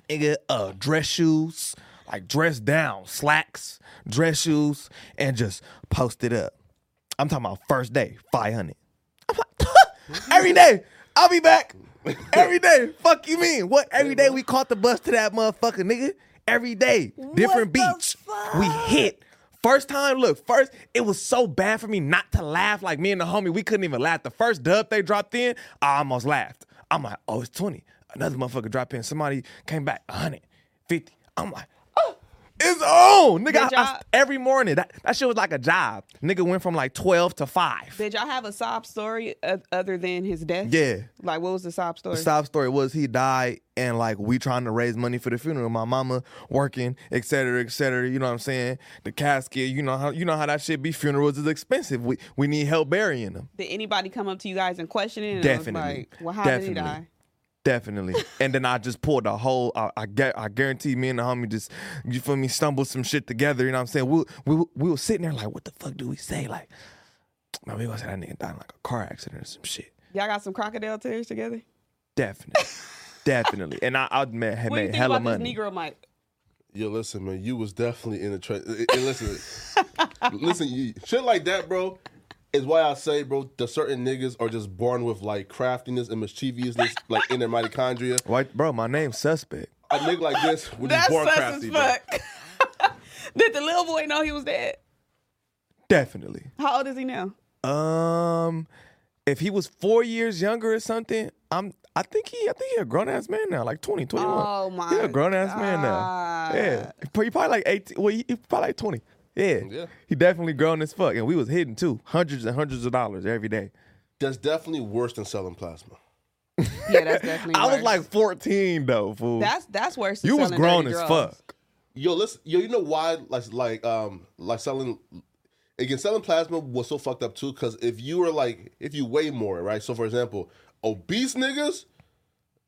Speaker 2: nigga, uh, dress shoes, like dress down, slacks, dress shoes, and just post it up. I'm talking about first day, 500. I'm like, every day, I'll be back. Every day. Fuck you mean? What? Every day we caught the bus to that motherfucker, nigga. Every day, different
Speaker 1: What the
Speaker 2: beach. We hit. First time, look, first, it was so bad for me not to laugh. Like me and the homie, we couldn't even laugh. The first dub they dropped in, I almost laughed. I'm like, oh, it's 20. Another motherfucker dropped in. Somebody came back, 100, 50. I'm like, oh, it's on. Nigga,
Speaker 1: Good
Speaker 2: I- I-
Speaker 1: job.
Speaker 2: every morning, that, that shit was like a job. Nigga went from like 12 to 5.
Speaker 1: Did y'all have a sob story o- other than his death?
Speaker 2: Yeah.
Speaker 1: Like, what was the sob story?
Speaker 2: The sob story was he died, and like we trying to raise money for the funeral. My mama working, et cetera, et cetera. You know what I'm saying? The casket, you know how you know how that shit be. Funerals is expensive. We we need help burying them.
Speaker 1: Did anybody come up to you guys and question it? And I was
Speaker 2: Definitely.
Speaker 1: like, well, how did he
Speaker 2: Definitely.
Speaker 1: die?
Speaker 2: Definitely. and then I just pulled a whole. I, I gu- I guarantee me and the homie just you feel me stumbled some shit together. You know what I'm saying? We we we was sitting there like, what the fuck do we say? Like, man, we gonna say that nigga died in like a car accident or some shit.
Speaker 1: Y'all got some crocodile tears together?
Speaker 2: Definitely. Definitely. And I, I man, had
Speaker 1: What do you
Speaker 2: made
Speaker 1: think
Speaker 2: hella
Speaker 1: about
Speaker 2: money.
Speaker 1: this Negro Mike?
Speaker 3: Yo, listen, man, you was definitely in the trade. eh, Listen, listen, you, shit like that, bro, is why I say, bro, the certain niggas are just born with like craftiness and mischievousness, like in their mitochondria.
Speaker 2: Why, bro, my name's suspect.
Speaker 3: A nigga like this was just
Speaker 1: That's
Speaker 3: born
Speaker 1: sus
Speaker 3: crafty,
Speaker 1: as
Speaker 3: bro.
Speaker 1: fuck. Did the little boy know he was dead?
Speaker 2: Definitely.
Speaker 1: How old is he now?
Speaker 2: Um, if he was four years younger or something, I'm. I think he. I think he a grown ass man now, like 20, 21.
Speaker 1: Oh, my
Speaker 2: He a grown ass man now. Yeah, Pro- he probably like eighteen. Well, he, he probably like twenty. Yeah.
Speaker 3: Yeah.
Speaker 2: He definitely grown as fuck, and we was hitting too, hundreds and hundreds of dollars every day.
Speaker 3: That's definitely worse than selling plasma.
Speaker 1: Yeah, that's definitely.
Speaker 2: I was
Speaker 1: worse.
Speaker 2: like fourteen though, fool.
Speaker 1: that's that's worse. Than
Speaker 2: you was
Speaker 1: selling
Speaker 2: grown
Speaker 1: dirty
Speaker 2: as
Speaker 1: drugs.
Speaker 2: fuck.
Speaker 3: Yo, listen, yo, you know why? Like, like, um, like selling. Again, selling plasma was so fucked up too, because if you were like, if you weigh more, right? So, for example, obese niggas,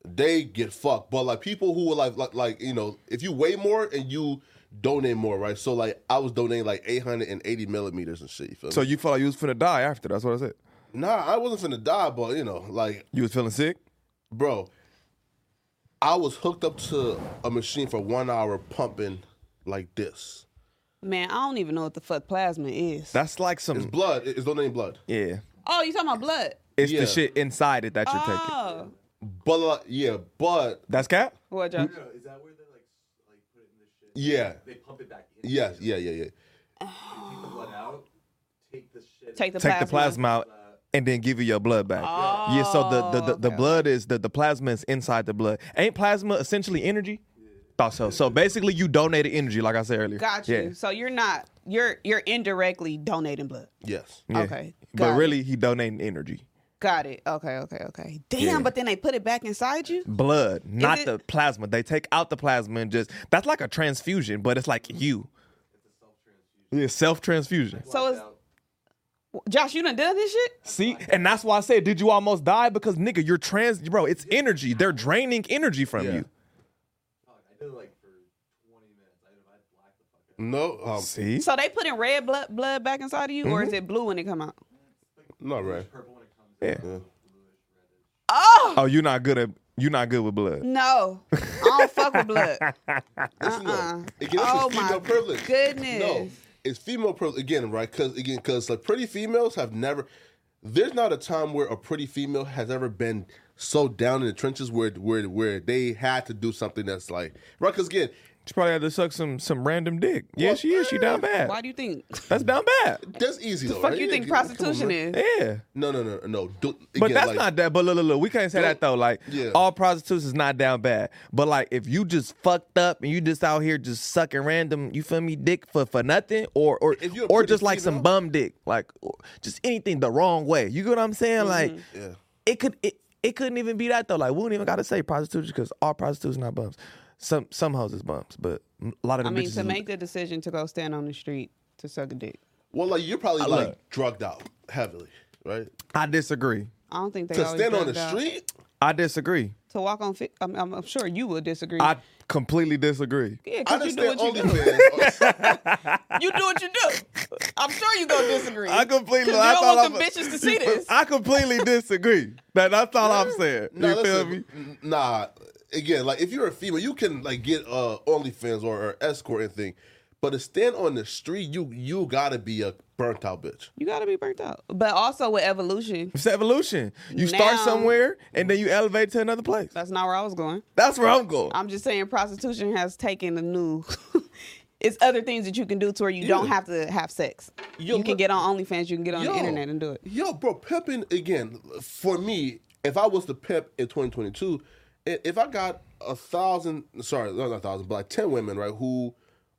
Speaker 3: they get fucked. But like people who are like, like, like you know, if you weigh more and you donate more, right? So like, I was donating like 880 millimeters and shit. You feel
Speaker 2: So
Speaker 3: me?
Speaker 2: you felt like you was finna die after. That's what I said.
Speaker 3: Nah, I wasn't finna die, but you know, like,
Speaker 2: You was feeling sick.
Speaker 3: bro, I was hooked up to a machine for one hour pumping like this.
Speaker 1: Man, I don't even know what the fuck plasma is.
Speaker 2: That's like
Speaker 3: It's
Speaker 2: some.
Speaker 3: blood. It's donating blood.
Speaker 2: Yeah.
Speaker 1: oh, you talking about blood?
Speaker 2: It's
Speaker 3: Yeah.
Speaker 2: the shit inside it that you're taking.
Speaker 1: Oh,
Speaker 3: But uh, yeah, but
Speaker 2: That's cap.
Speaker 1: what y'all?
Speaker 2: Mm.
Speaker 3: yeah. They pump it back in. Yes, yeah, yeah, yeah.
Speaker 1: Take the
Speaker 2: take
Speaker 1: plasma.
Speaker 2: the plasma out and then give you your blood back. yeah, so the the, the,
Speaker 1: Oh,
Speaker 2: the blood is the, the plasma is inside the blood. Ain't plasma essentially energy? Thought so. So basically you donated energy, like I said earlier.
Speaker 1: Got you.
Speaker 2: Yeah.
Speaker 1: So you're not you're you're indirectly donating blood.
Speaker 3: Yes.
Speaker 2: Yeah.
Speaker 1: Okay,
Speaker 2: But
Speaker 1: got it.
Speaker 2: really he donating energy.
Speaker 1: Got it. Okay, okay, okay. Damn,
Speaker 2: Yeah.
Speaker 1: but then they put it back inside you.
Speaker 2: Blood, not
Speaker 1: it-
Speaker 2: the plasma. They take out the plasma and just that's like a transfusion, but it's like you. Yeah, self transfusion.
Speaker 1: So it's Josh, you done done this shit?
Speaker 2: See, and that's why I said, did you almost die? Because nigga, you're trans, bro. It's energy. They're draining energy from
Speaker 3: Yeah.
Speaker 2: you.
Speaker 3: No. Um,
Speaker 2: See,
Speaker 1: So they putting red blood blood back inside of you, or is
Speaker 2: Mm-hmm.
Speaker 1: it blue when it come out?
Speaker 3: not right.
Speaker 2: yeah.
Speaker 3: Yeah.
Speaker 1: Oh
Speaker 2: Oh, you're not good at you're not good with blood.
Speaker 1: no, I don't fuck with blood.
Speaker 3: This is
Speaker 1: Uh-uh.
Speaker 3: like, again, this
Speaker 1: Oh,
Speaker 3: is
Speaker 1: my
Speaker 3: female privilege.
Speaker 1: goodness.
Speaker 3: No, it's female privilege again, right? Because again, because like pretty females have never. There's not a time where a pretty female has ever been so down in the trenches where where where they had to do something that's like right. Because again,
Speaker 2: She probably had to suck some some random dick. Yeah, she is. She down bad.
Speaker 1: Why do you think?
Speaker 2: That's down bad.
Speaker 3: that's easy though.
Speaker 1: Fuck
Speaker 3: right?
Speaker 1: you think
Speaker 3: Again, come on,
Speaker 1: prostitution
Speaker 3: man.
Speaker 1: is?
Speaker 2: Yeah.
Speaker 3: No, no, no, no. do-
Speaker 2: But
Speaker 3: again,
Speaker 2: that's
Speaker 3: like-
Speaker 2: not that. But look, look, look. We can't say that though. Like
Speaker 3: Yeah.
Speaker 2: all prostitutes is not down bad. But like if you just fucked up and you just out here just sucking random, you feel me, dick for for nothing, or or
Speaker 3: If you're a
Speaker 2: or
Speaker 3: pretty
Speaker 2: just like some
Speaker 3: female-
Speaker 2: bum dick, like or just anything the wrong way. You get what I'm saying?
Speaker 1: Mm-hmm.
Speaker 2: Like
Speaker 3: Yeah.
Speaker 2: it could it, it couldn't even be that though. Like we don't even gotta say prostitution because all prostitutes not bums. Some some hoes is bumps, but a lot of
Speaker 1: I
Speaker 2: the
Speaker 1: mean,
Speaker 2: bitches.
Speaker 1: to
Speaker 2: is-
Speaker 1: make the decision to go stand on the street to suck a dick.
Speaker 3: Well, like you're probably
Speaker 2: look.
Speaker 3: like drugged out heavily, right?
Speaker 2: I disagree.
Speaker 1: I don't think they
Speaker 3: To
Speaker 1: always
Speaker 3: stand on
Speaker 1: dug
Speaker 3: the
Speaker 1: out.
Speaker 3: street,
Speaker 2: I disagree.
Speaker 1: to walk on. Fi- I'm, I'm, I'm sure you would disagree.
Speaker 2: I completely disagree.
Speaker 1: yeah,
Speaker 3: I
Speaker 1: because you do
Speaker 3: understand
Speaker 1: what you do.
Speaker 3: OnlyFans.
Speaker 1: You do what you do. I'm sure you gonna disagree.
Speaker 2: I completely.
Speaker 1: 'Cause
Speaker 2: I
Speaker 1: you
Speaker 2: thought
Speaker 1: don't want
Speaker 2: I
Speaker 1: them
Speaker 2: was-
Speaker 1: bitches to see this.
Speaker 2: I completely disagree. That, that's all I'm saying.
Speaker 3: Nah,
Speaker 2: you feel
Speaker 3: listen,
Speaker 2: me?
Speaker 3: n- Nah, again, like if you're a female, you can like get uh OnlyFans or, or escort and thing, but to stand on the street, you you gotta be a burnt out bitch.
Speaker 1: you gotta be burnt out. But also with evolution,
Speaker 2: It's evolution. You start
Speaker 1: Now-
Speaker 2: somewhere and then you elevate to another place.
Speaker 1: that's not where I was going.
Speaker 2: That's where I'm going.
Speaker 1: I'm just saying prostitution has taken a new. it's other things that you can do to where you don't have to have sex.
Speaker 3: Yo,
Speaker 1: you can
Speaker 3: look-
Speaker 1: get on OnlyFans. You can get on the internet and do it.
Speaker 3: Yo, bro, pimping again for me. If I was to pimp in 2022, i- if I got a thousand, sorry, not a thousand, but like ten women, right, who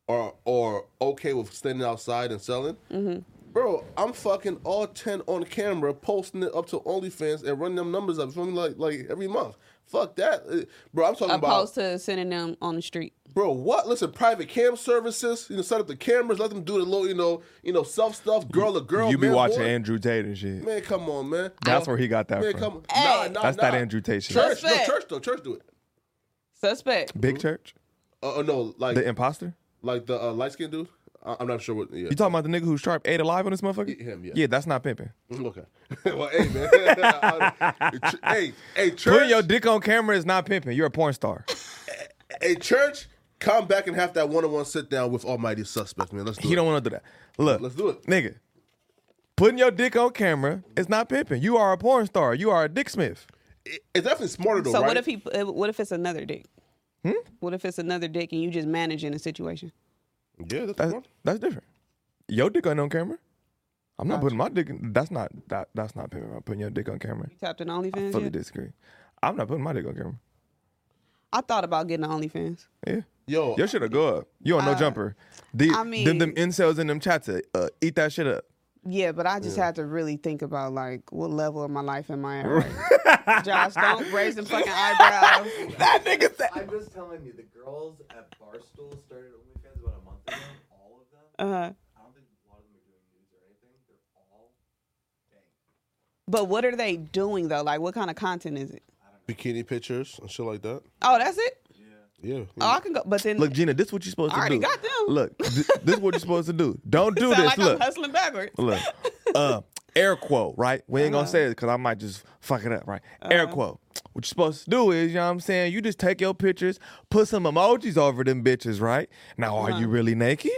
Speaker 3: are are okay with standing outside and selling,
Speaker 1: Mm-hmm.
Speaker 3: bro, I'm fucking all ten on camera, posting it up to OnlyFans and running them numbers up. Feel me? Like like every month. Fuck that, Uh, bro. I'm talking about
Speaker 1: Opposed to sending them on the street.
Speaker 3: Bro, what? Listen, private cam services. You know, set up the cameras. Let them do the little, you know, you know, self stuff. Girl to girl.
Speaker 2: you be
Speaker 3: man,
Speaker 2: watching
Speaker 3: boy.
Speaker 2: Andrew Tate and shit.
Speaker 3: Man, come on, man. Oh,
Speaker 2: That's where he got that
Speaker 3: Man,
Speaker 2: from.
Speaker 3: come on.
Speaker 1: Hey.
Speaker 3: Nah, nah,
Speaker 2: That's
Speaker 3: nah.
Speaker 2: that Andrew Tate shit.
Speaker 3: Church, no,
Speaker 1: Respect.
Speaker 3: church though. Church do it.
Speaker 1: Suspect.
Speaker 2: Big Church,
Speaker 3: Uh, uh, no, like
Speaker 2: the imposter.
Speaker 3: like the uh, light skinned dude. I- I'm not sure what. Yeah,
Speaker 2: You talking about the nigga who sharp ate alive on this motherfucker?
Speaker 3: Y- him, yeah.
Speaker 2: Yeah, that's not pimping.
Speaker 3: okay. well, hey man. hey, hey,
Speaker 2: Putting
Speaker 3: church.
Speaker 2: your dick on camera is not pimping. You're a porn star.
Speaker 3: hey, church. Come back and have that one on one sit down with Almighty Suspect, man. Let's do
Speaker 2: He
Speaker 3: it.
Speaker 2: don't want to do that. Look,
Speaker 3: Let's do it.
Speaker 2: nigga. Putting your dick on camera is not pimping. You are a porn star. You are a dick smith.
Speaker 3: It- It's definitely smarter though,
Speaker 1: So
Speaker 3: right?
Speaker 1: what if he? uh, What if it's another dick?
Speaker 2: Hmm?
Speaker 1: What if it's another dick and you just managing the situation?
Speaker 3: yeah, that's,
Speaker 2: That's
Speaker 3: smart.
Speaker 2: that's different. Your dick ain't on camera. I'm not putting my dick. In, that's not that. That's not pimping. I'm putting your dick on camera.
Speaker 1: You tapped in OnlyFans.
Speaker 2: Fully
Speaker 1: yet?
Speaker 2: disagree. I'm not putting my dick on camera.
Speaker 1: I thought about getting on OnlyFans.
Speaker 2: Yeah.
Speaker 3: Yo,
Speaker 2: Your shit'll go up. You on no jumper. The,
Speaker 1: Uh, I
Speaker 2: them,
Speaker 1: mean-
Speaker 2: them incels in them chats uh, uh, eat that shit up.
Speaker 1: Yeah, but I just had to really think about like what level of my life am I at? right now? Josh, don't raise them fucking eyebrows.
Speaker 2: That nigga said.
Speaker 6: I'm just telling you, the girls at Barstool started OnlyFans about a month ago. All of them.
Speaker 1: Uh,
Speaker 6: I don't think a lot of them are doing nudes or anything. They're all bang.
Speaker 1: but what are they doing though? Like, what kind of content is it?
Speaker 3: bikini pictures and shit like that.
Speaker 1: Oh, that's it.
Speaker 3: Yeah.
Speaker 1: Oh, I can go. But then
Speaker 2: Look, Gina, this what you supposed
Speaker 1: I
Speaker 2: to
Speaker 1: already
Speaker 2: do.
Speaker 1: got them.
Speaker 2: Look, th- this what you supposed to do. Don't do
Speaker 1: sound
Speaker 2: this.
Speaker 1: like
Speaker 2: Look,
Speaker 1: I'm hustling backwards.
Speaker 2: look. Uh, air quote, right? We ain't
Speaker 3: Uh-huh.
Speaker 2: gonna say it because I might just fuck it up, right? air quote. What you supposed to do is, you know what I'm saying? You just take your pictures, put some emojis over them bitches, right? Now, are
Speaker 3: Uh-huh.
Speaker 2: you really naked?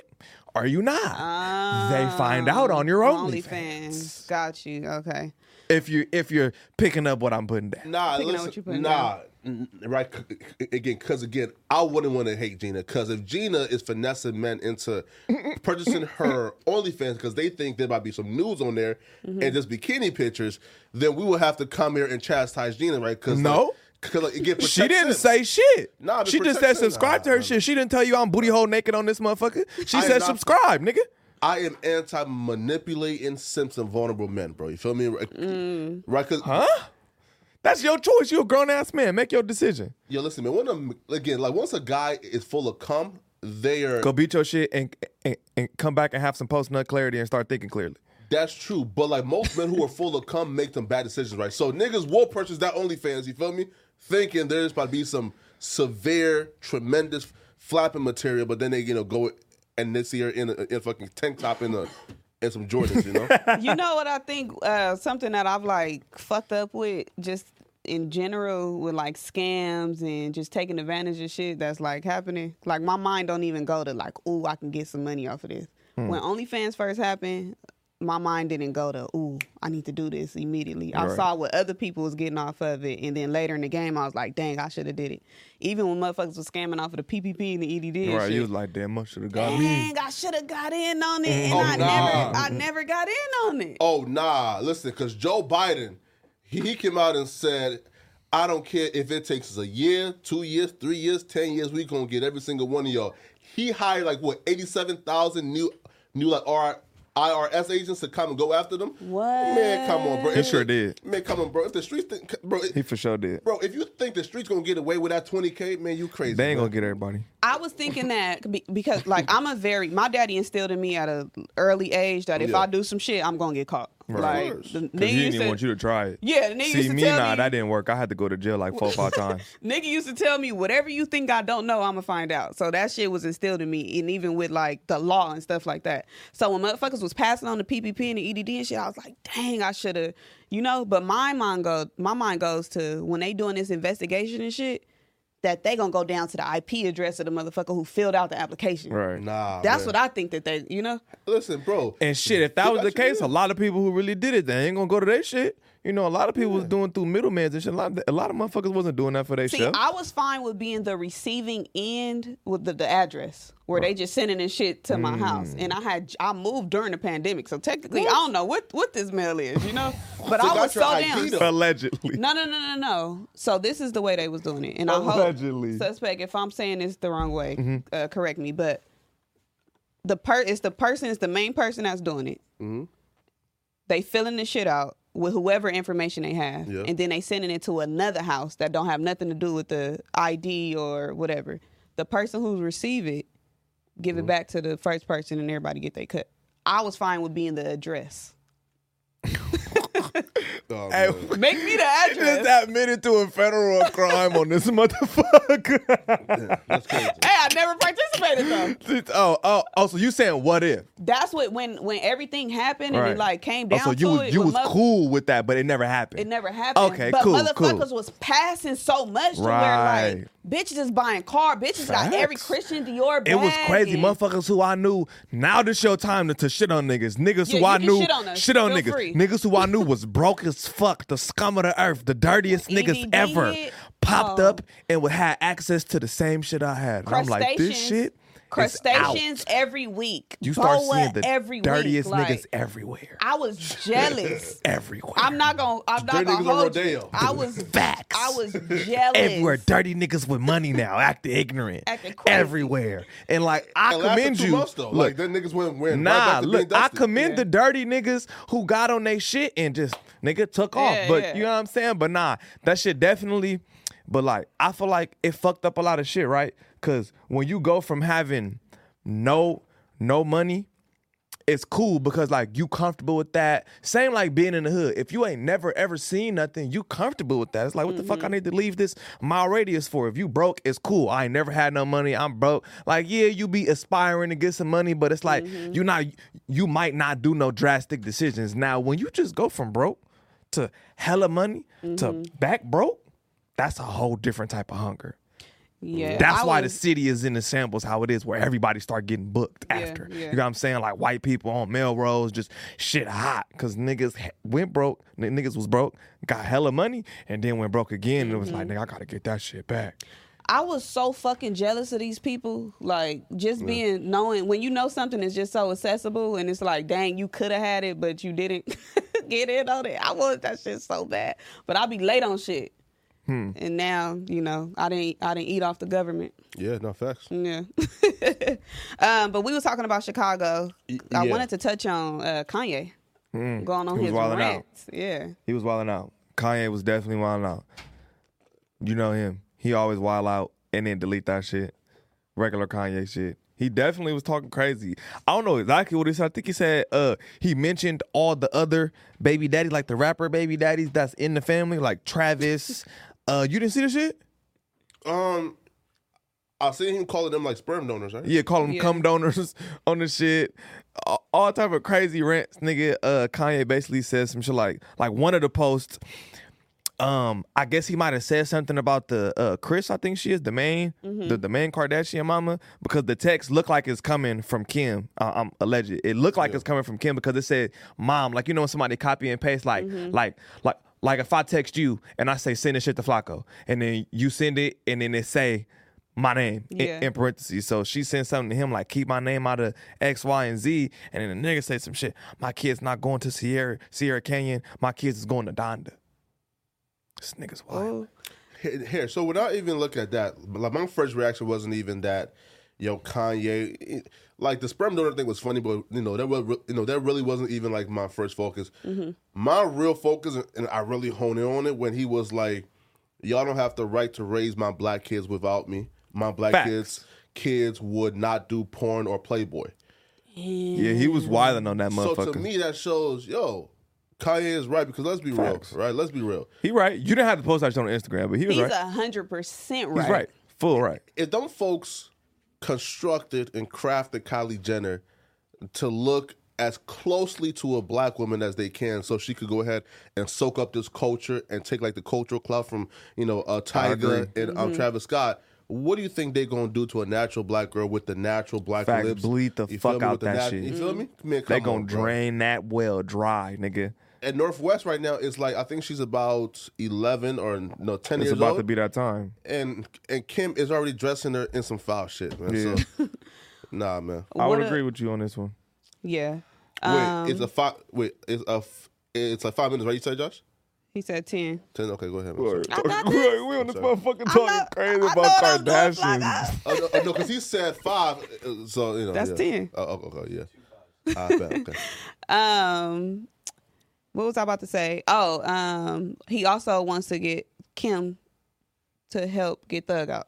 Speaker 2: Are you not? they find out
Speaker 3: Oh,
Speaker 2: on your
Speaker 1: Um,
Speaker 2: OnlyFans.
Speaker 1: Got you. Okay.
Speaker 2: If you if you're picking up what I'm putting down.
Speaker 3: Nah,
Speaker 1: Picking out what
Speaker 3: listen,
Speaker 1: you putting
Speaker 3: nah, n- right? c- c- Again, because again, I wouldn't want to hate Gina because if Gina is finessing men into purchasing her OnlyFans because they think there might be some nudes on there
Speaker 1: Mm-hmm.
Speaker 3: and just bikini pictures, then we will have to come here and chastise Gina, right? Because
Speaker 2: No.
Speaker 3: because like, again,
Speaker 2: She didn't
Speaker 3: protects him.
Speaker 2: say shit.
Speaker 3: Nah, but
Speaker 2: she just said
Speaker 3: protect him.
Speaker 2: subscribe to her shit. She didn't tell you I'm booty hole naked on this motherfucker. She
Speaker 3: I am
Speaker 2: said
Speaker 3: not-
Speaker 2: subscribe, nigga.
Speaker 3: I am anti manipulating Simpson vulnerable men, bro. You feel me? Right?
Speaker 1: Mm.
Speaker 3: Because
Speaker 2: That's your choice. You a grown ass man. Make your decision.
Speaker 3: yo, listen, man. When a, again, like once a guy is full of cum, they are
Speaker 2: Go beat your shit and and, and come back and have some post nut clarity and start thinking clearly.
Speaker 3: That's true, but like most men who are full of cum make them bad decisions, right? So niggas will purchase that OnlyFans, you feel me? Thinking there's about to be some severe, tremendous flapping material, but then they you know go and they see her in a, in a fucking tank top in a in some Jordans, you know?
Speaker 1: you know what I think? Uh, something that I've like fucked up with just in general with like scams and just taking advantage of shit that's like happening. Like my mind don't even go to like, ooh, I can get some money off of this.
Speaker 2: Hmm.
Speaker 1: When OnlyFans first happened, my mind didn't go to, ooh, I need to do this immediately. I saw what other people was getting off of it, and then later in the game, I was like, dang, I should have did it. Even when motherfuckers was scamming off of the PPP and the EDD, and
Speaker 2: right?
Speaker 1: shit,
Speaker 2: You was like, damn, I should have got me.
Speaker 1: dang, I should have got in on it, and
Speaker 3: Oh,
Speaker 1: I
Speaker 3: nah.
Speaker 1: never, I never got in on it.
Speaker 3: oh nah, listen, because Joe Biden, he, he came out and said, I don't care if it takes us a year, two years, three years, ten years, we gonna get every single one of y'all. He hired like what eighty seven thousand new new like R IRS agents to come and go after them.
Speaker 1: What?
Speaker 3: Man, come on, bro.
Speaker 2: He
Speaker 3: If
Speaker 2: sure
Speaker 3: the-
Speaker 2: did.
Speaker 3: Man, come on, bro. If the streets think, bro,
Speaker 2: He for sure did.
Speaker 3: bro, if you think the streets gonna get away with that 20k, man, you crazy.
Speaker 2: They ain't
Speaker 3: man.
Speaker 2: gonna get everybody.
Speaker 1: I was thinking that be- because like I'm a very my daddy instilled in me at an early age that if
Speaker 3: Yeah.
Speaker 1: I do some shit I'm gonna get caught.
Speaker 2: Oh, Right.
Speaker 1: Like
Speaker 3: course.
Speaker 1: the
Speaker 2: Cause
Speaker 1: nigga
Speaker 2: he didn't
Speaker 1: used
Speaker 2: even
Speaker 1: to,
Speaker 2: want you to try it.
Speaker 1: yeah, the nigga
Speaker 2: See
Speaker 1: used to
Speaker 2: me,
Speaker 1: tell
Speaker 2: nah,
Speaker 1: me
Speaker 2: that didn't work. I had to go to jail like four, or five times.
Speaker 1: Nigga used to tell me whatever you think I don't know, I'ma find out. So that shit was instilled in me, and even with like the law and stuff like that. So when motherfuckers was passing on the PPP and the EDD and shit, I was like, dang, I should have, you know. But my mind go, my mind goes to when they doing this investigation and shit, that they gonna go down to the IP address of the motherfucker who filled out the application.
Speaker 2: Right.
Speaker 3: Nah,
Speaker 1: That's
Speaker 3: man.
Speaker 1: what I think that they, you know.
Speaker 3: Listen, bro.
Speaker 2: And shit, if that was the
Speaker 3: That's
Speaker 2: case, a
Speaker 3: real.
Speaker 2: lot of people who really did it, they ain't gonna go to their shit. You know, a lot of people was doing through middlemans and shit. A lot, a lot of motherfuckers wasn't doing that for their
Speaker 1: See,
Speaker 2: self.
Speaker 1: I was fine with being the receiving end with the, the address where they just sending this shit to my house, and
Speaker 3: Mm.
Speaker 1: I had I moved during the pandemic, so technically I don't know what what this mail is, you know. But
Speaker 3: So
Speaker 1: I
Speaker 3: got
Speaker 1: was so
Speaker 3: your ID
Speaker 1: down.
Speaker 3: though.
Speaker 2: Allegedly.
Speaker 1: No, no, no, no, no. So this is the way they was doing it, and
Speaker 2: Allegedly.
Speaker 1: I hope suspect if I'm saying this the wrong way, uh, correct me. But the per it's the person, it's the main person that's doing it. They filling the shit out with whoever information they have,
Speaker 3: Yeah.
Speaker 1: and then they sending it to another house that don't have nothing to do with the ID or whatever. The person who's receive it, give it back to the first person, and everybody get their cut. I was fine with being the address.
Speaker 3: Oh,
Speaker 2: Hey,
Speaker 3: man.
Speaker 1: Make me the
Speaker 2: Just
Speaker 1: address.
Speaker 2: admitted to a federal crime on this motherfucker.
Speaker 3: That's crazy.
Speaker 1: hey, I never participated though.
Speaker 2: oh, oh, oh, so you saying what if?
Speaker 1: that's what when when everything happened and
Speaker 2: Right.
Speaker 1: it like came
Speaker 2: Oh,
Speaker 1: down
Speaker 2: so
Speaker 1: to
Speaker 2: you was
Speaker 1: it.
Speaker 2: you
Speaker 1: with
Speaker 2: was
Speaker 1: mother-
Speaker 2: cool with that, but it never happened.
Speaker 1: It never happened.
Speaker 2: Okay,
Speaker 1: but
Speaker 2: cool,
Speaker 1: Motherfuckers
Speaker 2: cool.
Speaker 1: was passing so much to where
Speaker 2: Right.
Speaker 1: like bitches is buying car, bitches got every
Speaker 2: Facts.
Speaker 1: Christian Dior bag.
Speaker 2: It was crazy,
Speaker 1: and-
Speaker 2: motherfuckers who I knew. Now this your time to, to shit on niggas, niggas
Speaker 1: Yeah,
Speaker 2: who
Speaker 1: you
Speaker 2: I
Speaker 1: can
Speaker 2: knew,
Speaker 1: shit on us. Feel
Speaker 2: niggas,
Speaker 1: free.
Speaker 2: niggas who I knew was broke as fuck, the scum of the earth, the dirtiest
Speaker 1: When
Speaker 2: niggas
Speaker 1: EBD
Speaker 2: ever,
Speaker 1: hit,
Speaker 2: popped
Speaker 1: oh.
Speaker 2: up and would have access to the same shit I had. And I'm like, this
Speaker 1: Crustaceans-
Speaker 2: shit, is out.
Speaker 1: Crustaceans every week.
Speaker 2: You start
Speaker 1: Boa
Speaker 2: seeing the
Speaker 1: every
Speaker 2: dirtiest
Speaker 1: week.
Speaker 2: niggas
Speaker 1: Like,
Speaker 2: everywhere,
Speaker 1: I was jealous.
Speaker 2: everywhere.
Speaker 1: I'm not gonna. I'm not
Speaker 3: Dirty
Speaker 1: gonna
Speaker 3: niggas on
Speaker 1: hold you.
Speaker 3: Rodeo.
Speaker 1: I was.
Speaker 2: Facts.
Speaker 1: I was jealous.
Speaker 2: Everywhere, dirty niggas with money now, acting ignorant.
Speaker 1: Acting crazy.
Speaker 2: everywhere, and like I
Speaker 3: It lasted
Speaker 2: commend
Speaker 3: two
Speaker 2: you.
Speaker 3: months, though.
Speaker 2: Look,
Speaker 3: like, that niggas went, went right
Speaker 2: Nah,
Speaker 3: back to being
Speaker 2: look, I
Speaker 3: dusty.
Speaker 2: commend the dirty niggas who got on their shit and just nigga took off.
Speaker 1: Yeah,
Speaker 2: But
Speaker 1: yeah.
Speaker 2: you know what I'm saying? But nah, that shit definitely. But like, I feel like it fucked up a lot of shit, right? Because when you go from having no no money, it's cool because like you comfortable with that. Same like being in the hood. If you ain't never ever seen nothing, you comfortable with that. It's like what the fuck I need to leave this mile radius for? If you broke, it's cool. I ain't never had no money. I'm broke. Like yeah, you be aspiring to get some money, but it's like you not you might not do no drastic decisions. Now when you just go from broke to hella money to back broke, that's a whole different type of hunger.
Speaker 1: Yeah,
Speaker 2: That's
Speaker 1: I
Speaker 2: why
Speaker 1: was,
Speaker 2: the city is in the samples how it is, where everybody start getting booked after.
Speaker 1: yeah.
Speaker 2: You know what I'm saying? Like white people on Melrose, just shit hot because niggas h- went broke, n- niggas was broke, got hella money, and then went broke again. And it was
Speaker 1: Mm-hmm.
Speaker 2: like, nigga, I gotta get that shit back.
Speaker 1: I was so fucking jealous of these people. Like just being knowing when you know something is just so accessible and it's like, dang, you could have had it, but you didn't get in on it. I wanted that shit so bad. But I'll be late on shit.
Speaker 2: Hmm.
Speaker 1: And now, you know, I didn't I didn't eat off the government.
Speaker 3: Yeah, no facts.
Speaker 1: Yeah. um, but we was talking about Chicago. I
Speaker 3: yeah.
Speaker 1: wanted to touch on uh, Kanye. Going on
Speaker 2: Hmm. He was
Speaker 1: his
Speaker 2: wilding out.
Speaker 1: rants. Yeah.
Speaker 2: He was wilding out. Kanye was definitely wilding out. You know him. He always wild out and then delete that shit. Regular Kanye shit. He definitely was talking crazy. I don't know exactly what he said. I think he said uh he mentioned all the other baby daddies, like the rapper baby daddies that's in the family, like Travis. uh you didn't see the shit?
Speaker 3: Um, I seen him calling them like sperm donors, right?
Speaker 2: Yeah, call them
Speaker 1: Yeah.
Speaker 2: cum donors on the shit. A- All type of crazy rants, nigga. Uh, Kanye basically said some shit like, like one of the posts. Um, I guess he might have said something about the uh Chris. I think she is the main, the, the main Kardashian mama, because the text looked like it's coming from Kim. Uh, I'm alleged. It looked like it's coming from Kim because it said mom. Like you know when somebody copy and paste, like like like like if I text you and I say send this shit to Flacco, and then you send it, and then it say my name in-
Speaker 1: Yeah.
Speaker 2: in, parentheses. So she sent something to him like, keep my name out of X, Y, and Z. And then the nigga said some shit. My kid's not going to Sierra Sierra Canyon. My kids is going to Donda. This nigga's wild.
Speaker 1: Oh.
Speaker 3: Here, here, so without even looking at that, like my first reaction wasn't even that, yo Kanye, like the sperm donor thing was funny, but you know that was you know that really wasn't even like my first focus. My real focus, and- and I really honed in on it when he was like, "Y'all don't have the right to raise my black kids without me. My black
Speaker 2: Facts.
Speaker 3: kids kids would not do porn or Playboy."
Speaker 2: Yeah, he was wilding on that motherfucker.
Speaker 3: So to me, that shows yo. Kanye is right because let's be
Speaker 2: Facts.
Speaker 3: real, right? Let's be real.
Speaker 2: he right. You didn't have to post that shit on Instagram, but he was
Speaker 1: He's
Speaker 2: right.
Speaker 1: a hundred percent right.
Speaker 2: He's right. Full right.
Speaker 3: if them folks constructed and crafted Kylie Jenner to look as closely to a black woman as they can, so she could go ahead and soak up this culture and take like the cultural clout from you know uh, Tiger and um, Travis Scott. What do you think they gonna do to a natural black girl with the natural black
Speaker 2: Fact,
Speaker 3: lips?
Speaker 2: bleed the
Speaker 3: You feel
Speaker 2: fuck
Speaker 3: me?
Speaker 2: out
Speaker 3: With the
Speaker 2: that
Speaker 3: nat-
Speaker 2: shit.
Speaker 3: You feel me? Man,
Speaker 2: They
Speaker 3: come
Speaker 2: gonna
Speaker 3: on, bro
Speaker 2: drain that well dry, nigga.
Speaker 3: at Northwest right now it's like I think she's about eleven or no ten
Speaker 2: It's
Speaker 3: years
Speaker 2: about
Speaker 3: old,
Speaker 2: to be that time.
Speaker 3: and and Kim is already dressing her in some foul shit, man. So, nah, man.
Speaker 2: I would
Speaker 1: What a-
Speaker 2: agree with you on this one.
Speaker 1: Yeah.
Speaker 3: Wait,
Speaker 1: Um,
Speaker 3: it's a five. Wait, it's a. f- It's like five minutes, right? You said, Josh?
Speaker 1: he said ten.
Speaker 3: Ten. Okay, go ahead. Man. Sorry.
Speaker 1: I got
Speaker 2: we
Speaker 1: this.
Speaker 2: on this
Speaker 3: Sorry.
Speaker 2: motherfucker
Speaker 1: I
Speaker 2: talking
Speaker 1: know-
Speaker 2: crazy
Speaker 1: I know
Speaker 2: about
Speaker 1: what I'm doing, like,
Speaker 2: Kardashians.
Speaker 1: I-
Speaker 3: Oh no, oh, no, because he said five. uh, So you know
Speaker 1: That's
Speaker 3: yeah.
Speaker 1: 10.
Speaker 3: Oh, oh, okay, yeah. Ah, bet, okay.
Speaker 1: Um, what was I about to say? Oh, um, he also wants to get Kim to help get Thug out.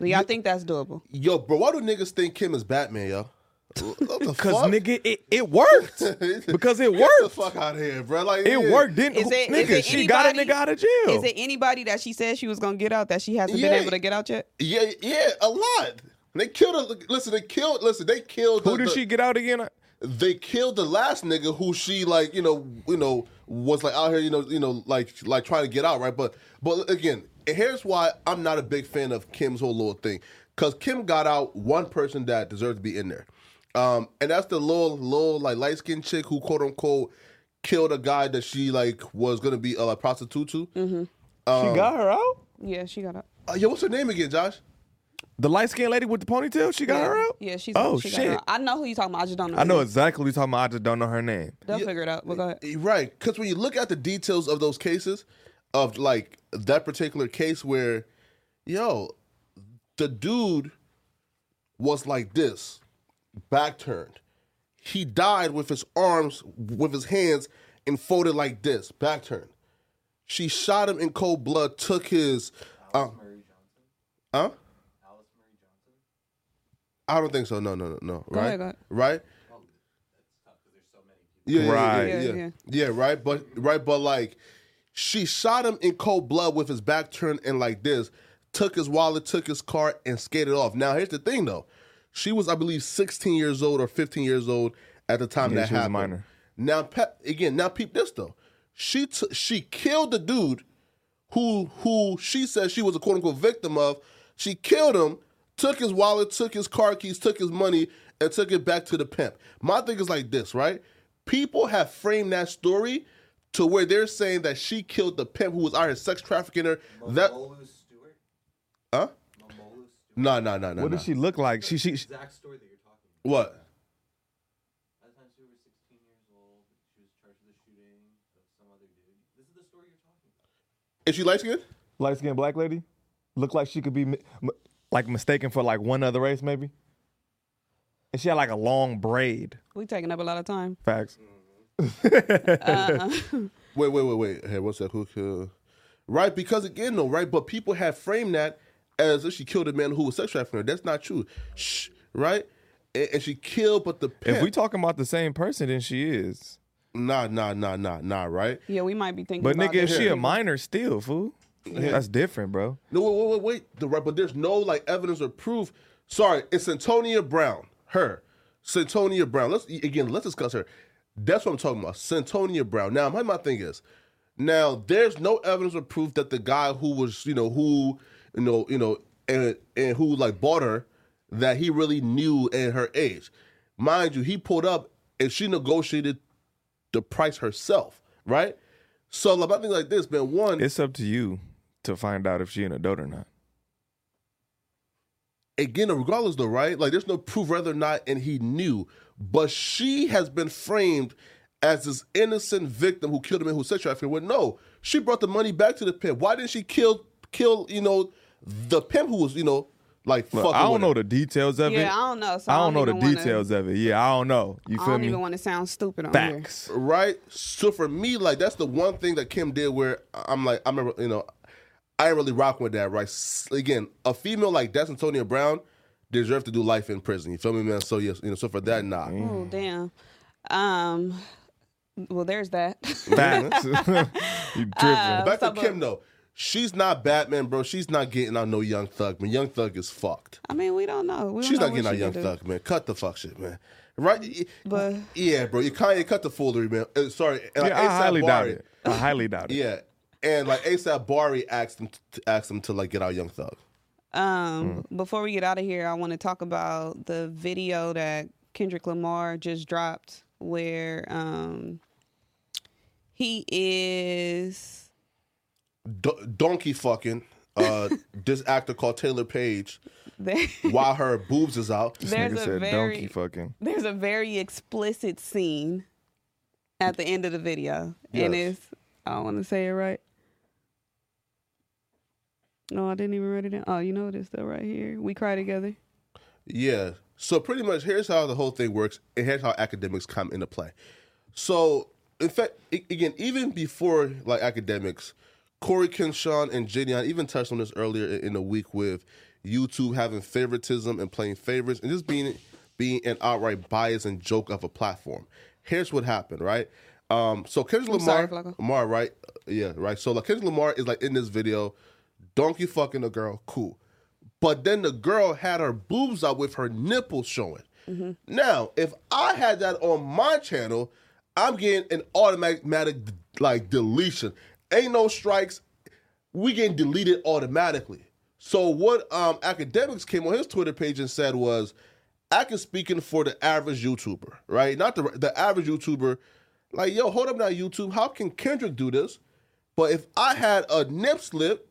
Speaker 1: Do y'all think that's doable?
Speaker 3: Yo, bro, why do niggas think Kim is Batman, yo? What the
Speaker 2: Cause
Speaker 3: fuck?
Speaker 2: nigga, it, it worked. because it
Speaker 3: Get the
Speaker 2: worked.
Speaker 3: fuck out of here, bro. Like
Speaker 2: It
Speaker 3: yeah.
Speaker 2: worked. Didn't
Speaker 1: Is it-
Speaker 2: nigga?
Speaker 1: is it
Speaker 2: she got a
Speaker 1: anybody-
Speaker 2: nigga out of jail.
Speaker 1: Is it anybody that she said she was gonna get out that she hasn't
Speaker 3: Yeah.
Speaker 1: been able to get out yet?
Speaker 3: Yeah, yeah, a lot. They killed. A, listen, they killed. Listen, they killed.
Speaker 2: Who
Speaker 3: the-
Speaker 2: did
Speaker 3: the-
Speaker 2: she get out again? I-
Speaker 3: They killed the last nigga who she like. You know, you know, was like out here. You know, you know, like like trying to get out, right? But but again, here's why I'm not a big fan of Kim's whole little thing, because Kim got out one person that deserved to be in there, um, and that's the little little like light skinned chick who quote unquote killed a guy that she like was gonna be a prostitute to.
Speaker 2: Mm-hmm. she got her out.
Speaker 1: Yeah, she got out.
Speaker 3: Uh, yo, what's her name again, Josh?
Speaker 2: The light skinned lady with the ponytail. She got
Speaker 1: yeah.
Speaker 2: her out.
Speaker 1: Yeah, she's.
Speaker 2: Oh
Speaker 1: she got her
Speaker 2: shit.
Speaker 1: out. I know who you talking about. I just don't know.
Speaker 2: I know
Speaker 1: her name.
Speaker 2: exactly what you're talking about. I just don't know her name.
Speaker 1: They'll figure it out. Well, go ahead.
Speaker 3: Right, because when you look at the details of those cases, of like that particular case where, yo, the dude was like this, back turned. He died with his arms, with his hands, and folded like this, back turned. She shot him in cold blood, took his. Uh, huh? I don't think so. No, no, no, no.
Speaker 1: Go
Speaker 3: right?
Speaker 1: ahead, go ahead.
Speaker 3: Right? Yeah, yeah,
Speaker 2: Right.
Speaker 3: Yeah, yeah,
Speaker 1: Yeah,
Speaker 3: yeah.
Speaker 1: yeah.
Speaker 3: Yeah, right. But right, but like she shot him in cold blood with his back turned and like this, took his wallet, took his car, and skated off. Now here's the thing though. She was, I believe, 16 years old or 15 years old at the time
Speaker 2: Yeah,
Speaker 3: that
Speaker 2: she was a
Speaker 3: happened.
Speaker 2: minor.
Speaker 3: Now pe- again, now peep this though. She t- she killed the dude who who she said she was a quote unquote victim of. She killed him, took his wallet, took his car keys, took his money, and took it back to the pimp. My thing is like this, right? People have framed that story to where they're saying that she killed the pimp who was out here sex trafficking her. That
Speaker 6: Molu Stewart?
Speaker 3: huh?
Speaker 6: Mamolu Stewart?
Speaker 3: No, no, no, no.
Speaker 2: What
Speaker 3: no.
Speaker 2: does she look like? She she. she
Speaker 6: Exact story that you're talking about.
Speaker 3: What?
Speaker 6: By the time she was 16 years old, she was charged with the shooting of some other dude. This is the story you're talking about.
Speaker 3: Is she light skinned?
Speaker 2: light skinned black lady looked like she could be mi- m- like mistaken for like one other race maybe and she had like a long braid
Speaker 1: We taking up a lot of time.
Speaker 2: facts
Speaker 3: Wait, wait, wait, wait. Hey, what's that? Who killed? Right, because again, though, right, but people have framed that as if she killed a man who was sex trafficking her. That's not true. Shh, right? And, and she killed, but the pimp.
Speaker 2: if we talking about the same person then she is
Speaker 3: nah, nah, nah, nah, nah, right?
Speaker 1: Yeah, we might be thinking.
Speaker 2: but
Speaker 1: about
Speaker 2: nigga if
Speaker 1: this.
Speaker 2: she a minor still fool that's different bro
Speaker 3: No, wait, wait, wait, wait. The right, but there's no like evidence or proof. Sorry, it's Antonia Brown. Her, Santonia Brown. Let's again, let's discuss her. That's what I'm talking about, Santonia Brown. Now, my my thing is, now there's no evidence or proof that the guy who was, you know, who, you know, you know, and and who like bought her, that he really knew and her age. Mind you, he pulled up and she negotiated the price herself, right? So, like, my thing like this, man. One,
Speaker 2: it's up to you to find out if she an adult or not
Speaker 3: again, regardless though, right? Like there's no proof whether or not, and he knew. But she has been framed as this innocent victim who killed a man who sex trafficked. her. Well, no, she brought the money back to the pimp. Why didn't she kill kill you know the pimp who was you know Like
Speaker 2: Look,
Speaker 3: fucking
Speaker 2: I
Speaker 3: with
Speaker 2: don't know
Speaker 3: her.
Speaker 2: the details of
Speaker 1: yeah,
Speaker 2: it.
Speaker 1: I don't know. So
Speaker 2: I don't know the
Speaker 1: even wanna-
Speaker 2: details of it. Yeah, I don't know. You
Speaker 1: I
Speaker 2: feel
Speaker 1: don't
Speaker 2: me?
Speaker 1: even want to sound stupid on here.
Speaker 2: Facts.
Speaker 3: right? So for me, like that's the one thing that Kim did where I'm like, I remember, you know, I ain't really rocking with that, right? S- Again, a female like that's Antonia Brown deserve to do life in prison. You feel me, man? So yes, you know, so for that, nah.
Speaker 1: Oh damn. Um. Well, there's that.
Speaker 2: Facts. you dripping.
Speaker 3: Back to
Speaker 1: so, but-
Speaker 3: Kim though. She's not Batman, bro. She's not getting out no young thug, man. Young thug is fucked.
Speaker 1: I mean, we don't know. We don't
Speaker 3: She's
Speaker 1: know
Speaker 3: not getting
Speaker 1: what
Speaker 3: out
Speaker 1: she
Speaker 3: young
Speaker 1: gonna do. Mm,
Speaker 3: thug, man. Cut the fuck shit, man. Right?
Speaker 1: But-
Speaker 3: yeah, bro. You Kanye cut the foolery, man. Uh, sorry. And,
Speaker 2: yeah,
Speaker 3: like,
Speaker 2: I
Speaker 3: A$AP
Speaker 2: highly doubt
Speaker 3: Bari.
Speaker 2: it. I highly doubt it.
Speaker 3: Yeah, and like ASAP Bari asked him to, asked him to like get out Young Thug.
Speaker 1: Um,
Speaker 3: Mm.
Speaker 1: before we get out of here, I want to talk about the video that Kendrick Lamar just dropped, where um, he is
Speaker 3: Do- donkey fucking uh, this actor called Taylor Page
Speaker 1: there.
Speaker 3: while her boobs is out.
Speaker 2: This
Speaker 1: There's
Speaker 2: nigga
Speaker 1: a
Speaker 2: said
Speaker 1: very-
Speaker 2: donkey fucking.
Speaker 1: There's a very explicit scene at the end of the video, and
Speaker 3: Yes.
Speaker 1: it's I don't want to say it right. No, I didn't even write it down. Oh, you know it is though, right here. We cry together.
Speaker 3: Yeah. So pretty much here's how the whole thing works, and here's how academics come into play. So in fact, a- again, even before like academics, Corey Kinshawn and Gideon even touched on this earlier i- in the week with YouTube having favoritism and playing favorites and just being being an outright bias and joke of a platform. Here's what happened, right? Um, so Kendrick
Speaker 1: sorry,
Speaker 3: Lamar,
Speaker 1: Flacco.
Speaker 3: Lamar, right? Yeah, right. So like Kendrick Lamar is like in this video, donkey fucking a girl, cool. But then the girl had her boobs out with her nipples showing. Now, if I had that on my channel, I'm getting an automatic like deletion. Ain't no strikes. We getting deleted automatically. So what um academics came on his Twitter page and said was, I can speaking for the average YouTuber, right? Not the the average YouTuber. Like, yo, hold up now, YouTube. How can Kendrick do this? But if I had a nip slip,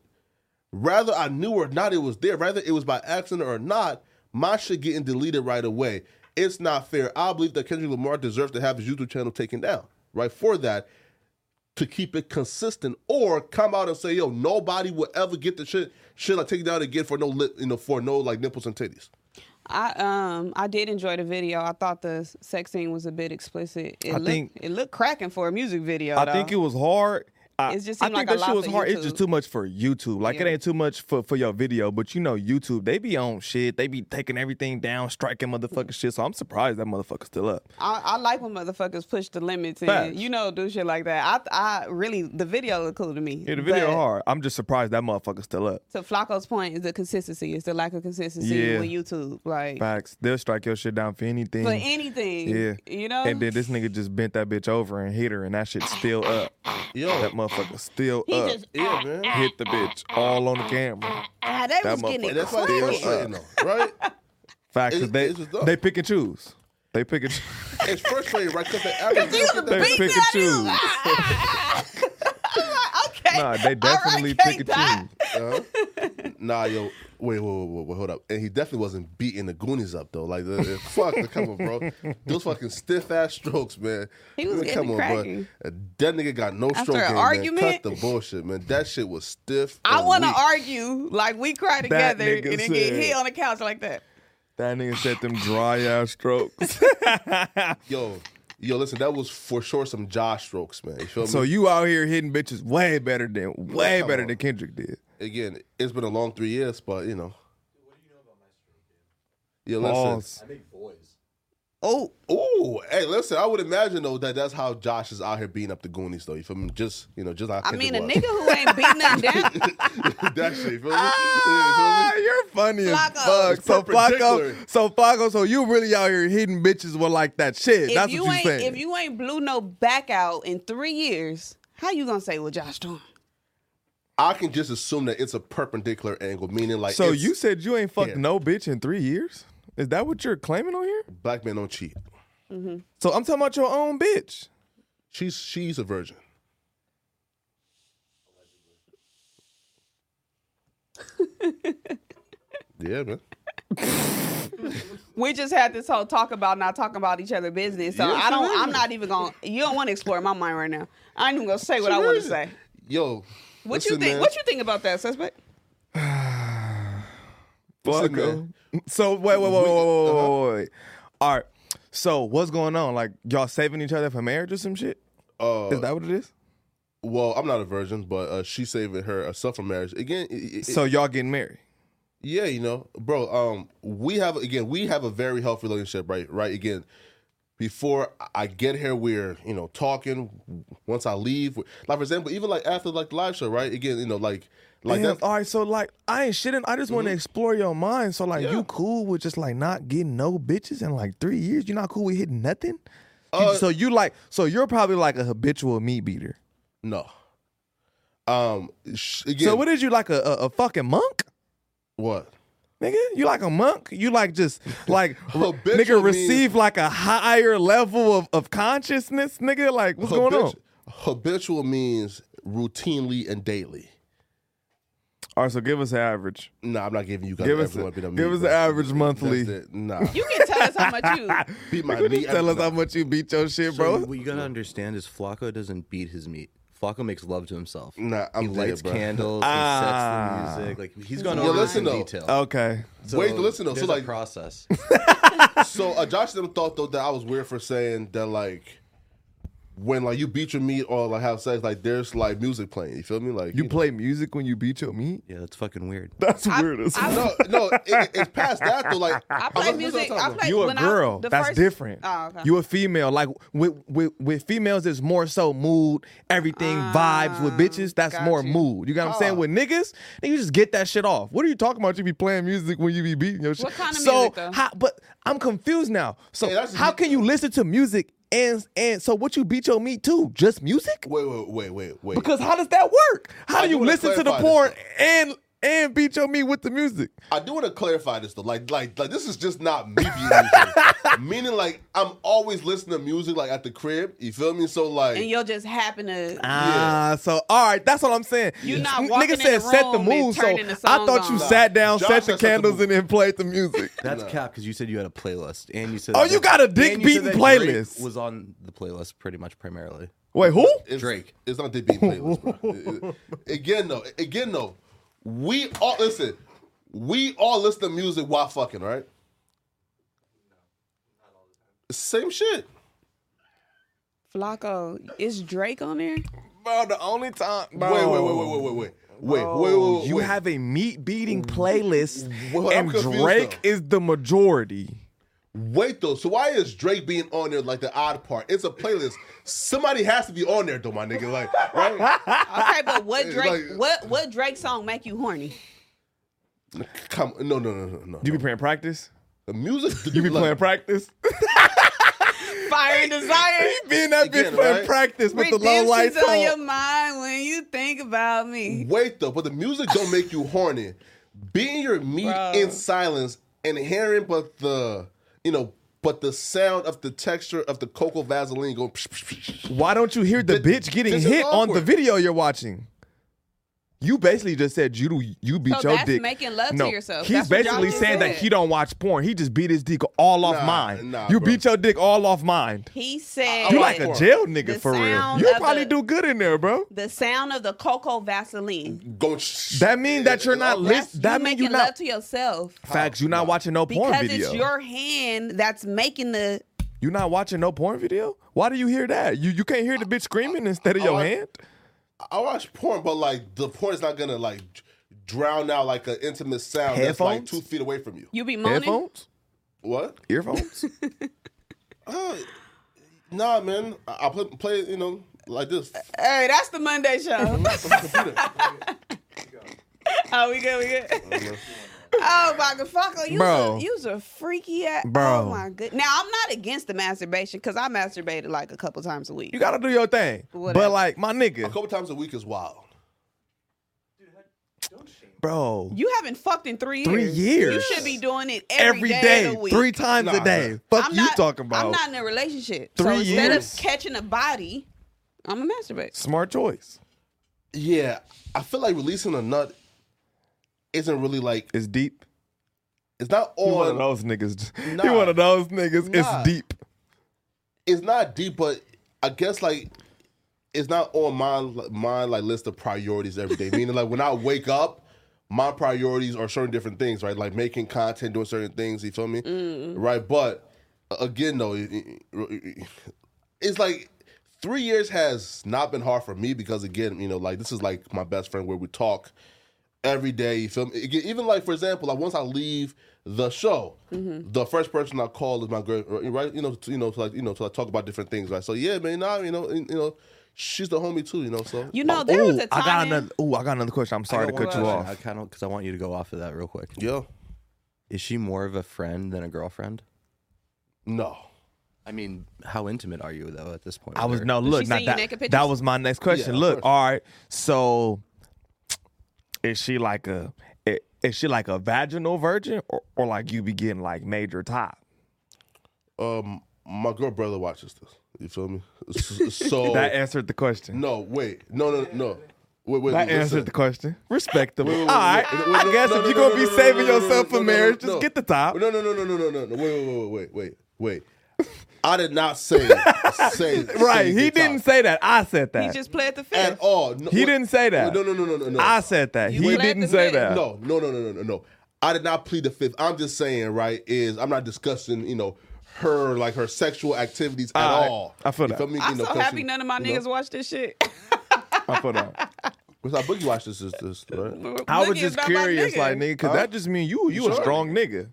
Speaker 3: rather I knew or not it was there, rather it was by accident or not, my shit getting deleted right away. It's not fair. I believe that Kendrick Lamar deserves to have his YouTube channel taken down, right? For that, to keep it consistent, or come out and say, yo, nobody will ever get the shit shit I take down again for no lip, you know, for no like nipples and titties.
Speaker 1: I um I did enjoy the video. I thought the s- sex scene was a bit explicit. It
Speaker 2: I
Speaker 1: looked,
Speaker 2: think-
Speaker 1: it looked cracking for a music video.
Speaker 2: I think it was hard. I,
Speaker 1: um, It just
Speaker 2: I
Speaker 1: seemed
Speaker 2: think
Speaker 1: like a
Speaker 2: that shit
Speaker 1: lot
Speaker 2: was
Speaker 1: for
Speaker 2: hard. It's just
Speaker 1: YouTube.
Speaker 2: too much for YouTube. Like it
Speaker 1: Yeah.
Speaker 2: ain't too much for, for your video, but you know YouTube, they be on shit. They be taking everything down, striking motherfucking shit. So I'm surprised that motherfucker's still up.
Speaker 1: I, I like when motherfuckers push the limits and
Speaker 2: Facts.
Speaker 1: you know do shit like that. I I really the video looked cool to me.
Speaker 2: Yeah, the video
Speaker 1: but
Speaker 2: hard. I'm just surprised that motherfucker's still up.
Speaker 1: To Flacco's point is the consistency. It's the lack of consistency
Speaker 2: Yeah.
Speaker 1: with YouTube. Like
Speaker 2: Facts. They'll strike your shit down for anything.
Speaker 1: for anything.
Speaker 2: yeah.
Speaker 1: You know.
Speaker 2: And then this nigga just bent that bitch over and hit her, and that shit's still up.
Speaker 3: Yo,
Speaker 2: That motherfucker's still up.
Speaker 3: yeah, man.
Speaker 2: hit the bitch all on the camera.
Speaker 1: ah, they
Speaker 2: that
Speaker 1: was getting
Speaker 2: motherfucker-
Speaker 1: it
Speaker 3: And that's why
Speaker 1: cracking.
Speaker 3: it's frustrating though, right?
Speaker 2: Facts.
Speaker 3: It's-
Speaker 2: they
Speaker 3: it's just up.
Speaker 2: they pick and choose. They pick and choose.
Speaker 3: It's frustrating, right? Because the average
Speaker 1: These are
Speaker 3: person
Speaker 1: the
Speaker 2: They
Speaker 3: that-
Speaker 1: beats
Speaker 2: pick
Speaker 1: that
Speaker 2: and
Speaker 1: I do.
Speaker 2: choose.
Speaker 1: Ah! I'm like, okay.
Speaker 2: Nah, they definitely
Speaker 1: All right,
Speaker 2: pick
Speaker 1: K, Dot.
Speaker 2: and choose.
Speaker 3: Nah, yo, wait, wait, wait, wait, wait, hold up. And he definitely wasn't beating the Goonies up though. Like, the, the- fuck, the- come on, bro. Those fucking stiff ass strokes, man.
Speaker 1: He was
Speaker 3: Man,
Speaker 1: getting cracking.
Speaker 3: bro. Uh, That nigga got no
Speaker 1: After
Speaker 3: stroke.
Speaker 1: an
Speaker 3: game, man.
Speaker 1: argument?
Speaker 3: Cut the bullshit, man. That shit was stiff.
Speaker 1: I
Speaker 3: and
Speaker 1: want to
Speaker 3: weak.
Speaker 1: argue like we cry together and
Speaker 2: nigga
Speaker 1: then get
Speaker 2: said-
Speaker 1: hit on the couch like that.
Speaker 2: That nigga said them dry ass strokes.
Speaker 3: Yo, yo, listen, that was for sure some jaw strokes, man. You feel
Speaker 2: so
Speaker 3: me?
Speaker 2: you out here hitting bitches way better than way
Speaker 3: Come
Speaker 2: better
Speaker 3: on.
Speaker 2: than Kendrick did.
Speaker 3: Again, it's been a long three years, but you know. Yeah,
Speaker 2: Balls.
Speaker 3: listen.
Speaker 6: I make boys.
Speaker 1: Oh,
Speaker 3: Ooh, hey, listen. I would imagine though that that's how Josh is out here beating up the Goonies though. You feel me? Just you know, just like
Speaker 1: I mean, a
Speaker 3: Kendrick
Speaker 1: nigga who ain't beat nothing down.
Speaker 3: was. that shit. You feel me?
Speaker 2: Ah,
Speaker 3: Yeah, you feel me?
Speaker 2: you're funny as
Speaker 1: Flacco.
Speaker 2: fuck.
Speaker 3: It's
Speaker 2: So
Speaker 3: perpendicular.
Speaker 2: Flacco, so Flacco, so you really out here hitting bitches with like that shit.
Speaker 1: If
Speaker 2: That's
Speaker 1: you
Speaker 2: what
Speaker 1: ain't
Speaker 2: you saying.
Speaker 1: if you ain't blew no back out in three years, how you gonna say well Josh doing?
Speaker 3: I can just assume that it's a perpendicular angle, meaning like
Speaker 2: so
Speaker 3: it's-
Speaker 2: you said you ain't fucked
Speaker 3: Yeah.
Speaker 2: no bitch in three years? Is that what you're claiming on here?
Speaker 3: black men don't cheat.
Speaker 2: So I'm talking about your own bitch.
Speaker 3: She's she's a virgin. yeah, man.
Speaker 1: We just had this whole talk about not talking about each other business. So
Speaker 3: Yes,
Speaker 1: I don't.
Speaker 3: it is.
Speaker 1: I'm not even gonna. You don't want to explore my mind right now. I ain't even gonna say what I want to say.
Speaker 3: Virgin. Yo,
Speaker 1: What
Speaker 3: listen,
Speaker 1: you think?
Speaker 3: man.
Speaker 1: What you think about that suspect?
Speaker 2: fuck.
Speaker 3: man.
Speaker 2: oh. So wait, wait, wait, wait, wait, wait,
Speaker 3: uh-huh.
Speaker 2: wait, wait. All right. So what's going on? Like y'all saving each other for marriage or some shit?
Speaker 3: Uh,
Speaker 2: Is that what it is?
Speaker 3: well, I'm not a virgin, but uh, she's saving herself from marriage again. It, it-
Speaker 2: So y'all getting married?
Speaker 3: Yeah, you know, bro. Um, we have again, we have a very healthy relationship, right? Right. Again, before I get here, we're you know talking. Once I leave, we- like for example, even like after like the live show, right? Again, you know, like like
Speaker 2: Damn,
Speaker 3: that.
Speaker 2: all right, so like I ain't shitting. I just want to explore your mind. So like
Speaker 3: Yeah.
Speaker 2: you cool with just like not getting no bitches in like three years? You're not cool with hitting nothing? You-
Speaker 3: Uh,
Speaker 2: so you like so you're probably like a habitual meat beater.
Speaker 3: No. Um. Sh- again,
Speaker 2: So what is you like a, a, a fucking monk?
Speaker 3: what?
Speaker 2: Nigga, you like a monk? You like just like re- nigga
Speaker 3: Habitual
Speaker 2: receive like a higher level of, of consciousness, nigga? Like what's going on?
Speaker 3: Habitu- Habitual means routinely and daily.
Speaker 2: All right, so give us an average.
Speaker 3: No, I'm not giving you guys
Speaker 2: Give us,
Speaker 3: every
Speaker 2: a,
Speaker 3: one bit of
Speaker 2: give
Speaker 3: meat,
Speaker 2: us an
Speaker 3: bro.
Speaker 2: average
Speaker 3: That's
Speaker 2: monthly.
Speaker 3: it. Nah,
Speaker 1: You can tell us how much you.
Speaker 3: beat my
Speaker 2: Nigga,
Speaker 3: meat.
Speaker 2: just tell
Speaker 3: every
Speaker 2: us how
Speaker 3: time.
Speaker 2: much you beat your shit,
Speaker 4: Bro,
Speaker 2: bro.
Speaker 4: what you gotta understand is Flacco doesn't beat his meat. Flacco makes love to himself.
Speaker 3: Nah, I'm
Speaker 4: he
Speaker 3: dead,
Speaker 4: lights
Speaker 3: bro.
Speaker 4: candles,
Speaker 2: Ah.
Speaker 4: he sets the music. Like he's gone
Speaker 1: Yeah,
Speaker 4: over this
Speaker 3: listen
Speaker 4: in
Speaker 3: though.
Speaker 4: detail.
Speaker 6: Uh,
Speaker 2: Okay.
Speaker 4: So
Speaker 3: Wait, listen though. So,
Speaker 4: there's a
Speaker 3: like-
Speaker 4: process.
Speaker 3: So uh, Josh them thought though that I was weird for saying that like when like you beat your meat or like have sex like there's like music playing. You feel me? Like
Speaker 2: You play music when you beat your meat?
Speaker 4: yeah, that's fucking weird.
Speaker 2: That's weird as fuck.
Speaker 3: no no it- it, it's past that though. Like
Speaker 1: I play
Speaker 3: I'm-
Speaker 1: music.
Speaker 3: I'm
Speaker 1: I
Speaker 3: talking
Speaker 1: play.
Speaker 2: You a
Speaker 1: when
Speaker 2: girl.
Speaker 1: I, the
Speaker 2: That's
Speaker 1: first-
Speaker 2: different.
Speaker 1: Oh, okay.
Speaker 2: You a female. Like with, with with females, it's more so mood, everything, vibes.
Speaker 1: Ah,
Speaker 2: With bitches, that's
Speaker 1: got
Speaker 2: more
Speaker 1: you.
Speaker 2: mood. You got what I'm
Speaker 1: Oh.
Speaker 2: saying? With niggas, niggas just get that shit off. What are you talking about? You be playing music when you be beating your shit.
Speaker 1: What kind of
Speaker 2: so,
Speaker 1: music, though?
Speaker 2: How, but I'm confused now. So
Speaker 3: Hey, that's-
Speaker 2: how can you listen to music and and so what you beat your meat to? Just music?
Speaker 3: Wait wait wait wait wait.
Speaker 2: Because how does that work? How
Speaker 3: I
Speaker 2: do
Speaker 3: do
Speaker 2: you
Speaker 3: wanna
Speaker 2: listen to the
Speaker 3: clarify this,
Speaker 2: porn
Speaker 3: though.
Speaker 2: and and beat your meat with the music?
Speaker 3: I do want to clarify this though. Like like like this is just not me being music. Meaning like I'm always listening to music like at the crib. You feel me? So like
Speaker 1: and you'll just happen to.
Speaker 2: Ah, so all right, that's what I'm saying.
Speaker 1: You're not
Speaker 2: N-
Speaker 1: walking
Speaker 2: Nigga
Speaker 1: in
Speaker 2: said
Speaker 1: the
Speaker 2: set the
Speaker 1: room and
Speaker 2: mood, so
Speaker 1: turning the
Speaker 2: I
Speaker 1: song
Speaker 2: thought you
Speaker 1: on.
Speaker 2: sat down,
Speaker 3: Josh
Speaker 2: set
Speaker 3: said
Speaker 2: the
Speaker 3: set the
Speaker 2: candles,
Speaker 3: mood.
Speaker 2: and then played the music.
Speaker 4: That's cap because you said you had a playlist and you said
Speaker 2: Oh, you got a
Speaker 4: and you said
Speaker 2: dick-beating
Speaker 4: that
Speaker 2: playlist.
Speaker 4: Drake was on the playlist pretty much primarily.
Speaker 2: Wait, who?
Speaker 3: It's,
Speaker 4: Drake.
Speaker 3: It's not the beat playlist, bro. It- it- again, though. Again, though. We all listen. We all listen to music while fucking, right? Same shit.
Speaker 1: Flacco, is Drake on there?
Speaker 2: Bro, the only time.
Speaker 3: Wait, wait, wait, wait, wait, wait, wait, wait, wait, wait, wait.
Speaker 2: You
Speaker 3: wait.
Speaker 2: have a meat beating playlist,
Speaker 3: Well, I'm
Speaker 2: and
Speaker 3: confused,
Speaker 2: Drake
Speaker 3: though.
Speaker 2: is the majority.
Speaker 3: wait though. So why is Drake being on there like the odd part? It's a playlist. Somebody has to be on there though, my nigga. Like, right?
Speaker 1: Okay, but what Drake?
Speaker 3: Like-
Speaker 1: what what Drake song make you horny?
Speaker 3: Come, no, no, no, no, no.
Speaker 2: You be playing practice.
Speaker 3: The music.
Speaker 2: You be
Speaker 3: like,
Speaker 2: playing practice.
Speaker 1: Fire and desire.
Speaker 2: Being that bitch
Speaker 3: Again,
Speaker 2: playing
Speaker 3: right?
Speaker 2: practice with the low lights
Speaker 1: Redemption's on your
Speaker 2: on.
Speaker 1: mind when you think about me.
Speaker 3: Wait though, but the music don't make you horny. Being your meat
Speaker 1: Bro.
Speaker 3: in silence and hearing but the you know but the sound of the texture of the cocoa vaseline going psh, psh, psh, psh.
Speaker 2: Why don't you hear the
Speaker 3: Th-
Speaker 2: bitch getting
Speaker 3: this is
Speaker 2: hit on the
Speaker 3: awkward.
Speaker 2: video you're watching? You basically just said you do, you beat
Speaker 1: So
Speaker 2: your
Speaker 1: that's
Speaker 2: dick.
Speaker 1: making love to
Speaker 2: no,
Speaker 1: yourself.
Speaker 2: He's
Speaker 1: That's what y'all
Speaker 2: basically
Speaker 1: just
Speaker 2: saying that
Speaker 1: said.
Speaker 2: he don't watch porn. He just beat his dick all off
Speaker 3: Nah,
Speaker 2: mine.
Speaker 3: nah,
Speaker 2: you
Speaker 3: bro.
Speaker 2: beat your dick all off mine.
Speaker 1: He said
Speaker 2: You like a
Speaker 3: porn.
Speaker 2: jail nigga
Speaker 1: The
Speaker 2: for real.
Speaker 1: sound
Speaker 2: You
Speaker 1: of
Speaker 2: probably
Speaker 1: the-
Speaker 2: do good in there, bro.
Speaker 1: the sound of the cocoa Vaseline.
Speaker 3: going psh,
Speaker 2: That mean that you're not
Speaker 3: That's-
Speaker 1: That's
Speaker 2: listen. That
Speaker 1: you
Speaker 2: mean you
Speaker 1: making
Speaker 2: not
Speaker 1: love to yourself
Speaker 2: facts. You're not watching no porn
Speaker 1: because
Speaker 2: video.
Speaker 1: it's your hand that's making the.
Speaker 2: You're not watching no porn video. Why do you hear that? You you can't hear the bitch screaming instead of your
Speaker 3: I-
Speaker 2: hand.
Speaker 3: I watch porn, but like the porn is not gonna like drown out like an intimate sound that's like
Speaker 2: Headphones?
Speaker 3: two feet away from you.
Speaker 1: You be moaning.
Speaker 2: Headphones,
Speaker 3: What?
Speaker 2: earphones.
Speaker 3: Uh, nah, man. I, I play, play it, you know like this.
Speaker 1: Hey, that's the Monday show. oh, we good. We good. Oh my god, fucker, you
Speaker 2: Bro.
Speaker 1: a, you's a freaky ass.
Speaker 2: Bro.
Speaker 1: Oh my good. Now I'm not against the masturbation because I masturbated like a couple times a week.
Speaker 2: You gotta do your thing.
Speaker 1: Whatever.
Speaker 2: But like my
Speaker 3: A
Speaker 2: nigga,
Speaker 3: couple times a week is wild.
Speaker 2: bro,
Speaker 1: You haven't fucked in three years.
Speaker 2: Three years.
Speaker 1: You should be doing it
Speaker 2: every day,
Speaker 1: of the week.
Speaker 2: three times a
Speaker 3: Nah,
Speaker 2: day. Fuck you talking about?
Speaker 1: I'm not in a relationship. so
Speaker 2: Three
Speaker 1: instead
Speaker 2: years?
Speaker 1: of catching a body, I'm a masturbate.
Speaker 2: Smart choice.
Speaker 3: Yeah, I feel like releasing a nut isn't really like
Speaker 2: It's deep.
Speaker 3: it's not
Speaker 2: You one of
Speaker 3: on.
Speaker 2: those niggas.
Speaker 3: Nah.
Speaker 2: You one of those niggas.
Speaker 3: Nah.
Speaker 2: It's deep.
Speaker 3: it's not deep, but I guess like it's not on my my like list of priorities every day. Meaning like when I wake up, my priorities are certain different things, right? Like making content, doing certain things. You feel me? Right. But uh, again, though, it- it- it's like three years has not been hard for me because again, you know, like this is like my best friend where we talk every day. You feel me? Again, Even like for example, like once I leave the show, the first person I call is my girl, right? You know, to, you know, to like you know, to like talk about different things, right? So yeah, man, nah, you know, and, you know, she's the homie too, you know. So
Speaker 1: You know, there was a time.
Speaker 2: oh, I got another. Ooh, I got another question. I'm sorry to
Speaker 4: got one
Speaker 2: cut you
Speaker 4: question. I
Speaker 2: off.
Speaker 4: kind of because I want you to go off of that real quick.
Speaker 3: yeah,
Speaker 4: Is she more of a friend than a girlfriend?
Speaker 3: no,
Speaker 4: I mean, how intimate are you though at this point?
Speaker 2: I
Speaker 4: with
Speaker 2: was
Speaker 4: her?
Speaker 2: no look.
Speaker 1: she
Speaker 2: Not
Speaker 1: send you
Speaker 2: that.
Speaker 1: naked pictures?
Speaker 2: That was my next question.
Speaker 3: of
Speaker 2: look,
Speaker 3: course.
Speaker 2: all right. So, is she like a i- is she like a vaginal virgin or, or like you be getting like major top?
Speaker 3: um, my girl brother watches this. You feel me? S- So
Speaker 2: That answered the question.
Speaker 3: no, wait, no, no, no, wait, wait,
Speaker 2: that
Speaker 3: listen.
Speaker 2: answered the question. Respectable.
Speaker 3: Wait, wait, wait,
Speaker 2: all right.
Speaker 3: wait, wait, wait,
Speaker 2: I
Speaker 3: no,
Speaker 2: guess
Speaker 3: no,
Speaker 2: if
Speaker 3: no,
Speaker 2: you're
Speaker 3: no,
Speaker 2: gonna
Speaker 3: no,
Speaker 2: be
Speaker 3: no, no,
Speaker 2: saving
Speaker 3: no, no,
Speaker 2: yourself
Speaker 3: no,
Speaker 2: for
Speaker 3: no,
Speaker 2: marriage,
Speaker 3: no,
Speaker 2: just
Speaker 3: no.
Speaker 2: get the top.
Speaker 3: No, no, no, no, no, no, no, no. Wait, wait, wait, wait, wait, wait, wait. I did not say say
Speaker 2: Right.
Speaker 3: say
Speaker 2: He
Speaker 3: get
Speaker 2: didn't
Speaker 3: top.
Speaker 2: say that. I said that.
Speaker 1: He just played the
Speaker 3: at
Speaker 1: fifth.
Speaker 3: all. No,
Speaker 2: He
Speaker 3: wait,
Speaker 2: didn't say that.
Speaker 3: No, no, no, no, no, no.
Speaker 2: I said that.
Speaker 1: You
Speaker 2: he
Speaker 1: played the
Speaker 2: didn't say
Speaker 1: fifth.
Speaker 2: that.
Speaker 3: No, no, no, no, no, no, no. I did not plead the fifth. I'm just saying, right, is I'm not discussing, you know, her like her sexual activities at
Speaker 2: All right.
Speaker 3: all.
Speaker 2: I feel
Speaker 3: You
Speaker 2: that.
Speaker 3: me? You
Speaker 1: I'm
Speaker 3: know,
Speaker 1: so
Speaker 3: 'cause
Speaker 1: happy
Speaker 3: she-
Speaker 1: none of my
Speaker 3: you know,
Speaker 1: niggas watch this shit.
Speaker 2: I put that.
Speaker 3: Because I boogie watch this, this, this, right?
Speaker 2: I
Speaker 1: Boogie
Speaker 2: was
Speaker 1: is
Speaker 2: just
Speaker 1: not my
Speaker 2: curious,
Speaker 1: nigga.
Speaker 2: like nigga, because
Speaker 3: Huh?
Speaker 2: that just mean you you a
Speaker 3: Sure.
Speaker 2: strong nigga.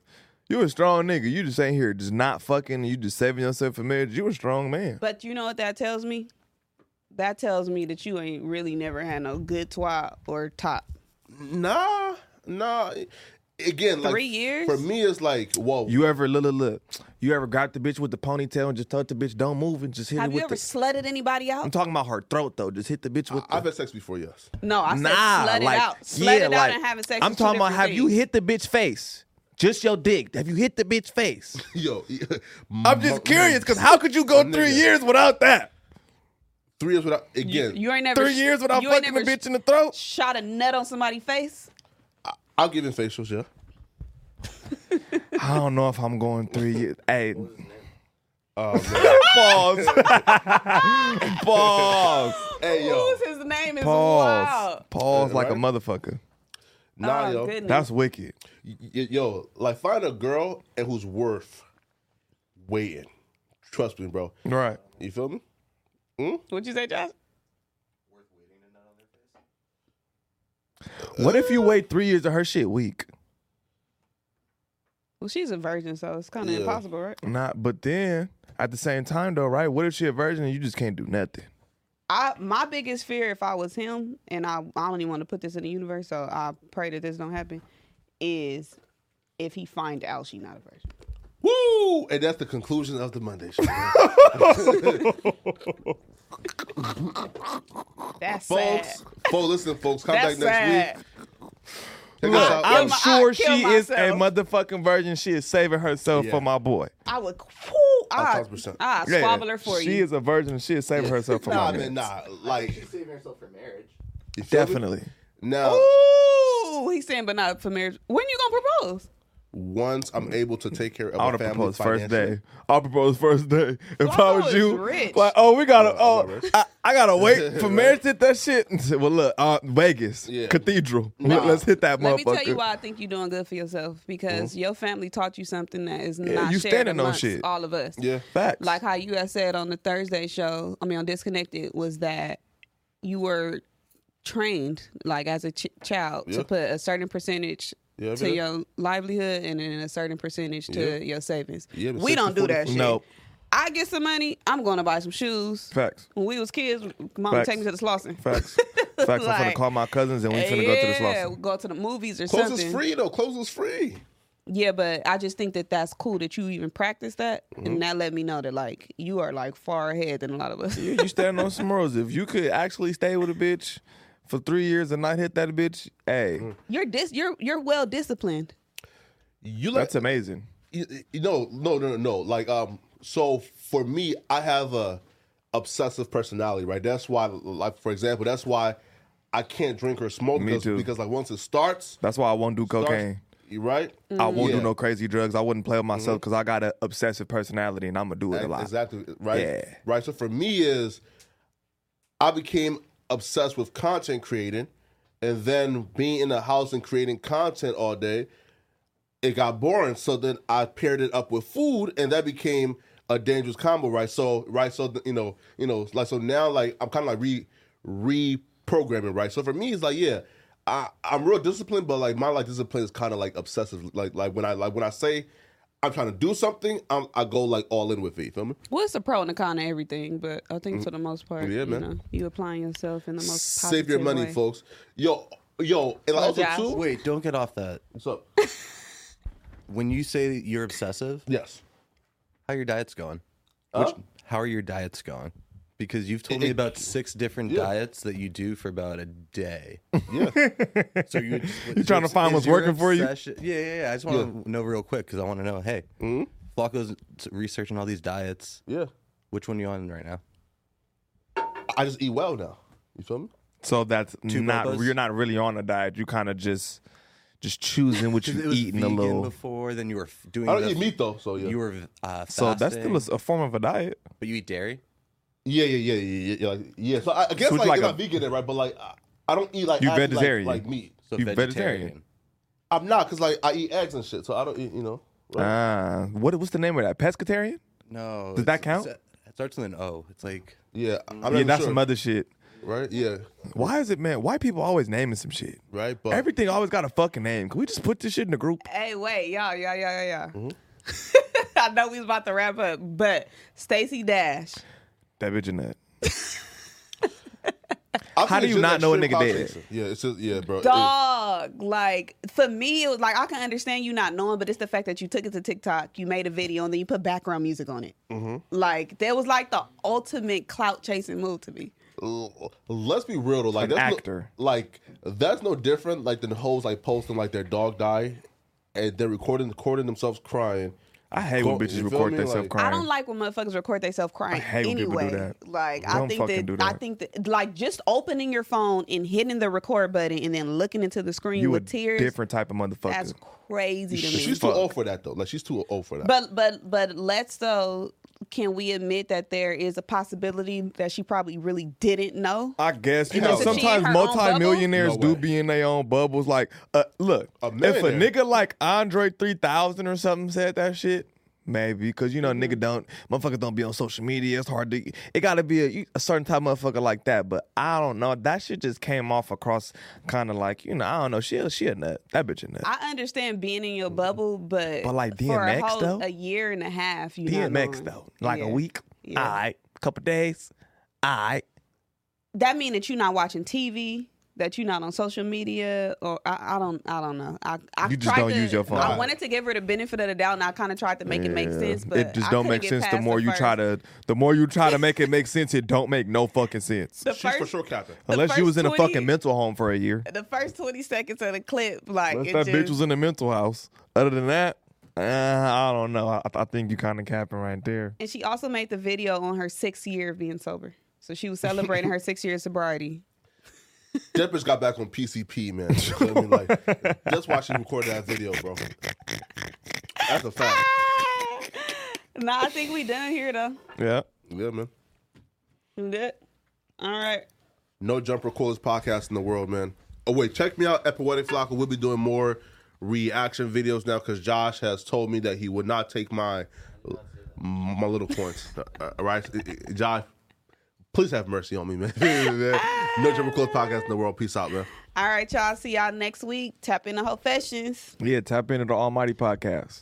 Speaker 2: You a strong nigga. You just ain't here, just not fucking. You just saving yourself for marriage. You a strong man.
Speaker 1: But you know what that tells me? That tells me that you ain't really never had no good twat or top.
Speaker 3: Nah, nah. Again, like
Speaker 1: Three years?
Speaker 3: for me, it's like whoa.
Speaker 2: You ever look, look, look, you ever grabbed the bitch with the ponytail and just told the bitch don't move and just hit
Speaker 1: Have
Speaker 2: it
Speaker 1: you
Speaker 2: with
Speaker 1: ever
Speaker 2: the.
Speaker 1: slutted anybody out?
Speaker 2: I'm talking about her throat though. Just hit the bitch with.
Speaker 3: I've
Speaker 2: the,
Speaker 3: had sex before, yes.
Speaker 1: no, I said
Speaker 2: nah,
Speaker 1: slut it
Speaker 2: like
Speaker 1: out. Slut
Speaker 2: yeah,
Speaker 1: it out
Speaker 2: like
Speaker 1: and having sex.
Speaker 2: I'm
Speaker 1: is two
Speaker 2: talking about
Speaker 1: different
Speaker 2: have you
Speaker 1: things.
Speaker 2: hit the bitch face? Just your dick. Have you hit the bitch face?
Speaker 3: Yo, e-
Speaker 2: I'm just curious because how could you go three
Speaker 3: nigga.
Speaker 2: years without that?
Speaker 3: Three years without
Speaker 1: You,
Speaker 3: again.
Speaker 1: you ain't never
Speaker 2: Three years without
Speaker 1: you ain't
Speaker 2: fucking the
Speaker 1: never
Speaker 2: bitch in the throat?
Speaker 1: Shot a nut on somebody's face.
Speaker 3: I'll give him facials, yeah.
Speaker 2: I don't know if I'm going three years. Hey,
Speaker 3: Oh, man.
Speaker 2: pause. pause.
Speaker 3: hey, yo,
Speaker 1: Who's his name is
Speaker 2: Pause.
Speaker 1: wild.
Speaker 2: Pause like a
Speaker 3: Right?
Speaker 2: motherfucker.
Speaker 3: nah,
Speaker 1: oh,
Speaker 3: yo,
Speaker 1: goodness.
Speaker 2: That's wicked.
Speaker 3: Y- y- yo, like find a girl and who's worth waiting. Trust me, bro.
Speaker 2: Right.
Speaker 3: You feel me?
Speaker 1: What'd you say, Josh?
Speaker 2: What if you wait three years of her shit weak?
Speaker 1: Well, she's a virgin, so it's kind of
Speaker 3: Yeah.
Speaker 1: impossible, right?
Speaker 2: Not, but then at the same time though, right? What if she a virgin and you just can't do nothing?
Speaker 1: I my biggest fear if I was him, and I I don't even want to put this in the universe, so I pray that this don't happen, is if he find out she not a virgin.
Speaker 3: Woo! And that's the conclusion of the Monday show. man.
Speaker 1: That's sad.
Speaker 3: folks, folks, listen, folks, come
Speaker 1: That's
Speaker 3: back next
Speaker 1: sad.
Speaker 3: week. Check us out.
Speaker 2: I'm
Speaker 1: my- I'd
Speaker 2: sure she
Speaker 1: kill
Speaker 2: is a
Speaker 1: myself.
Speaker 2: motherfucking virgin. She is saving herself
Speaker 3: Yeah.
Speaker 2: for my boy.
Speaker 1: I would. Whoo, I
Speaker 3: 1000%.
Speaker 1: I
Speaker 2: Yeah.
Speaker 1: squabble her for
Speaker 2: she
Speaker 1: you.
Speaker 2: is a virgin. and She is saving herself for
Speaker 3: nah,
Speaker 2: my man.
Speaker 3: man, nah. Like,
Speaker 6: She's saving herself for marriage.
Speaker 3: you feel me?
Speaker 2: Definitely.
Speaker 3: Now,
Speaker 1: Ooh, he's saying, but not for marriage. When you gonna propose?
Speaker 3: once I'm able to take care of
Speaker 2: I
Speaker 3: my
Speaker 2: would
Speaker 3: family
Speaker 2: have proposed first
Speaker 3: financially-
Speaker 2: day. I'll propose first day. If I
Speaker 1: Guapo
Speaker 2: was
Speaker 1: is
Speaker 2: you,
Speaker 1: rich.
Speaker 2: like, oh, we gotta,
Speaker 3: Oh, I'm
Speaker 2: oh,
Speaker 3: not rich.
Speaker 2: I, I gotta wait for marriage to hit that shit. And said, well, look, uh, Vegas,
Speaker 3: Yeah.
Speaker 2: Cathedral,
Speaker 3: Nah.
Speaker 2: let's hit that
Speaker 1: Let
Speaker 2: motherfucker. Mm-hmm.
Speaker 1: me tell you why I think you're doing good for yourself because your family taught you something that is not
Speaker 2: you
Speaker 1: shared
Speaker 2: standing on
Speaker 1: amongst
Speaker 2: shit.
Speaker 1: all of us.
Speaker 3: Yeah.
Speaker 2: Facts.
Speaker 1: like how you had said on the Thursday show, I mean on Disconnected, was that you were trained like as a ch- child
Speaker 3: Yeah.
Speaker 1: to put a certain percentage
Speaker 3: Yeah, I
Speaker 1: to
Speaker 3: mean,
Speaker 1: your livelihood and then a certain percentage to your savings.
Speaker 3: Yeah, but
Speaker 1: we don't do
Speaker 3: 60,
Speaker 1: that shit.
Speaker 2: Nope.
Speaker 1: I get some money, I'm going to buy some shoes.
Speaker 2: Facts.
Speaker 1: When we was kids, mom would
Speaker 2: Facts.
Speaker 1: take me to the Slauson.
Speaker 2: Facts. Facts. I'm finna
Speaker 1: Like,
Speaker 2: call my cousins and we finna go to the
Speaker 1: yeah,
Speaker 2: slots.
Speaker 1: go to the movies or
Speaker 3: Clothes
Speaker 1: something.
Speaker 3: is free, though. Clothes is free.
Speaker 1: Yeah, but I just think that that's cool that you even practice that,
Speaker 3: Mm-hmm.
Speaker 1: and that let me know that like you are like far ahead than a lot of us.
Speaker 2: Yeah, you standing on some morals. If you could actually stay with a bitch for three years and not hit that bitch, hey,
Speaker 3: Mm.
Speaker 1: You're dis you're you're well disciplined.
Speaker 3: You let
Speaker 2: that's amazing.
Speaker 3: you, you know, no, no, no, no. Like, um, so for me, I have a obsessive personality, right? That's why, like, for example, that's why I can't drink or smoke
Speaker 2: Me
Speaker 3: because,
Speaker 2: too.
Speaker 3: because, like, once it starts,
Speaker 2: That's why I won't do
Speaker 3: starts-
Speaker 2: cocaine.
Speaker 3: you right?
Speaker 2: I won't
Speaker 3: Yeah. Mm-hmm.
Speaker 2: do no crazy drugs. I wouldn't play with myself because I got an obsessive personality and I'm gonna do it a lot.
Speaker 3: Exactly. Right.
Speaker 2: Yeah.
Speaker 3: Right. So for me is I became obsessed with content creating and then being in the house and creating content all day, it got boring. So then I paired it up with food, and that became a dangerous combo, right? So right, so you know, you know, like so now, like I'm kind of like re reprogramming, right? So for me, it's like yeah. I, I'm real disciplined, but like my like discipline is kind of like obsessive. Like like when I like when I say I'm trying to do something, I'm, I go like all in with it. You feel me?
Speaker 1: Well, it's a pro and a con of everything, but I think for the most part,
Speaker 3: Yeah,
Speaker 1: you
Speaker 3: man.
Speaker 1: know, you applying yourself in the most
Speaker 3: Save your
Speaker 1: positive
Speaker 3: money,
Speaker 1: way.
Speaker 3: folks. Yo, yo, and like,
Speaker 1: Well,
Speaker 3: also
Speaker 1: Josh.
Speaker 3: too.
Speaker 4: Wait, don't get off that.
Speaker 3: What's up?
Speaker 4: When you say that you're obsessive,
Speaker 3: Yes.
Speaker 4: how your diet's going?
Speaker 3: Huh?
Speaker 4: How are your diets going? Because you've told
Speaker 3: It-
Speaker 4: me
Speaker 3: it-
Speaker 4: about six different
Speaker 3: Yeah.
Speaker 4: diets that you do for about a day.
Speaker 3: Yeah.
Speaker 4: So you just,
Speaker 2: You trying to find
Speaker 4: is
Speaker 2: what's
Speaker 4: your
Speaker 2: working for you?
Speaker 4: obsession- Yeah, yeah, yeah. Mm-hmm. I just want to know real quick because I want to know. Hey,
Speaker 3: Mhm.
Speaker 4: Flacco's researching all these diets.
Speaker 3: yeah.
Speaker 4: Which one you on right now?
Speaker 3: I just eat well now. You feel me?
Speaker 2: So that's not
Speaker 4: bobas?
Speaker 2: you're not really on a diet. You kind of just just choosing what
Speaker 4: 'Cause
Speaker 2: you're
Speaker 4: it was
Speaker 2: eating a
Speaker 4: vegan
Speaker 2: little.
Speaker 4: before. Then you were f- doing.
Speaker 3: I don't
Speaker 4: the-
Speaker 3: eat meat though, so yeah.
Speaker 4: You were uh, fasting,
Speaker 2: So that's still a, a form of a diet.
Speaker 4: but you eat dairy.
Speaker 3: yeah, yeah, yeah, yeah, yeah, yeah. Like, yeah. So I, I guess
Speaker 2: So it's
Speaker 3: like,
Speaker 2: like
Speaker 3: you're
Speaker 2: a-
Speaker 3: not vegan, then, right? But like, I, I don't eat like
Speaker 2: You
Speaker 3: I eat, like-
Speaker 2: vegetarian.
Speaker 3: like, meat.
Speaker 4: So
Speaker 2: You
Speaker 4: vegetarian.
Speaker 2: vegetarian.
Speaker 3: I'm not, cause like I eat eggs and shit, so I don't eat. You know. Right?
Speaker 2: Ah, what what's the name of that? Pescatarian?
Speaker 4: No.
Speaker 2: Does that
Speaker 4: it's- it's-
Speaker 2: count?
Speaker 4: It starts with an O. It's like
Speaker 3: yeah. I'm not
Speaker 2: yeah,
Speaker 3: even
Speaker 2: that's
Speaker 3: sure,
Speaker 2: some other shit.
Speaker 3: Right. Yeah.
Speaker 2: Why is it, man? Why people always naming some shit?
Speaker 3: Right. But
Speaker 2: Everything always got a fucking name. Can we just put this shit in the group?
Speaker 1: Hey, wait, y'all, y'all, y'all, y'all, y'all.
Speaker 3: Mm-hmm.
Speaker 1: I know we was about to wrap up, but Stacy Dash.
Speaker 2: That bitch and that. How
Speaker 3: I think
Speaker 2: do
Speaker 3: it's
Speaker 2: you
Speaker 3: just
Speaker 2: not
Speaker 3: that
Speaker 2: know a
Speaker 3: shit
Speaker 2: nigga
Speaker 3: about
Speaker 2: dead?
Speaker 3: chasing. Yeah. It's just yeah, bro. it-
Speaker 1: Dog, like for me, it was like I can understand you not knowing, but it's the fact that you took it to TikTok, you made a video, and then you put background music on it.
Speaker 3: Mm-hmm.
Speaker 1: Like that was like the ultimate clout chasing move to me.
Speaker 3: l- let's be real though, like
Speaker 2: An
Speaker 3: that's no-
Speaker 2: actor.
Speaker 3: like that's no different like than hoes like posting like their dog died and they're recording recording themselves crying.
Speaker 2: I hate
Speaker 3: Go-
Speaker 2: when bitches
Speaker 3: you feel
Speaker 2: record
Speaker 3: me?
Speaker 2: themselves
Speaker 3: Like-
Speaker 2: crying.
Speaker 1: I don't like when motherfuckers record themselves crying.
Speaker 2: hate when people do
Speaker 1: anyway,
Speaker 2: that.
Speaker 1: like I
Speaker 2: Don't
Speaker 1: think
Speaker 2: fucking
Speaker 1: that,
Speaker 2: do
Speaker 1: I
Speaker 2: that.
Speaker 1: think that like just opening your phone and hitting the record button and then looking into the screen
Speaker 2: you
Speaker 1: with
Speaker 2: a
Speaker 1: tears.
Speaker 2: different type of motherfucker.
Speaker 1: That's crazy to me.
Speaker 3: She's too old for that though. Like she's too old for that.
Speaker 1: But but but let's though can we admit that there is a possibility that she probably really didn't know?
Speaker 2: I guess you
Speaker 1: Because
Speaker 2: know
Speaker 1: if she in
Speaker 2: sometimes
Speaker 1: her own bubble-
Speaker 2: multimillionaires
Speaker 3: No
Speaker 2: do
Speaker 3: way.
Speaker 2: be in their own bubbles. Like, uh, look,
Speaker 3: A
Speaker 2: if a
Speaker 3: millionaire.
Speaker 2: nigga like Andre three thousand or something said that shit, maybe because you know
Speaker 1: Mm-hmm.
Speaker 2: nigga don't motherfuckers don't be on social media. It's hard to it got to be a, you- a certain type of motherfucker like that. But I don't know. That shit just came off across kind of like you know I don't know. She a- she a nut. That bitch a nut.
Speaker 1: I understand being in your bubble, but
Speaker 2: But, like,
Speaker 1: for a,
Speaker 2: DMX
Speaker 1: whole,
Speaker 2: though?
Speaker 1: a year and a half, you not
Speaker 2: DMX
Speaker 1: knowing.
Speaker 2: though, like
Speaker 1: Yeah.
Speaker 2: a week.
Speaker 1: Yeah.
Speaker 2: All right, couple days. All right.
Speaker 1: That mean that you're not watching TV, that you're not on social media, or I, I don't I don't know. I, I
Speaker 2: You just
Speaker 1: tried
Speaker 2: don't
Speaker 1: to-
Speaker 2: use your phone.
Speaker 1: I wanted to give her the benefit of the doubt, and I kind of tried to make it make
Speaker 2: Yeah.
Speaker 1: sense, but
Speaker 2: it just
Speaker 1: I
Speaker 2: don't
Speaker 1: couldn't
Speaker 2: make
Speaker 1: get
Speaker 2: sense. The
Speaker 1: past
Speaker 2: more you try
Speaker 1: first-
Speaker 2: to, the more you try to make it make sense, it don't make no fucking sense.
Speaker 1: the
Speaker 3: she's
Speaker 1: first
Speaker 3: for sure capping.
Speaker 2: Unless you
Speaker 1: first
Speaker 2: was in a
Speaker 1: 20
Speaker 2: fucking mental home for a year.
Speaker 1: the first twenty seconds of the clip, like
Speaker 2: Unless
Speaker 1: it
Speaker 2: that
Speaker 1: just,
Speaker 2: bitch was in a mental house. Other than that, uh, I don't know. I, I think you kind of capping right there.
Speaker 1: And she also made the video on her sixth year of being sober. So she was celebrating her six year of sobriety.
Speaker 3: That bitch got back on PCP, man. You feel me? Like, just watch you record that video, bro. That's a fact.
Speaker 1: nah, I think we done here though.
Speaker 2: Yeah.
Speaker 3: Yeah, man.
Speaker 1: That- All right.
Speaker 3: No jumper coolest podcast in the world, man. Oh wait, check me out at Poetic Flocka. We'll be doing more reaction videos now because Josh has told me that he would not take my my little points. Uh, All right, Josh, please have mercy on me, man. Man, No jumper coolest podcast in the world. Peace out, man.
Speaker 1: All right, y'all. See y'all next week. Tap in the whole fashions.
Speaker 2: Yeah. Tap into the Almighty Podcast.